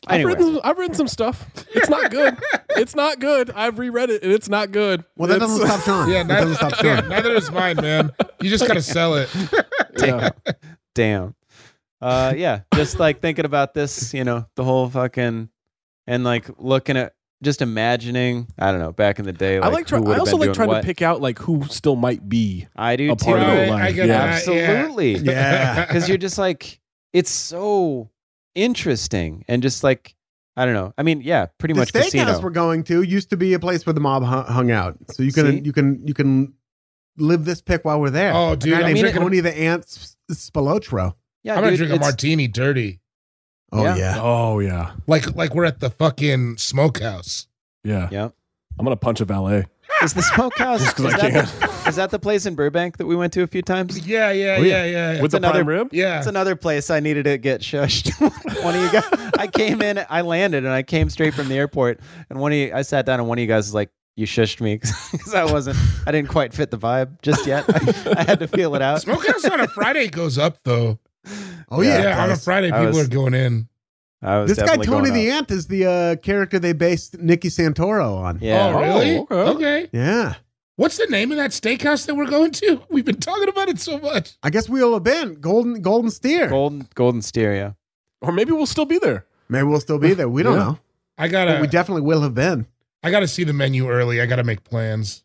I've, Anyway. written, I've written some stuff. It's not good. it's not good. I've reread it and it's not good. Well, that It's- doesn't stop Sean. Yeah, that doesn't stop neither, yeah, Sean. neither is mine, man. You just gotta sell it. Yeah. Damn. Uh, yeah, just like thinking about this, you know, the whole fucking and like looking at just imagining. I don't know. Back in the day, I like. who Try, would've I also been like doing trying what. to pick out like who still might be. I do a too. part of Right, their life. I get Yeah. that, yeah. Absolutely. Yeah. because you're just like it's so interesting and just like I don't know. I mean, yeah, pretty the much steakhouse casino. we're going to used to be a place where the mob hu- hung out. So you can See? you can you can live this pick while we're there. Oh, dude, a guy I'm named drinking- Tony the Ant S- Spilotro. yeah, I'm gonna dude, drink a it's- martini dirty. Oh Yeah. yeah. Oh yeah, Like like we're at the fucking smokehouse. yeah. Yeah. I'm gonna punch a valet Is the smokehouse? is, 'cause I that can. the, is that the place in Burbank that we went to a few times? Yeah, yeah, Oh, yeah. yeah, yeah. Yeah. with the another- prime rib. yeah. That's another place I needed to get shushed. one of you guys, I came in, I landed, and I came straight from the airport. And one of you, I sat down, and one of you guys was like, "You shushed me because I wasn't, I didn't quite fit the vibe just yet. I, I had to feel it out." Smokehouse on a Friday goes up though. Oh yeah. yeah, it on a does. Friday I people was- are going in. I was This guy definitely Tony going the out. Ant is the uh, character they based Nikki Santoro on. Yeah. Oh, really? Oh, okay. okay. Yeah. What's the name of that steakhouse that we're going to? We've been talking about it so much. I guess we'll have been Golden Golden Steer. Golden Golden Stereo. Or maybe we'll still be there. Maybe we'll still be there. We don't Yeah. know. I But gotta we definitely will have been. I gotta see the menu early. I gotta make plans.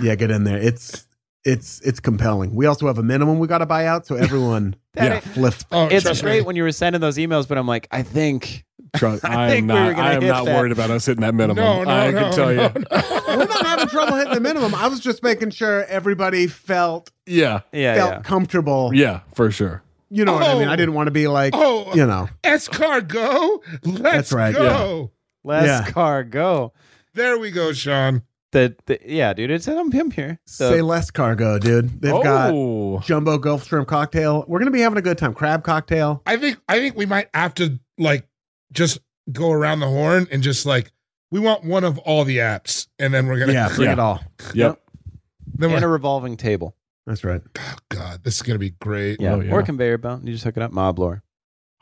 Yeah, get in there. It's it's it's compelling. We also have a minimum we got to buy out, so everyone That Yeah. ain't- flipped. Oh, it's trust great me. when you were sending those emails, but I'm like, I think Trust, I I, am think we were not. gonna I am hit not that. worried about us hitting that minimum. No, no, I no, can tell no, you. no. We're not having trouble hitting the minimum. I was just making sure everybody felt Yeah, yeah, felt yeah. comfortable. yeah, for sure. You know what I mean? I Oh. didn't want to be like, Oh, you know, escargot. Let's That's right, go. Less Yeah. cargo. There we go, Sean. The, the yeah, dude, it's I'm him here. So say less cargo, dude. They've got oh, jumbo Gulf shrimp cocktail. We're gonna be having a good time. Crab cocktail. I think I think we might have to like just go around the horn and just like we want one of all the apps, and then we're gonna Yeah, bring Yeah. it all. yep. then and a we're, revolving table. That's right. oh god, this is gonna be great. Yeah. Oh, yeah. Or a conveyor belt. You just hook it up. Mob lore.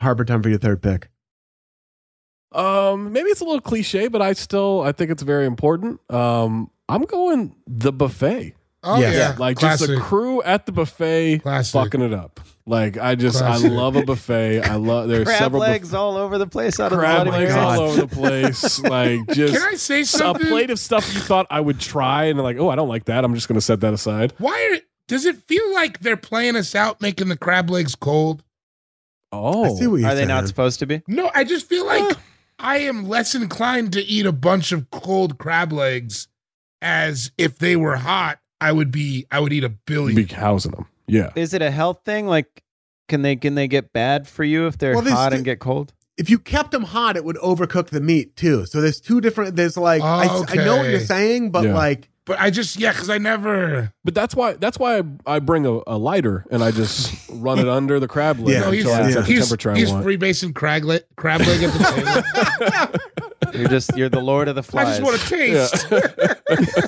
Harbor time for your third pick. Um, maybe it's a little cliche, but I still I think it's very important. Um, I'm going the buffet. Oh Yes. yeah, Like classic. just a crew at the buffet Classic. fucking it up. Like I just Classic. I love a buffet. I love there's Crab several buff- legs all over the place. Out crab of the legs legs all over the place. like just Can I say a something? plate of stuff you thought I would try and like, oh, I don't like that. I'm just gonna set that aside. Why are, does it feel like they're playing us out, making the crab legs cold? Oh, I see what you're Are they saying. not supposed to be? No, I just feel like Huh. I am less inclined to eat a bunch of cold crab legs, as if they were hot, I would be. I would eat a billion. be housing them. Yeah. Is it a health thing? Like, can they can they get bad for you if they're Well, they hot sti- and get cold? if you kept them hot, it would overcook the meat too. So there's two different. There's like I, Oh, I know what okay. you're saying, but Yeah. like But I just yeah, because I never. But that's why that's why I, I bring a, a lighter and I just run it under the crab leg Yeah, no, he's until I yeah. set the he's, temperature he's I want. free basing crab leg, crab leg at the table. You're just you're the lord of the I flies. just want to taste.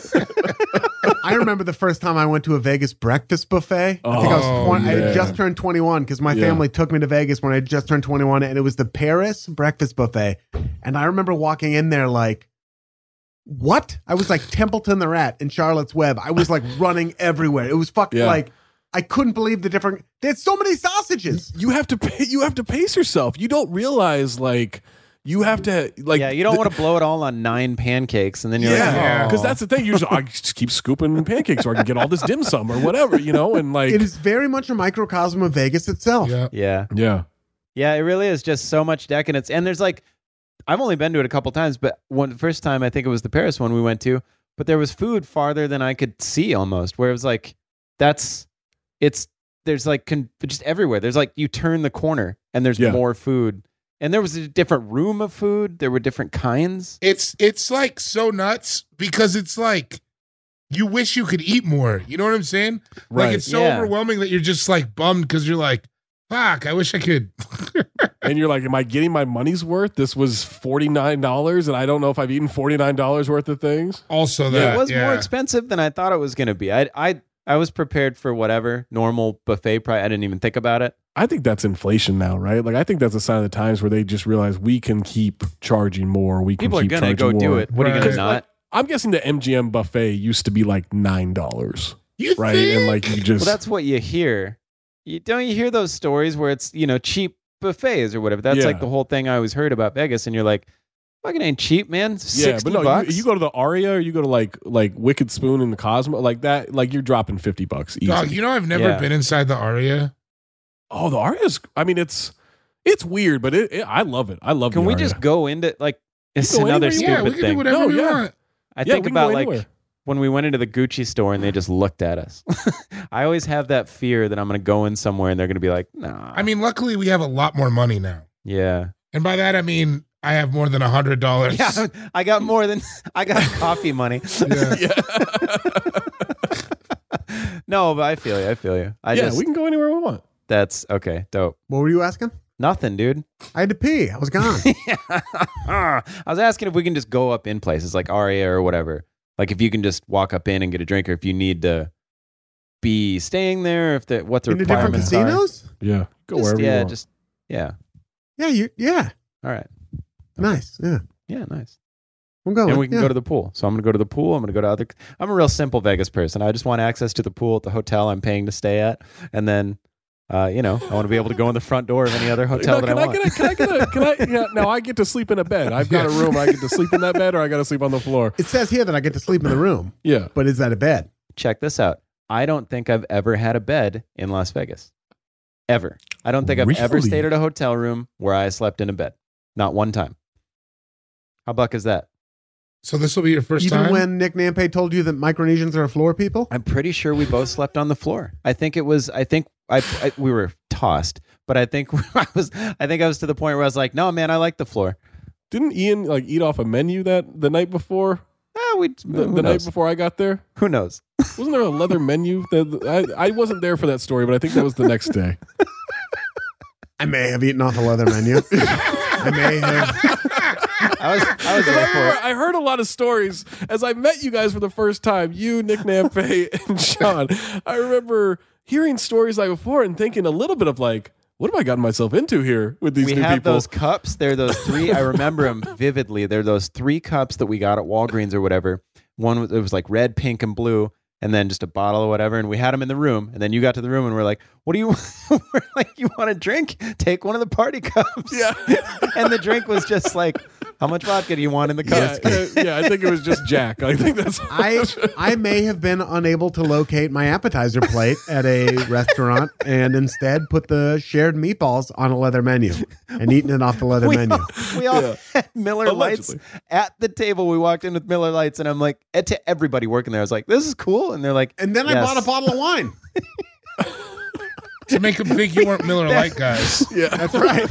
I remember the first time I went to a Vegas breakfast buffet. I think I was Oh, 20, I yeah. had just turned 21 because my Yeah. family took me to Vegas when I had just turned 21, and it was the Paris breakfast buffet. And I remember walking in there like, what? I was like Templeton the Rat in Charlotte's Web. I was like running everywhere. It was fucking Yeah. like, I couldn't believe the different. They had so many sausages. you have to pay, you have to pace yourself. You don't realize like you have to like yeah, you don't want to blow it all on nine pancakes and then you're yeah, like, because "Oh." that's the thing. You just, I just keep scooping pancakes, or I can get all this dim sum, or whatever, you know. And like, It is very much a microcosm of Vegas itself. yeah. "Oh." yeah, yeah, yeah. It really is just so much decadence, and there's like, I've only been to it a couple times, but one first time I think it was the Paris one we went to, but there was food farther than I could see almost, where it was like, that's, it's there's like con- just everywhere. There's like you turn the corner and there's Yeah. more food. And there was a different room of food. There were different kinds. It's it's like so nuts because it's like you wish you could eat more. You know what I'm saying? Like Right. it's so Yeah. overwhelming that you're just like bummed because you're like, fuck, I wish I could. and you're like, am I getting my money's worth? This was forty nine dollars, and I don't know if I've eaten forty nine dollars worth of things. also Yeah, that it was yeah. more expensive than I thought it was going to be. I I I was prepared for whatever normal buffet price. I didn't even think about it. I think that's inflation now, right? Like I think that's a sign of the times where they just realize we can keep charging more. We can People are keep going to go charging do more. it. What are you going Right. to Like, not? I'm guessing the MGM buffet used to be like nine dollars, You right? think? And like you just Well, that's what you hear. You don't you hear those stories where it's you know cheap buffets or whatever. That's Yeah. like the whole thing I always heard about Vegas, and you're like, fucking ain't cheap, man. Sixty yeah, but no, bucks. You, you go to the Aria or you go to like like Wicked Spoon in the Cosmo, like that, like you're dropping fifty bucks easy. Dog, you know I've never Yeah. been inside the E Aria. oh, the Aria's. I mean, it's it's weird, but it, it I love it. I love. Can the we Aria. just go into like it's go another anywhere you Yeah, stupid we can do thing? whatever No, we yeah. want. I Yeah, think we can go about like anywhere. when we went into the Gucci store and they just looked at us. I always have that fear that I'm going to go in somewhere and they're going to be like, nah. I mean, luckily we have a lot more money now. yeah. And by that I mean I have more than a hundred dollars. Yeah, I got more than I got coffee money. Yeah. no, but I feel you. I feel you. I yeah, just we can go anywhere we want. that's okay. Dope. What were you asking? Nothing, dude. I had to pee. I was gone. I was asking if we can just go up in places like Aria or whatever. Like if you can just walk up in and get a drink, or if you need to be staying there, if the what the Into different requirements are. casinos? Yeah, go Just- wherever yeah, you want. just yeah. Yeah, you yeah. All right. Nice. Yeah. Yeah, nice. I'm going. And we can Oh, yeah. go to the pool. So I'm going to go to the pool. I'm going to go to other. I'm a real simple Vegas person. I just want access to the pool at the hotel I'm paying to stay at, and then, uh, you know, I want to be able to go in the front door of any other hotel No, that I can I, want. get a, can I get a, can I, yeah, now I get to sleep in a bed. I've got a Yeah. room. I get to sleep in that bed or I got to sleep on the floor. It says here that I get to sleep in the room, Yeah. but is that a bed? Check this out. I don't think I've ever had a bed in Las Vegas, ever. I don't think I've ever Really? stayed at a hotel room where I slept in a bed. Not one time. How buck is that? So this will be your first Even time. when Nick Nampe told you that Micronesians are floor people? I'm pretty sure we both slept on the floor. I think it was. I think I, I we were tossed, but I think I was. I think I was to the point where I was like, "No, man, I like the floor." Didn't Ian like eat off a menu that the night before, Ah, we the, who the night knows? before I got there? Who knows? Wasn't there a leather menu? That I, I wasn't there for that story, but I think that was the next day. I may have eaten off a leather menu. I may have. I was. I was Because I, there for remember it. I heard a lot of stories as I met you guys for the first time, you, Nick Nampe, and Sean. I remember hearing stories like before and thinking a little bit of like, what have I gotten myself into here with these We new had people? those cups. They're those three. I remember them vividly. They're those three cups that we got at Walgreens or whatever. One was, it was like red, pink, and blue, and then just a bottle or whatever. And we had them in the room. And then you got to the room and we're like, "What do you? we're like, you want a drink? Take one of the party cups." Yeah. and the drink was just like, "How much vodka do you want in the yeah, cup?" uh, yeah, I think it was just Jack. I think that's I I may have been unable to locate my appetizer plate at a restaurant, and instead put the shared meatballs on a leather menu and eaten it off the leather we menu. all, we all Yeah. had Miller Allegedly. Lights at the table. We walked in with Miller Lights, and I'm like, and to everybody working there, I was like, "This is cool," and they're like, And then I "Yes." bought a bottle of wine. to make them think you weren't Miller Lite guys. yeah. That's right.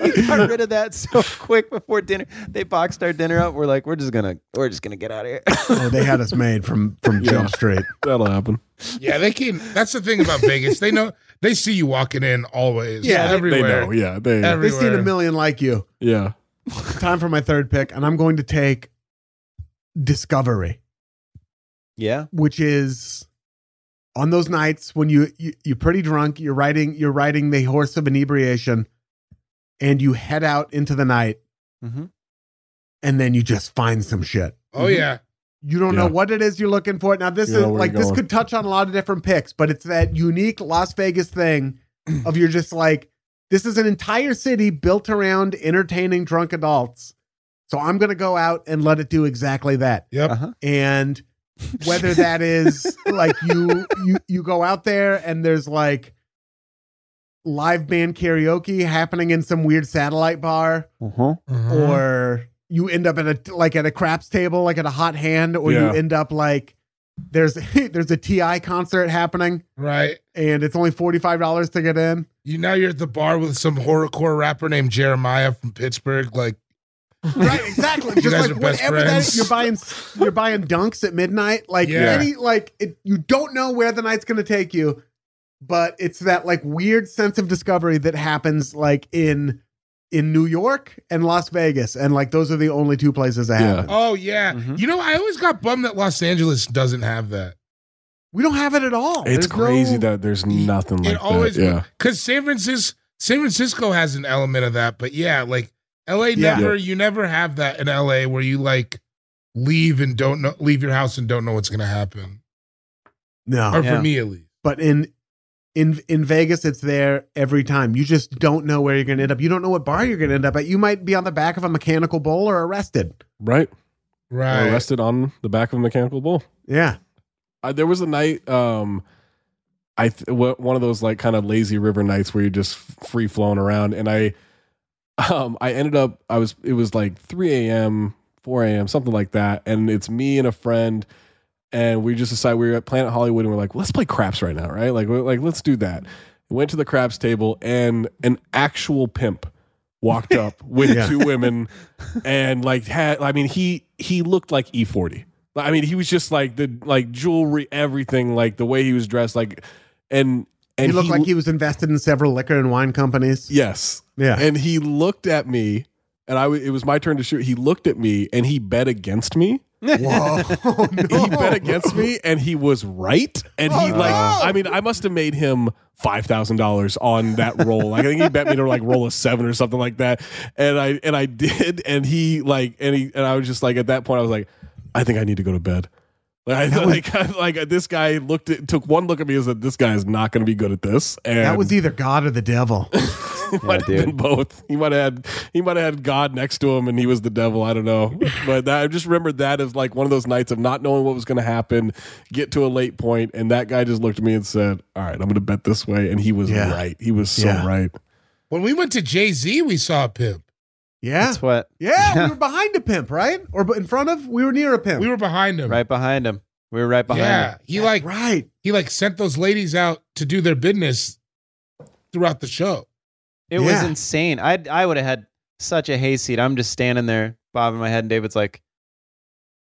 we got rid of that so quick before dinner. They boxed our dinner up. We're like, we're just gonna, we're just gonna get out of here. Oh, they had us made from from Jump Street. That'll happen. Yeah, they can. That's the thing about Vegas. They know they see you walking in always. Yeah, they- They everywhere. know. Yeah. They. They've Everywhere. seen a million like you. Yeah. Time for my third pick, and I'm going to take Discovery. yeah, which is on those nights when you, you you're pretty drunk, you're riding you're riding the horse of inebriation, and you head out into the night, Mhm. and then you just find some shit. Oh yeah, You don't know Yeah. what it is you're looking for. Now this You is know where like you're this going. could touch on a lot of different picks, but it's that unique Las Vegas thing of you're just like this is an entire city built around entertaining drunk adults. So I'm going to go out and let it do exactly that. Yep. Uh-huh. And whether that is like you you you go out there and there's like live band karaoke happening in some weird satellite bar Uh-huh. Mm-hmm. Mhm. or you end up at a like at a craps table like at a hot hand or Yeah. you end up like there's there's a TI concert happening, right? and it's only forty five dollars to get in. You now you're at the bar with some horrorcore rapper named Jeremiah from Pittsburgh. Like, Right, exactly. You Just guys like are best whatever that friends. is, you're buying you're buying dunks at midnight. Like Yeah. any like it, you don't know where the night's gonna take you, but it's that like weird sense of discovery that happens like in in New York and Las Vegas, and like those are the only two places that Yeah. happen. oh yeah, Mhm. you know, I always got bummed that Los Angeles doesn't have that. We don't have it at all. There's It's no- crazy that there's nothing like it always that. Yeah. because San Francisco San Francisco has an element of that, but yeah, like LA Yeah. never you never have that in LA where you like leave and don't know leave your house and don't know what's gonna happen. no. or Yeah. for me at least. but in in in Vegas, it's there every time. You just don't know where you're going to end up. You don't know what bar you're going to end up at. You might be on the back of a mechanical bull or arrested. Right? Right. Arrested on the back of a mechanical bull. Yeah, I, there was a night, um, I th- wa- one of those like kind of lazy river nights where you're just free flowing around, and I, um, I ended up I was it was like 3 a.m., 4 a.m., something like that, and it's me and a friend, and we just decided we were at Planet Hollywood, and we're like, let's play craps right now, right? Like, we're, like let's do that. Went to the craps table, and an actual pimp walked up with Yeah. two women, and like had I mean he he looked like E40. I mean, he was just like the like jewelry, everything, like the way he was dressed, like and and he looked like he was invested in several liquor and wine companies. yes, Yeah, and he looked at me, and I w- it was my turn to shoot. He looked at me, and he bet against me. Whoa, He bet against me, and he was right. And he Oh, like, no. I mean, I must have made him five thousand dollars on that roll. Like, I think he bet me to like roll a seven or something like that. And I and I did, and he like, and he and I was just like, at that point, I was like, I think I need to go to bed. Like, I, like, I- like this guy looked at, took one look at me and said, "This guy is not going to be good at this." And that was either God or the devil. It might have been both. He might have had he might have had God next to him, and he was the devil. I don't know, but that, I just remembered that as like one of those nights of not knowing what was going to happen, get to a late point, and that guy just looked at me and said, "All right, I'm going to bet this way," and he was Yeah. right. He was so Yeah. right. When we went to Jay Z, we saw a pimp. Yeah, That's what yeah, we were behind a pimp, right? Or b- in front of? We were near a pimp. We were behind him. right behind him. We were right behind yeah, him. he like right. he like sent those ladies out to do their business throughout the show. It was Yeah. insane. I I would have had such a hayseed. I'm just standing there bobbing my head, and David's like,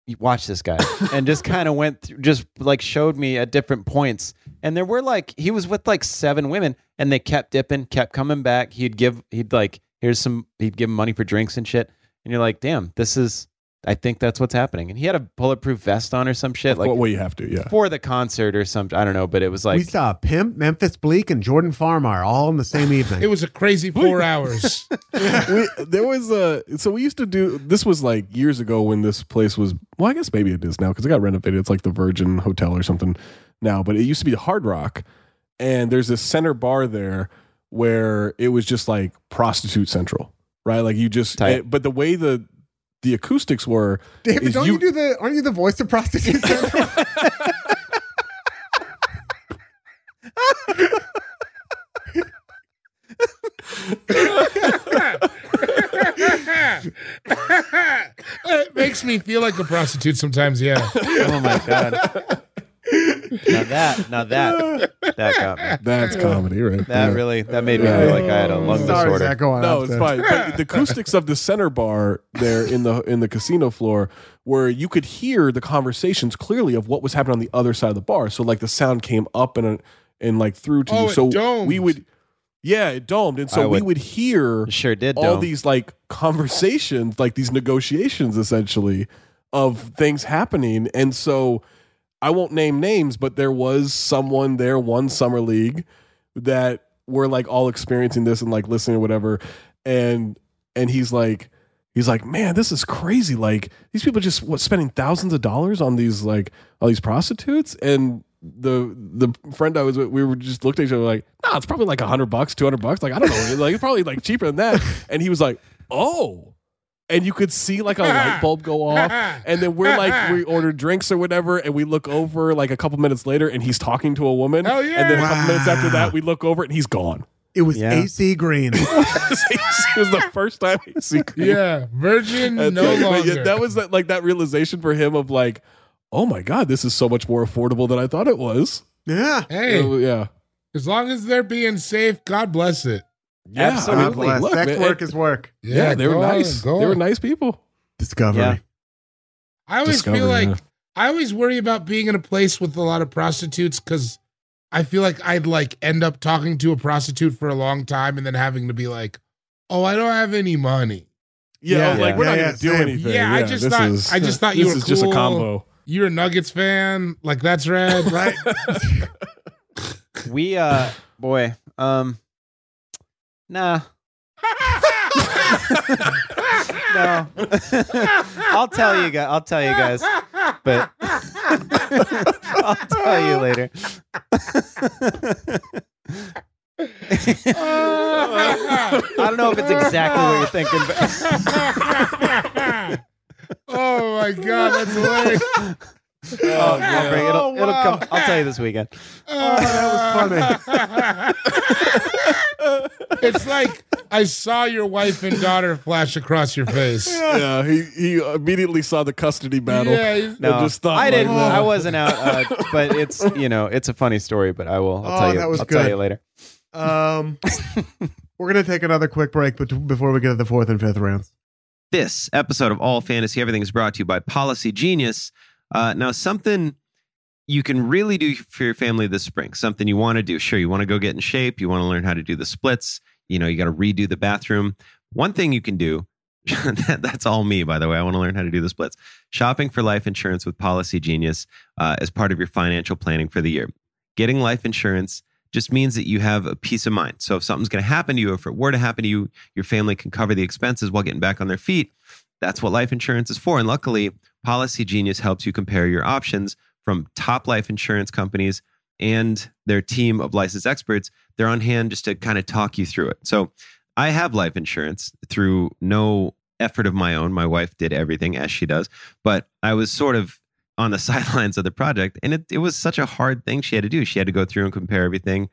"You "Watch this guy," and just kind of went through, just like showed me at different points. And there were like he was with like seven women, and they kept dipping, kept coming back. He'd give, he'd like, here's some, he'd give 'em money for drinks and shit. And you're like, damn, this is. I think that's what's happening. And he had a bulletproof vest on or some shit, like what way you have to, yeah. for the concert or something. I don't know, but it was we like saw a pimp, Memphis Bleak, and Jordan Farmar all in the same evening. It was a crazy four hours. we, there was a so we used to do this was like years ago when this place was well I guess maybe it is now because it got renovated it's like the Virgin Hotel or something now but it used to be Hard Rock and there's this center bar there where it was just like prostitute central right like you just Tight. eh, but the way the the acoustics were David, is don't you, do the? Aren't you the voice of prostitutes? it makes me feel like a prostitute sometimes. Yeah, Oh my god. now that, now that, that got me. that's comedy right That Yeah. really, that made me Yeah. feel like I had a lung Sorry, disorder. Zach, go on. No, I'm it's sorry. fine. But the acoustics of the center bar there in the in the casino floor, where you could hear the conversations clearly of what was happening on the other side of the bar. So like the sound came up and and like through to Oh, you. it So domed. we would, yeah, it domed, and I so we would- would hear It Sure did. all Dome. these like conversations, like these negotiations essentially of things happening. And so I won't name names, but there was someone there one summer league that were like all experiencing this and like listening or whatever. And and he's like he's like, man, this is crazy. Like these people just what spending thousands of dollars on these like all these prostitutes and the the friend I was with, we were just looked at each other like, nah, it's probably like hundred bucks, two hundred bucks. Like I don't know, like it's probably like cheaper than that. And he was like, oh, and you could see like a light bulb go off. And then we're like, we order drinks or whatever, and we look over like a couple minutes later, and he's talking to a woman. Hell And then a couple yeah. minutes after Wow. that, we look over and he's gone. It was Yeah. AC Green. it was the first time he see. yeah, virgin That's no like- but yeah, longer. that was that, like that realization for him of like, oh my god, this is so much more affordable than I thought it was. Yeah. Hey, Uh, yeah, as long as they're being safe, God bless it. yeah, Absolutely. I mean, like, look, Sex man, work it- is work. yeah, they were go on, nice. go They were on. nice people. Discovery. Yeah. I always Discovery, feel like yeah. I always worry about being in a place with a lot of prostitutes because I feel like I'd like end up talking to a prostitute for a long time and then having to be like, "Oh, I don't have any money." Yeah, I was Yeah. like we're not Yeah, gonna do same. anything. Yeah, I just this thought- I just thought you this were is just a cool. combo. You're a Nuggets fan, like that's rad, right? We uh boy, um nah. no. I'll tell you guys I'll tell you guys. But I'll tell you later. I I don't know if it's exactly what you're thinking, but oh my god, that's hilarious! oh, yeah, bring it. It'll, Oh, it'll come. wow. I'll tell you this weekend. Oh, that was funny. it's like I saw your wife and daughter flash across your face. Yeah, he he immediately saw the custody battle. Yeah, he's- No, just thought I like didn't. that. I wasn't out, uh, but it's you know it's a funny story. But I will. I'll Oh, tell you. that was I'll tell good. you later. Um, we're gonna take another quick break, bet- before we get to the fourth and fifth rounds. This episode of All Fantasy Everything is brought to you by Policy Genius. Uh, now, something you can really do for your family this spring, something you want to do. Sure, you want to go get in shape, you want to learn how to do the splits, you know, you got to redo the bathroom. One thing you can do that, that's all me, by the way. I want to learn how to do the splits. Shopping for life insurance with Policy Genius uh, as part of your financial planning for the year. Getting life insurance just means that you have a peace of mind. So if something's going to happen to you, if it were to happen to you, your family can cover the expenses while getting back on their feet. That's what life insurance is for. And luckily, Policy Genius helps you compare your options from top life insurance companies and their team of licensed experts. They're on hand just to kind of talk you through it. So I have life insurance through no effort of my own. My wife did everything as she does, but I was sort of on the sidelines of the project. And it, it was such a hard thing she had to do. She had to go through and compare everything,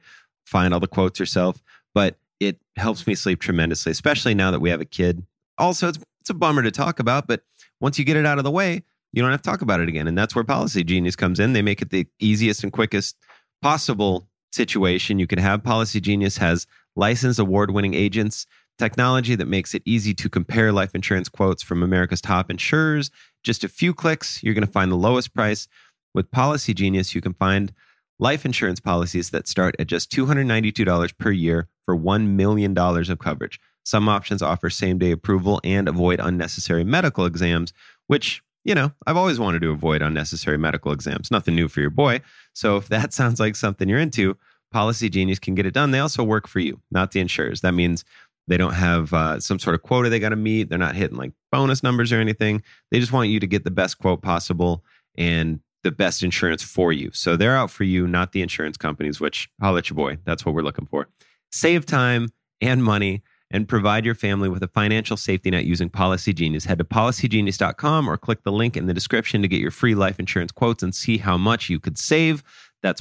find all the quotes herself. But it helps me sleep tremendously, especially now that we have a kid. Also, it's, it's a bummer to talk about, but once you get it out of the way, you don't have to talk about it again. And that's where Policy Genius comes in. They make it the easiest and quickest possible situation you could have. Policy Genius has licensed award winning agents, technology that makes it easy to compare life insurance quotes from America's top insurers. Just a few clicks, you're going to find the lowest price. With Policy Genius, you can find life insurance policies that start at just $292 per year for $1 million of coverage. Some options offer same day approval and avoid unnecessary medical exams, which, you know, I've always wanted to avoid unnecessary medical exams. Nothing new for your boy. So if that sounds like something you're into, Policy Genius can get it done. They also work for you, not the insurers. That means they don't have uh, some sort of quota they got to meet. They're not hitting like bonus numbers or anything. They just want you to get the best quote possible and the best insurance for you. So they're out for you, not the insurance companies, which holla at your boy. That's what we're looking for. Save time and money and provide your family with a financial safety net using Policy Genius. Head to policygenius.com or click the link in the description to get your free life insurance quotes and see how much you could save. That's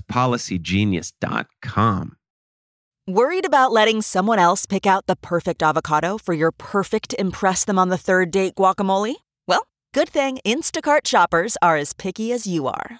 policygenius.com. Worried about letting someone else pick out the perfect avocado for your perfect Impress Them on the Third Date guacamole? Well, good thing Instacart shoppers are as picky as you are.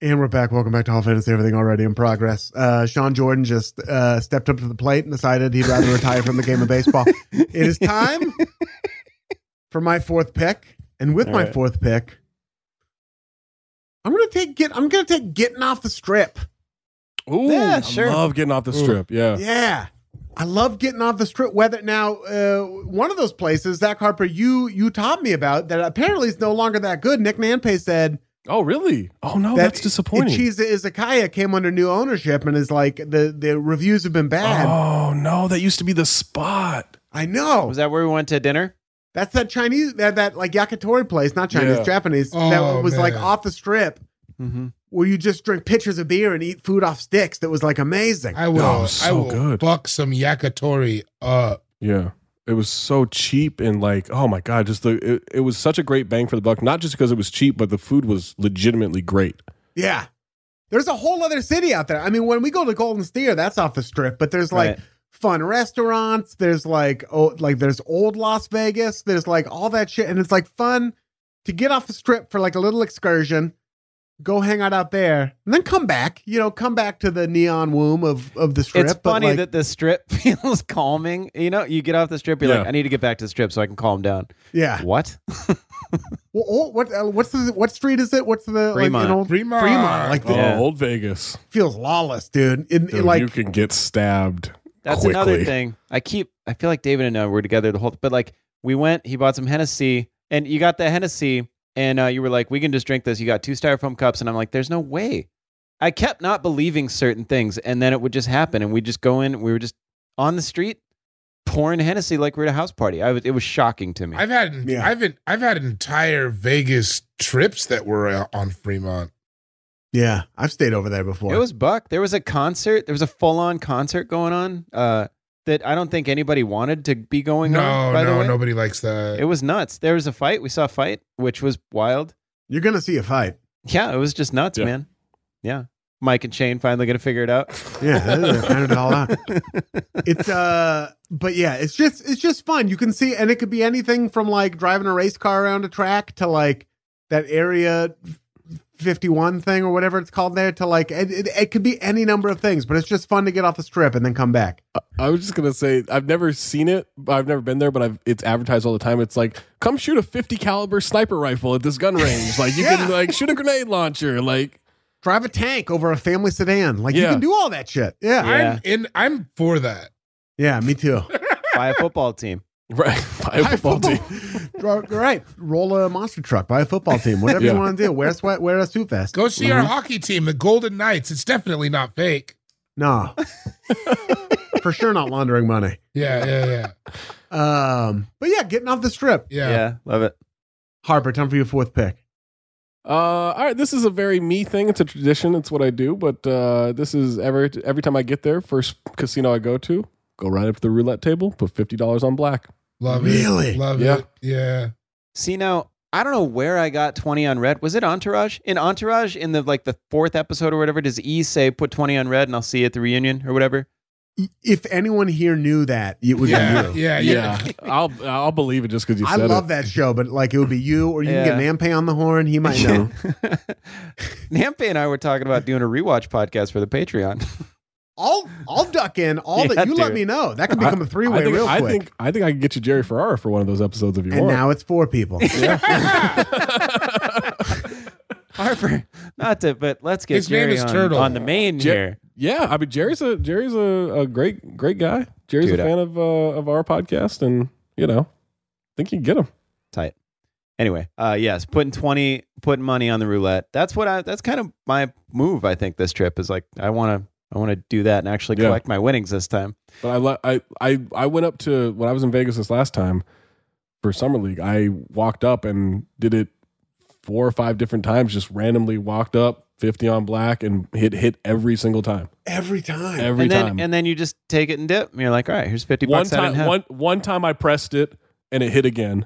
And we're back. Welcome back to All Fantasy Everything already in progress. Uh, Sean Jordan just uh, stepped up to the plate and decided he'd rather retire from the game of baseball. It is time for my fourth pick, and with All my right. fourth pick, I'm gonna take get. I'm gonna take getting off the strip. Ooh, Yeah, I sure. love getting off the strip. Yeah. Yeah. I love getting off the strip. Whether now, uh, one of those places, Zach Harper, you you taught me about that apparently is no longer that good. Nick Nanpe said Oh, really? Oh no, that that's disappointing. Cheese Izakaya came under new ownership and is like the the reviews have been bad. Oh no, that used to be the spot. I know. Was that where we went to dinner? That's that Chinese that that like yakitori place, not Chinese, Yeah. Japanese. Oh, that was like man. off the strip. Mm-hmm. where you just drink pitchers of beer and eat food off sticks that was like amazing. I will. Oh, so I will good. fuck some yakitori uh, up. Yeah. It was so cheap and like, oh my God, just the it, it was such a great bang for the buck, not just because it was cheap, but the food was legitimately great. yeah. There's a whole other city out there. I mean, when we go to Golden Steer, that's off the strip, but there's like Right. fun restaurants, there's like oh like there's old Las Vegas, there's like all that shit and it's like fun to get off the strip for like a little excursion, go hang out out there, and then come back, you know, come back to the neon womb of of the strip. It's but, funny like, that the strip feels calming. You know, you get off the strip, you're like, Yeah. I need to get back to the strip so I can calm down. yeah. What? Well, oh, what uh, what's the what street is it? What's the like Fremont. an old Fremont. Fremont like Oh, the, Yeah. old Vegas. feels lawless, dude. In, Dude, like you can get stabbed. That's quickly. another thing. I keep. I feel like David and I were together the whole. But like, we went. He bought some Hennessy, and you got the Hennessy, and uh, you were like, "We can just drink this." You got two styrofoam cups, and I'm like, "There's no way." I kept not believing certain things, and then it would just happen, and we just go in. We were just on the street pouring Hennessy like we're at a house party. I was. It was shocking to me. I've had an, Yeah. I've had, I've had entire Vegas trips that were uh, on Fremont. yeah, I've stayed over there before. It was Buck. There was a concert. There was a full on concert going on uh, that I don't think anybody wanted to be going No, on. By the no, way. nobody likes that. It was nuts. There was a fight. We saw a fight, which was wild. You're gonna see a fight. Yeah, it was just nuts, Yeah. man. Yeah. Mike and Shane finally going to figure it out. Yeah, that kind it all out. It's uh, but yeah, it's just it's just fun. You can see, and it could be anything from like driving a race car around a track to like that area. 51 thing or whatever it's called there to like it, it, it could be any number of things but it's just fun to get off the strip and then come back I was just gonna say I've never seen it, but I've never been there, but I've it's advertised all the time. It's like come shoot a fifty caliber sniper rifle at this gun range. Like you Yeah. can like shoot a grenade launcher. Like drive a tank over a family sedan like you Yeah. can do all that shit yeah Yeah. I'm in. I'm for that. yeah me too Buy a football team. right, buy a football team. All right, roll a monster truck, buy a football team, whatever Yeah. you want to do. Wear a sweat, wear a suit vest. Go see Mm-hmm. our hockey team, the Golden Knights. It's definitely not fake. No, for sure not laundering money. Yeah, yeah, yeah, Um, but yeah, getting off the strip. yeah. Yeah. love it. Harper, time for your fourth pick. Uh, all right, this is a very me thing. It's a tradition. It's what I do. But uh, this is every every time I get there, first casino I go to, go right up to the roulette table, put fifty dollars on black. Love Really? it. Love Yeah. it. Yeah. See, now, I don't know where I got 20 on red. Was it Entourage? In Entourage, in the like the fourth episode or whatever, does E say put 20 on red and I'll see you at the reunion or whatever? Y- If anyone here knew that, it would Yeah, be you. yeah, yeah, I'll I'll believe it just because you I said love it. that show, but like it would be you, or you can Yeah. get Nampe on the horn. He might know. Nampe and I were talking about doing a rewatch podcast for the Patreon. I'll I'll duck in all Yeah, that you let dude. me know. That could become a three way I think, real I quick. think I think I can get you Jerry Ferrara for one of those episodes if you and want. now it's four people. Harper, not to, but let's get His name Jerry is on, Turtle. on the main Jer- here. yeah, I mean Jerry's a Jerry's a, a great great guy. Jerry's Dude, a I- fan of uh, of our podcast, and you know, I think you can get him. tight. Anyway, uh, yes, putting twenty, putting money on the roulette. That's what I. That's kind of my move. I think this trip is like I want to. I want to do that and actually Yeah. collect my winnings this time. But I, le- I I I went up to when I was in Vegas this last time for summer league. I walked up and did it four or five different times. Just randomly walked up fifty on black and hit hit every single time. Every time. Every and then time. and then you just take it and dip. And you're like, all right, here's fifty one bucks. I didn't time have. one one time I pressed it and it hit again,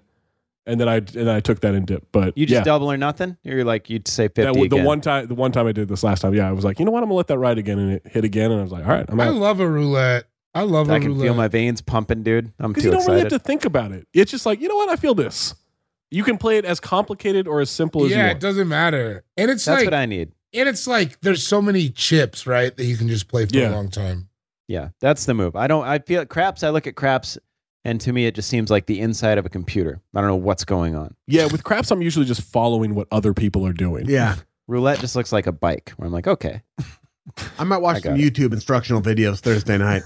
and then I and I took that and dip. But you just yeah. double or nothing. You're like, you'd say fifty. That w- the again. one time, the one time I did this last time, yeah, I was like, you know what, I'm gonna let that ride again, and it hit again, and I was like, all right, I'm I out. love a roulette. I love I a can roulette. feel my veins pumping, dude. I'm Because too you don't really excited. have to think about it. It's just like, you know what, I feel this. You can play it as complicated or as simple as yeah, you it want. doesn't matter. And it's That's like what I need. and it's like there's so many chips, right? That you can just play for Yeah. a long time. Yeah, that's the move. I don't. I feel craps. I look at craps, and to me, it just seems like the inside of a computer. I don't know what's going on. yeah, with craps, I'm usually just following what other people are doing. Yeah. Roulette just looks like a bike. Where I'm like, okay, I might watch I got some YouTube instructional videos Thursday night.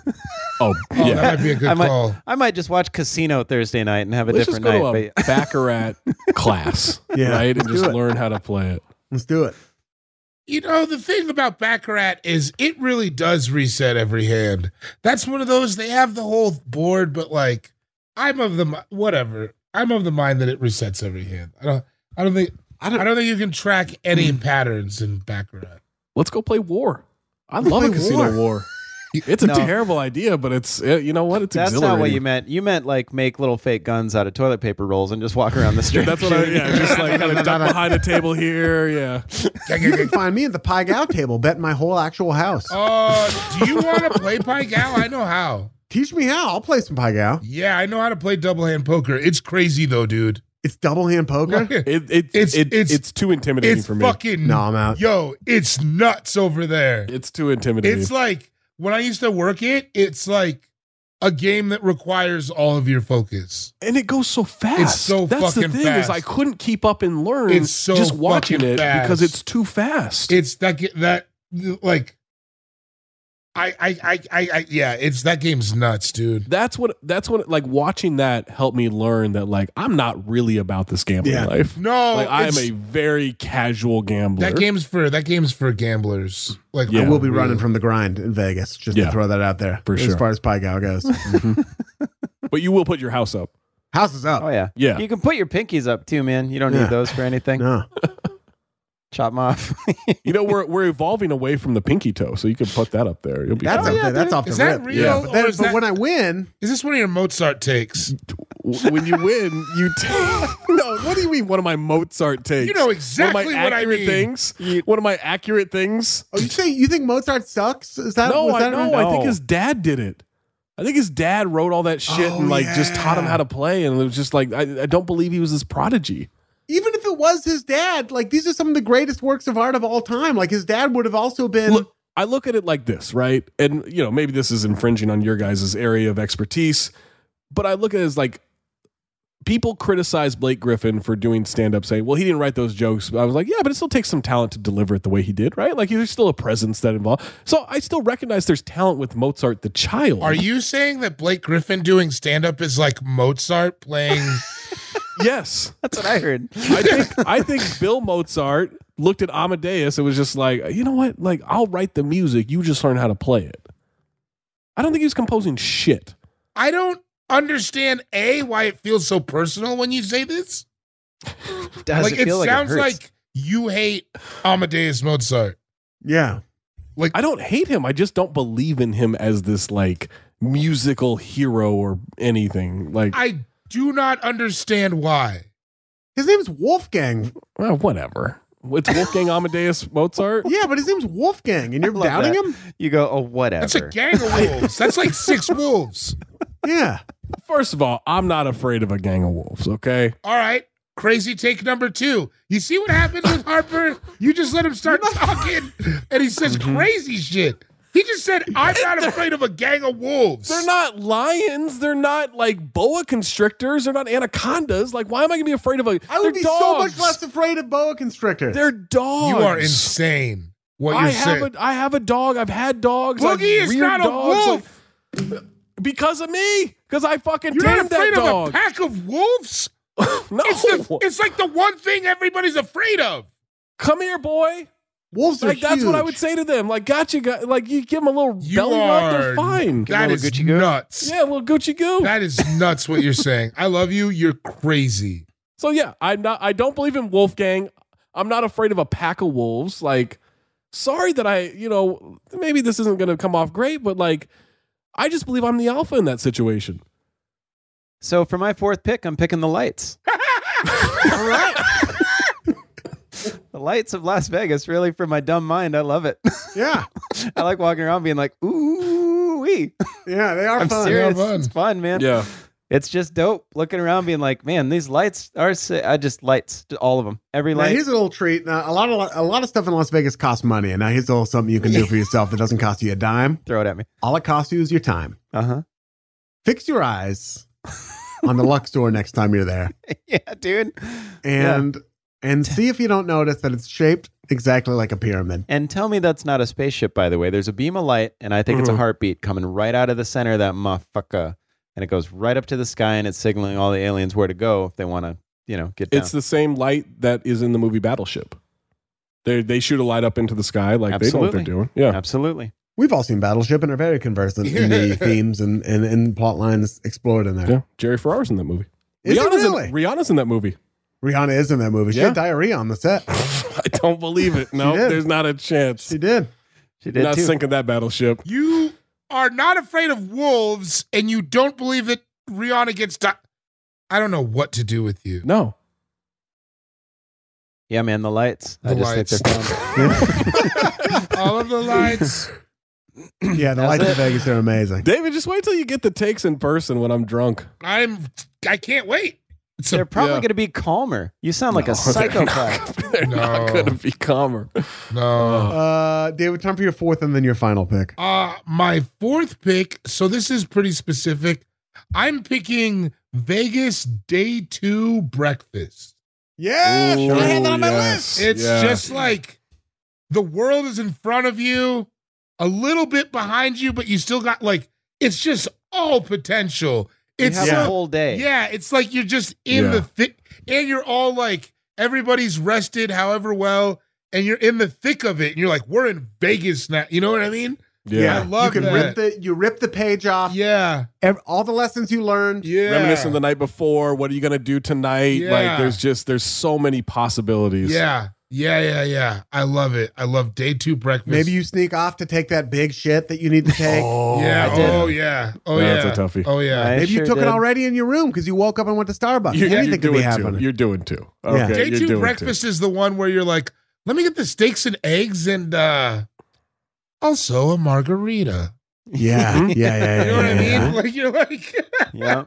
Oh, Oh, yeah. that might be a good I might- call. I might just watch Casino Thursday night and have a Let's just different go um, night. to a baccarat class, Yeah, right, and let's do just it. learn how to play it. Let's do it. You know, the thing about Baccarat is it really does reset every hand. That's one of those, they have the whole board, but like, I'm of the, mi- whatever. I'm of the mind that it resets every hand. I don't, I don't think, I don't, Mm. I don't think you can track any patterns in Baccarat. Let's go play war. I love a Play casino war. It's a No. terrible idea, but it's uh, you know what? It's That's exhilarating. not what you meant. You meant like make little fake guns out of toilet paper rolls and just walk around the street. That's what I yeah, just like kind of duck behind a table here. Yeah, you can find me at the pie gow table betting my whole actual house. Oh. Uh, do you want to play Pie Gal? I know how. Teach me how. I'll play some pie gow. Yeah, I know how to play double hand poker. It's crazy though, dude. It's double hand poker. it, it, It's- it's, it, it's- it's too intimidating It's for me. fucking No, I'm out. Yo, it's nuts over there. It's too intimidating. It's like when I used to work it, it's like a game that requires all of your focus. and it goes so fast. so That's the fucking thing is fast. I couldn't keep up and learn It's so just watching fucking it because fast. it's too fast. It's that ge- that like I I I I, I yeah, it's that game's nuts, dude. that's what that's what like watching that helped me learn that like I'm not really about this gambling Yeah. life. No, like I am it's- a very casual gambler. that game's for that game's for gamblers. Like Yeah. I will be for running real. from the grind in Vegas, just Yeah. to throw that out there. For as sure. far as pie gow goes, but you will put your house up. house is up. Oh yeah. Yeah. You can put your pinkies up too, man. You don't Yeah. need those for anything. No, Chop them off. You know we're we're evolving away from the pinky toe, so you can put that up there. You'll be that's fine. up yeah, there. That's dude. off the Is that rip. real, Yeah, but, then, or is but that- when I win, Is this one of your Mozart takes? W- when you win, you take. No, what do you mean? One of my Mozart takes. You know one of exactly my what I accurate mean. things. One of my accurate things. oh, you think you think Mozart sucks? Is that no, was I that know. right? I think his dad did it. I think his dad wrote all that shit Oh, and like just taught him yeah. how to play, and it was just like I, I don't believe he was this prodigy. Even if it was his dad, like these are some of the greatest works of art of all time. Like his dad would have also been. Look, I look at it like this, right? And you know, maybe this is infringing on your guys' area of expertise, but I look at it as like people criticize Blake Griffin for doing stand up saying, "Well, he didn't write those jokes." I was like, "Yeah, but it still takes some talent to deliver it the way he did, right? Like there's still a presence that involved." So I still recognize there's talent with Mozart the child. Are you saying that Blake Griffin doing stand up is like Mozart playing? Yes. That's what I heard. I think I think Bill Mozart looked at Amadeus and was just like, "You know what? Like I'll write the music, you just learn how to play it." I don't think he was composing shit. I don't understand a why it feels so personal when you say this. Does like it, feel sounds hurts? like you hate Amadeus Mozart. yeah, I don't hate him. I just don't believe in him as this like musical hero or anything. Like, I do not understand why. his name's Wolfgang. well, whatever. It's Wolfgang Amadeus Mozart. Yeah, but his name's Wolfgang, and you're love doubting that. him. you go, oh whatever. That's a gang of wolves. That's like six wolves. Yeah, First of all, I'm not afraid of a gang of wolves. Okay, All right. Crazy take number two. You see what happened with Harper? You just let him start talking and he says Mm-hmm. crazy shit. He just said, I'm not afraid of a gang of wolves. they're not lions. They're not like boa constrictors. They're not anacondas. Like, why am I gonna be afraid of a? I would they're be so dogs. much less afraid of boa constrictors. They're dogs. You are insane. What you're I have saying. a I have a dog. I've had dogs. I've Boogie is reared not a dogs. wolf. Like, because of me. Because I fucking You're not tamed afraid that of a dog. pack of wolves? no. It's, the, it's like the one thing everybody's afraid of. come here, boy. Wolves are like that's what I huge. would say to them. Like, gotcha, guy. Like you give them a little You belly rub, are- they're fine. That is nuts. yeah, little Gucci goo. That is nuts what you're saying. I love you. You're crazy. so yeah, I'm not. I don't believe in Wolfgang. I'm not afraid of a pack of wolves. Like, sorry that I, you know, maybe this isn't going to come off great, but like, I just believe I'm the alpha in that situation. so for my fourth pick, I'm picking the lights. All right. The lights of Las Vegas, really, for my dumb mind, I love it. Yeah, I like walking around being like, ooh wee. yeah, they are I'm fun. serious. Have fun. It's fun, man. Yeah, It's just dope looking around, being like, man, these lights are. Si- I just lights, all of them, every Now light. here's a little treat. Now, a lot of a lot of stuff in Las Vegas costs money, and now here's a little something you can do for yourself that doesn't cost you a dime. throw it at me. All it costs you is your time. Uh huh. Fix your eyes on the Luxor next time you're there, yeah, dude. Yeah. and and see if you don't notice that it's shaped exactly like a pyramid. And tell me that's not a spaceship, by the way. There's a beam of light, and I think it's a Mhm. Mm-hmm. heartbeat coming right out of the center of that motherfucker. And it goes right up to the sky, and it's signaling all the aliens where to go if they want to, you know, get down. it's the same light that is in the movie Battleship. They they shoot a light up into the sky. Like they know Absolutely. what they're doing. Yeah. Absolutely. We've all seen Battleship and are very conversant in the themes and, and, and plot lines explored in there. Yeah, Jerry Ferrara's in that movie. Is it Rihanna's, really? in, Rihanna's in that movie. Rihanna is in that movie. She Yeah. had diarrhea on the set. I don't believe it. No, did. there's not a chance. She did. She You're did not too. sinking that battleship. You are not afraid of wolves, and you don't believe that Rihanna gets di- I don't know what to do with you. No. Yeah, man, the lights. I The just think they're lights. fun. All of the lights. Yeah, the That's lights in it. Vegas are amazing. David, just wait till you get the takes in person when I'm drunk. I'm. I can't wait. It's They're a, probably Yeah. going to be calmer. You sound like a psychopath. They're not No. going to be calmer. no. Uh, David, time for your fourth and then your final pick. Uh, my fourth pick. So this is pretty specific. I'm picking Vegas day two breakfast. Yes, Ooh, Eh, I had that on my yes. list. It's Yeah. just like the world is in front of you, a little bit behind you, but you still got like it's just all potential. You It's have Yeah. a so whole day. Yeah, it's like you're just in Yeah. the thick, and you're all like everybody's rested, however well, and you're in the thick of it, and you're like, we're in Vegas now. You know what I mean? I Yeah. love you can that. rip the you rip the page off. yeah, Ev- all the lessons you learned. yeah. Reminiscing the night before. What are you going to do tonight? Yeah. Like, there's just, there's so many possibilities. Yeah, yeah, yeah, yeah. I love it. I love day two breakfast. Maybe you sneak off to take that big shit that you need to take. Yeah. I did. Oh yeah. Oh No, yeah. that's a toughie. Oh yeah. I Maybe you sure took did. it already in your room because you woke up and went to Starbucks. You, Anything you're could be doing two. happening. You're doing two. Yeah. Okay. Day you're two doing breakfast is the one where you're like, let me get the steaks and eggs and uh also a margarita. Yeah, yeah, yeah. yeah, You know what I yeah, mean? yeah. Like you're like, Yeah.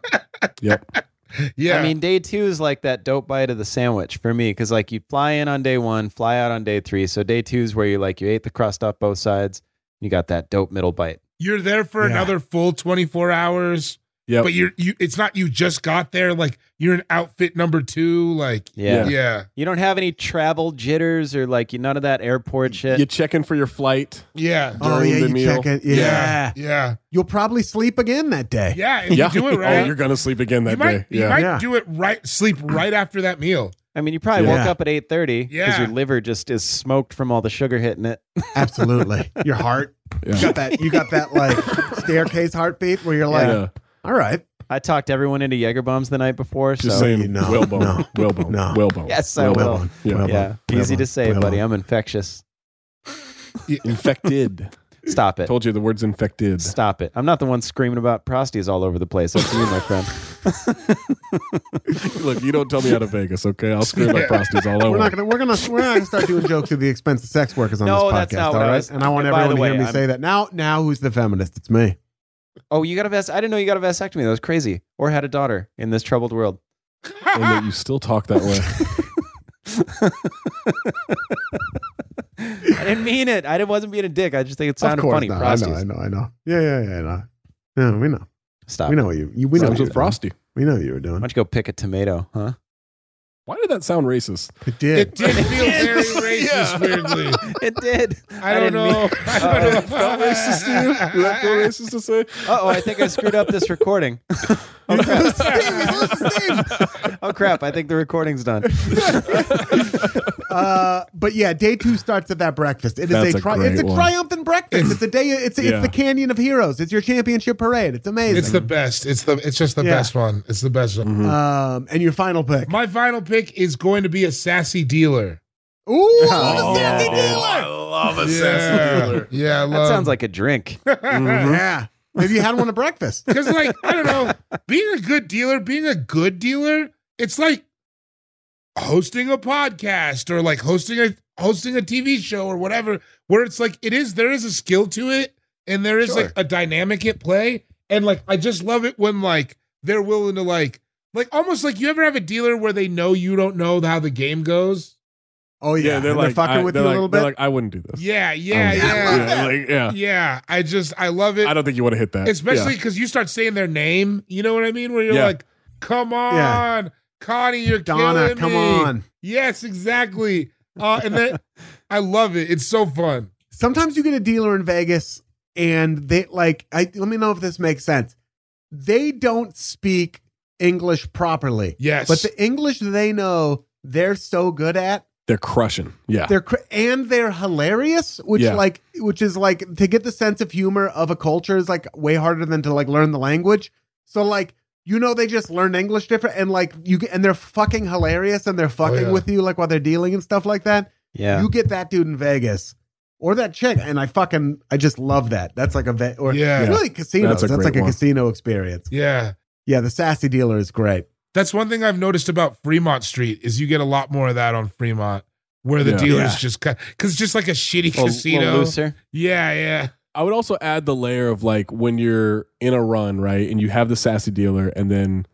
yeah. I mean, day two is like that dope bite of the sandwich for me because like you fly in on day one, fly out on day three. So day two is where you like you ate the crust off both sides. You got that dope middle bite. you're there for Yeah. another full 24 hours, Yep. but you're you. It's not you just got there. Like you're in outfit number two. Like Yeah. yeah. yeah. You don't have any travel jitters or like you none of that airport shit. You're checking for your flight. Yeah. Oh During yeah, the you meal. check it. Yeah. Yeah. you'll probably sleep again that day. Yeah. If you do it right, Oh, you're going to sleep again that you might, day. you yeah. might Yeah. do it right. Sleep right after that meal. I mean, you probably woke Yeah. up at eight thirty because Yeah. your liver just is smoked from all the sugar hitting it. Absolutely. Your heart, you Yeah. got that, you got that like staircase heartbeat where you're like, Yeah. all right, I talked everyone into Jaeger bombs the night before. Just so saying, No, whalebone, no, whalebone, no. whalebone. Yes, I whalebone. will. Yeah. Whalebone. yeah, Whalebone. easy to say, Whalebone. buddy. I'm infectious. Infected. Stop it. Told you the word's infected. Stop it. I'm not the one screaming about prosties all over the place. That's you, my friend. Look, you don't tell me how to Vegas, okay? I'll screw my prostitutes Oh, all I we're not want. gonna we're gonna we're not gonna start doing jokes at the expense of sex workers on No, this podcast. that's not all what I right, was- and I want and by everyone to the hear way, me I'm- say that now. Now, who's the feminist? It's me. Oh, you got a vas I didn't know you got a vasectomy. That was crazy. Or had a daughter in this troubled world. And that you still talk that way. I didn't mean it. I didn't, wasn't being a dick. I just think it sounded of course funny. not. I Prosties. know, I know, I know. Yeah, yeah, yeah, I know. Yeah, we know. Stop. We it. know what you. you we know what Sounds you were with Frosty. Doing. We know what you were Why doing. don't you go pick a tomato, huh? Why did that sound racist? It did. It did feel very Yeah. racist, weirdly. it did. I don't know. I Uh, don't know. That felt racist to you? Did that feel racist to say? oh, I think I screwed up this recording. Oh crap. oh crap, I think the recording's done. Uh, but yeah, day two starts at that breakfast. It is That's a, a tri- great it's a one. triumphant breakfast. It's a day. It's Yeah. it's the Canyon of Heroes. It's your championship parade. It's amazing. It's the best. It's the. It's just the Yeah. best one. It's the best one. Mm-hmm. um and your final pick. My final pick is going to be a sassy dealer. Ooh, I Oh, love a sassy yeah. dealer. I love a yeah. Yeah, I That love. sounds like a drink. Mm-hmm. Yeah. Have you had one at breakfast? because like I don't know, being a good dealer, being a good dealer, it's like hosting a podcast or like hosting a hosting a TV show or whatever, where it's like it is there is a skill to it and there is Sure. like a dynamic at play. And like I just love it when like they're willing to like like almost like you ever have a dealer where they know you don't know how the game goes. Oh yeah, Yeah, they're And like fucking I, with they're you a like, little they're bit. like, I wouldn't do this. Yeah, I yeah, wouldn't do yeah. this. Yeah, like, yeah. Yeah, I just I love it. I don't think you want to hit that. especially because you start saying their name. You know what I mean? Where you're Yeah. like, "Come on, Yeah. Connie, you're Donna, killing come me." on. Yes, exactly. Uh, and then I love it. It's so fun. Sometimes you get a dealer in Vegas and they like I let me know if this makes sense. They don't speak English properly. Yes, But the English they know they're so good at, Yeah. They're crushing. Yeah. they're cr- and they're hilarious, which Yeah. like which is like to get the sense of humor of a culture is like way harder than to like learn the language. So like you know they just learn English different and like you get- and they're fucking hilarious and they're fucking Oh, yeah. with you like while they're dealing and stuff like that. Yeah. You get that dude in Vegas or that chick and I fucking I just love that. That's like a ve- or Yeah. it's really casinos. That's That's, a great like a one. casino experience. Yeah. Yeah, the sassy dealer is great. That's one thing I've noticed about Fremont Street is you get a lot more of that on Fremont, where the Yeah. dealers Yeah. just because it's just like a shitty A Oh, little casino. looser. yeah, yeah, I would also add the layer of like when you're in a run, right, and you have the sassy dealer, and then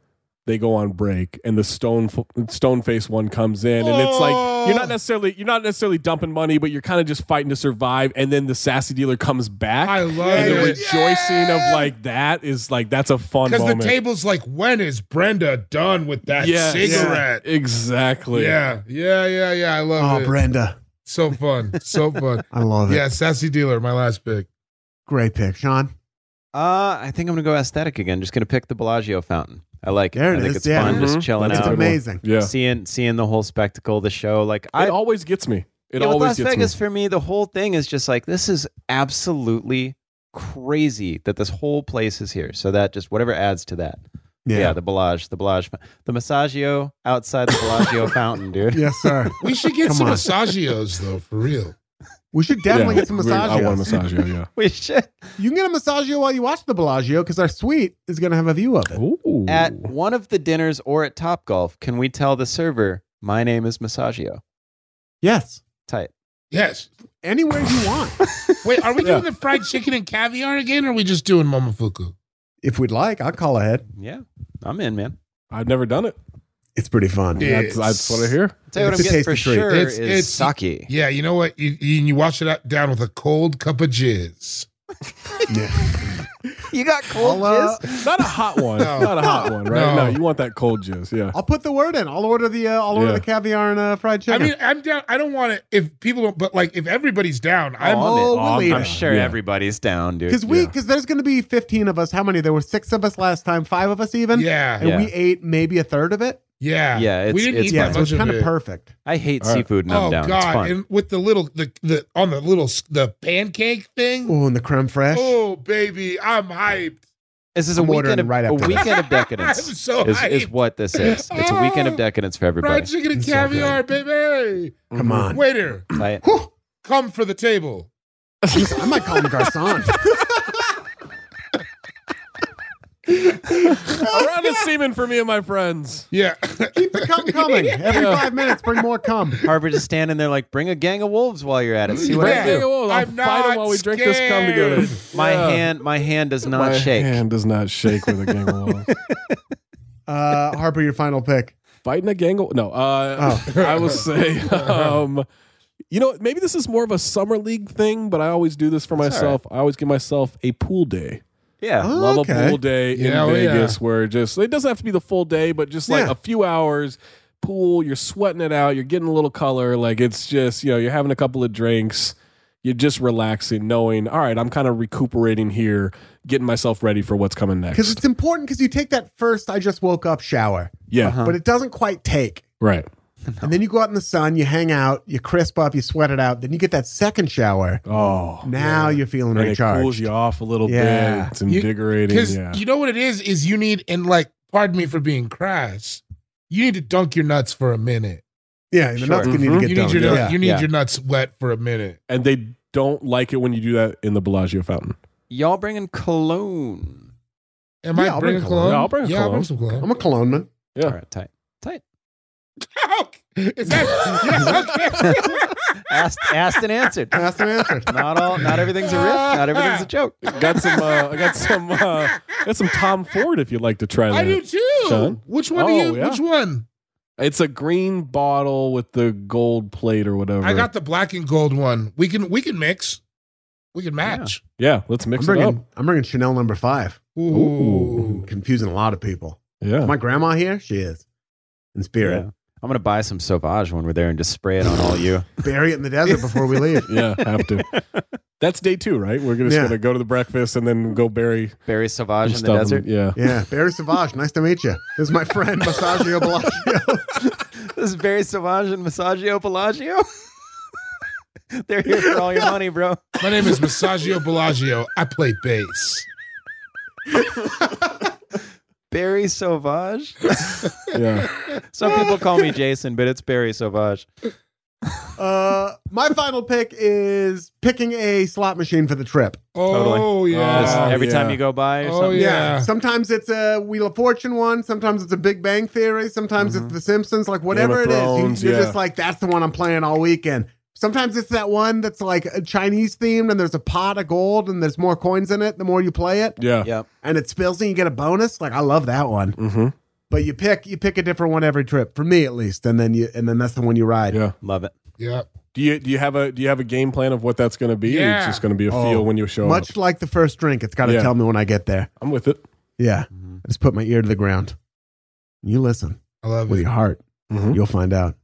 they go on break, and the stone stone face one comes in, and it's like you're Oh. not necessarily you're not necessarily dumping money, but you're kind of just fighting to survive, and then the sassy dealer comes back. I love and the it. rejoicing Yeah. of like that is like that's a fun Because the moment. table's like, when is Brenda done with that Yes. cigarette? exactly. Yeah, yeah, yeah, yeah. I love Oh, it. Brenda. so fun, so fun. I love it. yeah, sassy dealer, my last pick. Great pick, Sean. Uh, I think I'm gonna go aesthetic again. Just gonna pick the Bellagio fountain. I like it. There it I think is, it's yeah. Mm-hmm. fun, just Mhm. chilling That's It's a out, good one. amazing. yeah. seeing seeing the whole spectacle, the show. Like I, it always gets me. It Yeah, with always Las gets Vegas me. for me, the whole thing is just like this is absolutely crazy that this whole place is here. So that just whatever adds to that. Yeah, the Bellagio, the Bellagio, the Massagio outside the Bellagio fountain, dude. Yes, sir. We should get Come some on. massagios though, for real. We should definitely Yeah. get some Really, I want a massages. massage. Yeah. We should You can get a massagio while you watch the Bellagio because our suite is going to have a view of it. Ooh. at one of the dinners or at Top Golf. Can we tell the server my name is Massagio? Yes. Tight. Yes. Anywhere you want, Wait, are we Yeah. doing the fried chicken and caviar again, or are we just doing momofuku? if we'd like. I'll call ahead. Yeah, I'm in, man. I've never done it. It's pretty fun. Yeah. That's, that's what I hear. I'll tell It's you what a I'm getting for tasty treat. sure It's- is it's- sake. Yeah, you know what? You you, you wash it out, down with a cold cup of jizz. You got cold I'll, uh, jizz? Not a hot one. No. Not a hot one, right? No. No. you want that cold juice. Yeah. I'll put the word in. I'll order the uh, I'll order Yeah. the caviar and uh, fried I chicken. mean, I'm down. I don't want to. If people don't, but like, if everybody's down, I'm. Oh, all I'm- related. I'm sure Yeah. everybody's down, dude. because we Yeah. because there's going to be 15 of us. How many? There were six of us last time. Five of us even. yeah, And Yeah. we ate maybe a third of it. yeah, Yeah, we it's- didn't it's eat Yeah, that so much it's of kind of it. perfect. I hate All right. seafood and I'm oh down. It's god! fun. And with the little the the on the little s- the pancake thing. Oh, and the creme fraiche. Oh baby, I'm hyped. This is a I'm weekend ordering of, right a after this. weekend of I'm decadence. so is, is hyped. what this is. It's a weekend of decadence for Fried everybody. chicken and It's so caviar, baby. Come on. Waiter, Like, Whew. come for the table. I might call him Garcon. Around the semen for me and my friends. Yeah, Keep the cum coming. Every Yeah. five minutes, bring more cum. Harvard is standing there like, bring a gang of wolves while you're at it. See what Yeah. Right I there, do. whoa, I'll I'm fight 'em not while we drink this cum together. My Yeah. hand, my hand does not My shake. hand does not shake with a gang of wolves. Uh, Harper, your final pick. Fighting a gang of no. Uh, I will say, um, you know, maybe this is more of a summer league thing, but I always do this for myself. I always give myself a pool day. Yeah. Oh, Love okay. a pool day Yeah, in oh, yeah. Vegas where just it doesn't have to be the full day, but just like Yeah. a few hours pool, you're sweating it out, you're getting a little color, like it's just, you know, you're having a couple of drinks, you're just relaxing, knowing, all right, I'm kind of recuperating here, getting myself ready for what's coming Because next. it's important because you take that first I just woke up shower, Yeah. Uh-huh. but it doesn't quite take. Right. And then you go out in the sun, you hang out, you crisp up, you sweat it out. Then you get that second shower. Oh. Now you're feeling and it recharged. cools you off a little Yeah. bit. It's invigorating. because yeah. you know what it is is you need and like pardon me for being crass. You need to dunk your nuts for a minute. Yeah, the Sure. nuts can need to Mhm. get You done. need your yeah. you need Yeah. your nuts wet for a minute. and they don't like it when you do that in the Bellagio fountain. Y'all bringing cologne. Am Yeah, I I'll bring bringing cologne. cologne? Yeah, I'll bring I'll cologne. some cologne. I'm a cologne man. Yeah. All right, tight. Tight. Is that yeah, okay. Asked, asked and answered. Asked and answered. Not all not everything's a riff, not everything's a joke. Got some uh, I got some uh, got some Tom Ford if you'd like to try that. I do too. Sean? Which one do Oh, you? yeah. Which one? It's a green bottle with the gold plate or whatever. I got the black and gold one. We can we can mix. We can match. yeah, let's I'm mix it up. bringing, I'm bringing Chanel number five. Ooh. Confusing a lot of people. Yeah. My grandma here, she is. In Yeah. spirit. I'm gonna buy some Sauvage when we're there and just spray it on all you. Bury it in the desert before we leave. yeah, have to. That's day two, right? We're gonna, just Yeah. gonna go to the breakfast and then go bury Barry Sauvage some in the desert. stuff. Yeah. Yeah, Barry Savage, nice to meet you. This is my friend Masagio Bellagio. This is Barry Savage and Massaggio Bellagio. They're here for all your money, bro. My name is Massaggio Bellagio. I play bass. Barry Sauvage. Yeah. Some people call me Jason, but it's Barry Sauvage. Uh, my final pick is picking a slot machine for the trip. Oh, Totally. Just yeah. every time yeah. you go by or Oh, something. Yeah. Sometimes it's a Wheel of Fortune one. Sometimes it's a Big Bang Theory. Sometimes it's The Simpsons. Like whatever of it is, Mm-hmm. Thrones, you, are yeah. just like that's the one I'm playing all weekend. Sometimes it's that one that's like a Chinese themed, and there's a pot of gold, and there's more coins in it. The more you play it, Yeah. Yep. and it spills, and you get a bonus. Like I love that one. Mm-hmm. But you pick you pick a different one every trip, for me at least, and then you and then that's the one you ride. Yeah. Love it. Yeah. Do you do you have a do you have a game plan of what that's going to be? Or Yeah. it's just going to be a feel Oh, when you show Much up. like the first drink, it's got to Yeah. tell me when I get there. I'm with it. Yeah, I just put my ear to the ground. You listen. I love with it. your heart. Mhm. You'll find out.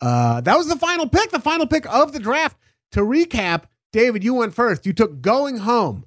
Uh, that was the final pick, the final pick of the draft. To recap, David, you went first. You took Going Home,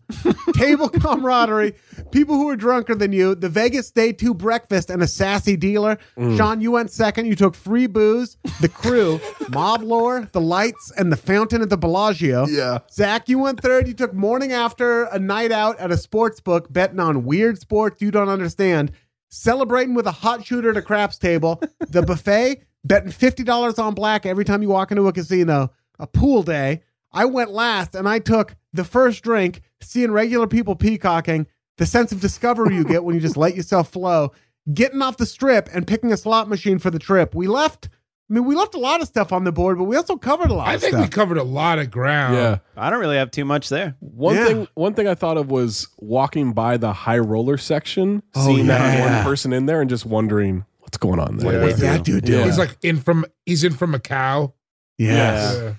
Table Camaraderie, People Who Are Drunker Than You, The Vegas Day 2 Breakfast, and A Sassy Dealer. Mm. Sean, you went second. You took Free Booze, The Crew, Mob Lore, The Lights, and The Fountain at the Bellagio. Yeah. Zach, you went third. You took morning after a night out at a sports book, betting on weird sports you don't understand, celebrating with a hot shooter at a craps table, the buffet, betting $50 on black every time you walk into a casino, a pool day. I went last and I took the first drink, seeing regular people peacocking, the sense of discovery you get when you just let yourself flow, getting off the strip and picking a slot machine for the trip. We left. I mean, we left a lot of stuff on the board, but we also covered a lot I of think stuff. we covered a lot of ground. Yeah. I don't really have too much there. One Yeah. thing one thing I thought of was walking by the high roller section, seeing that Oh, yeah. one person in there and just wondering what's going on What there. did What's that dude doing? He's like in from he's in from Macau. Yes. Yeah. Yeah.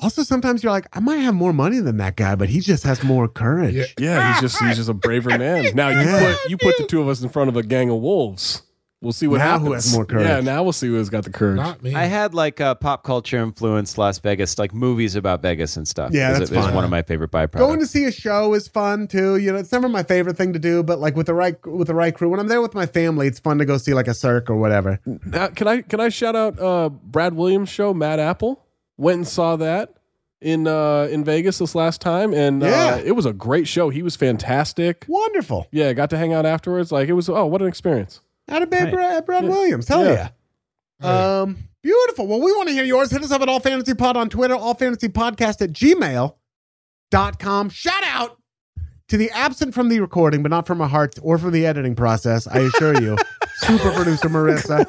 Also, sometimes you're like, I might have more money than that guy, but he just has more courage. Yeah. Yeah, he's just he's just a braver man. Now you Yeah. put you put the two of us in front of a gang of wolves. We'll see what Now happens. who has more courage? Yeah, now we'll see who's got the courage. Not me. I had like a pop culture influenced Las Vegas, like movies about Vegas and stuff. Yeah, Is- that's is fun. one of my favorite byproducts. Going to see a show is fun too. You know, it's never my favorite thing to do, but like with the right with the right crew. When I'm there with my family, it's fun to go see like a circ or whatever. Now, can I can I shout out uh, Brad Williams' show, Mad Apple? Went and saw that in uh, in Vegas this last time, and Yeah. uh, it was a great show. He was fantastic. Wonderful. Yeah, got to hang out afterwards. Like it was oh, what an experience! Out of bed, Right. Brad, Brad Williams. Hell yeah. Yeah. Um, beautiful. Well, we want to hear yours. Hit us up at All Fantasy Pod on Twitter, All Fantasy Podcast at gmail.com. Shout out to the absent from the recording, but not from our hearts or from the editing process, I assure you, super producer Marissa.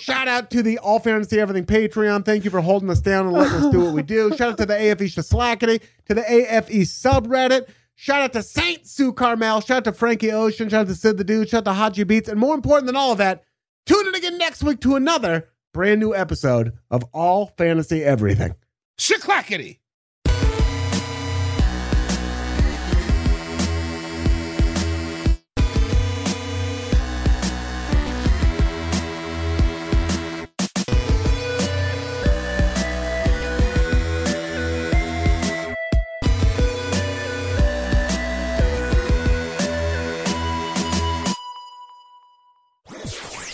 Shout out to the All Fantasy Everything Patreon. Thank you for holding us down and letting us do what we do. Shout out to the AFE Slackity, to the AFE subreddit. Shout out to Saint Sue Carmel. Shout out to Frankie Ocean. Shout out to Sid the Dude. Shout out to Haji Beats. And more important than all of that, Tune in again next week to another brand new episode of All Fantasy Everything. Shaklackety.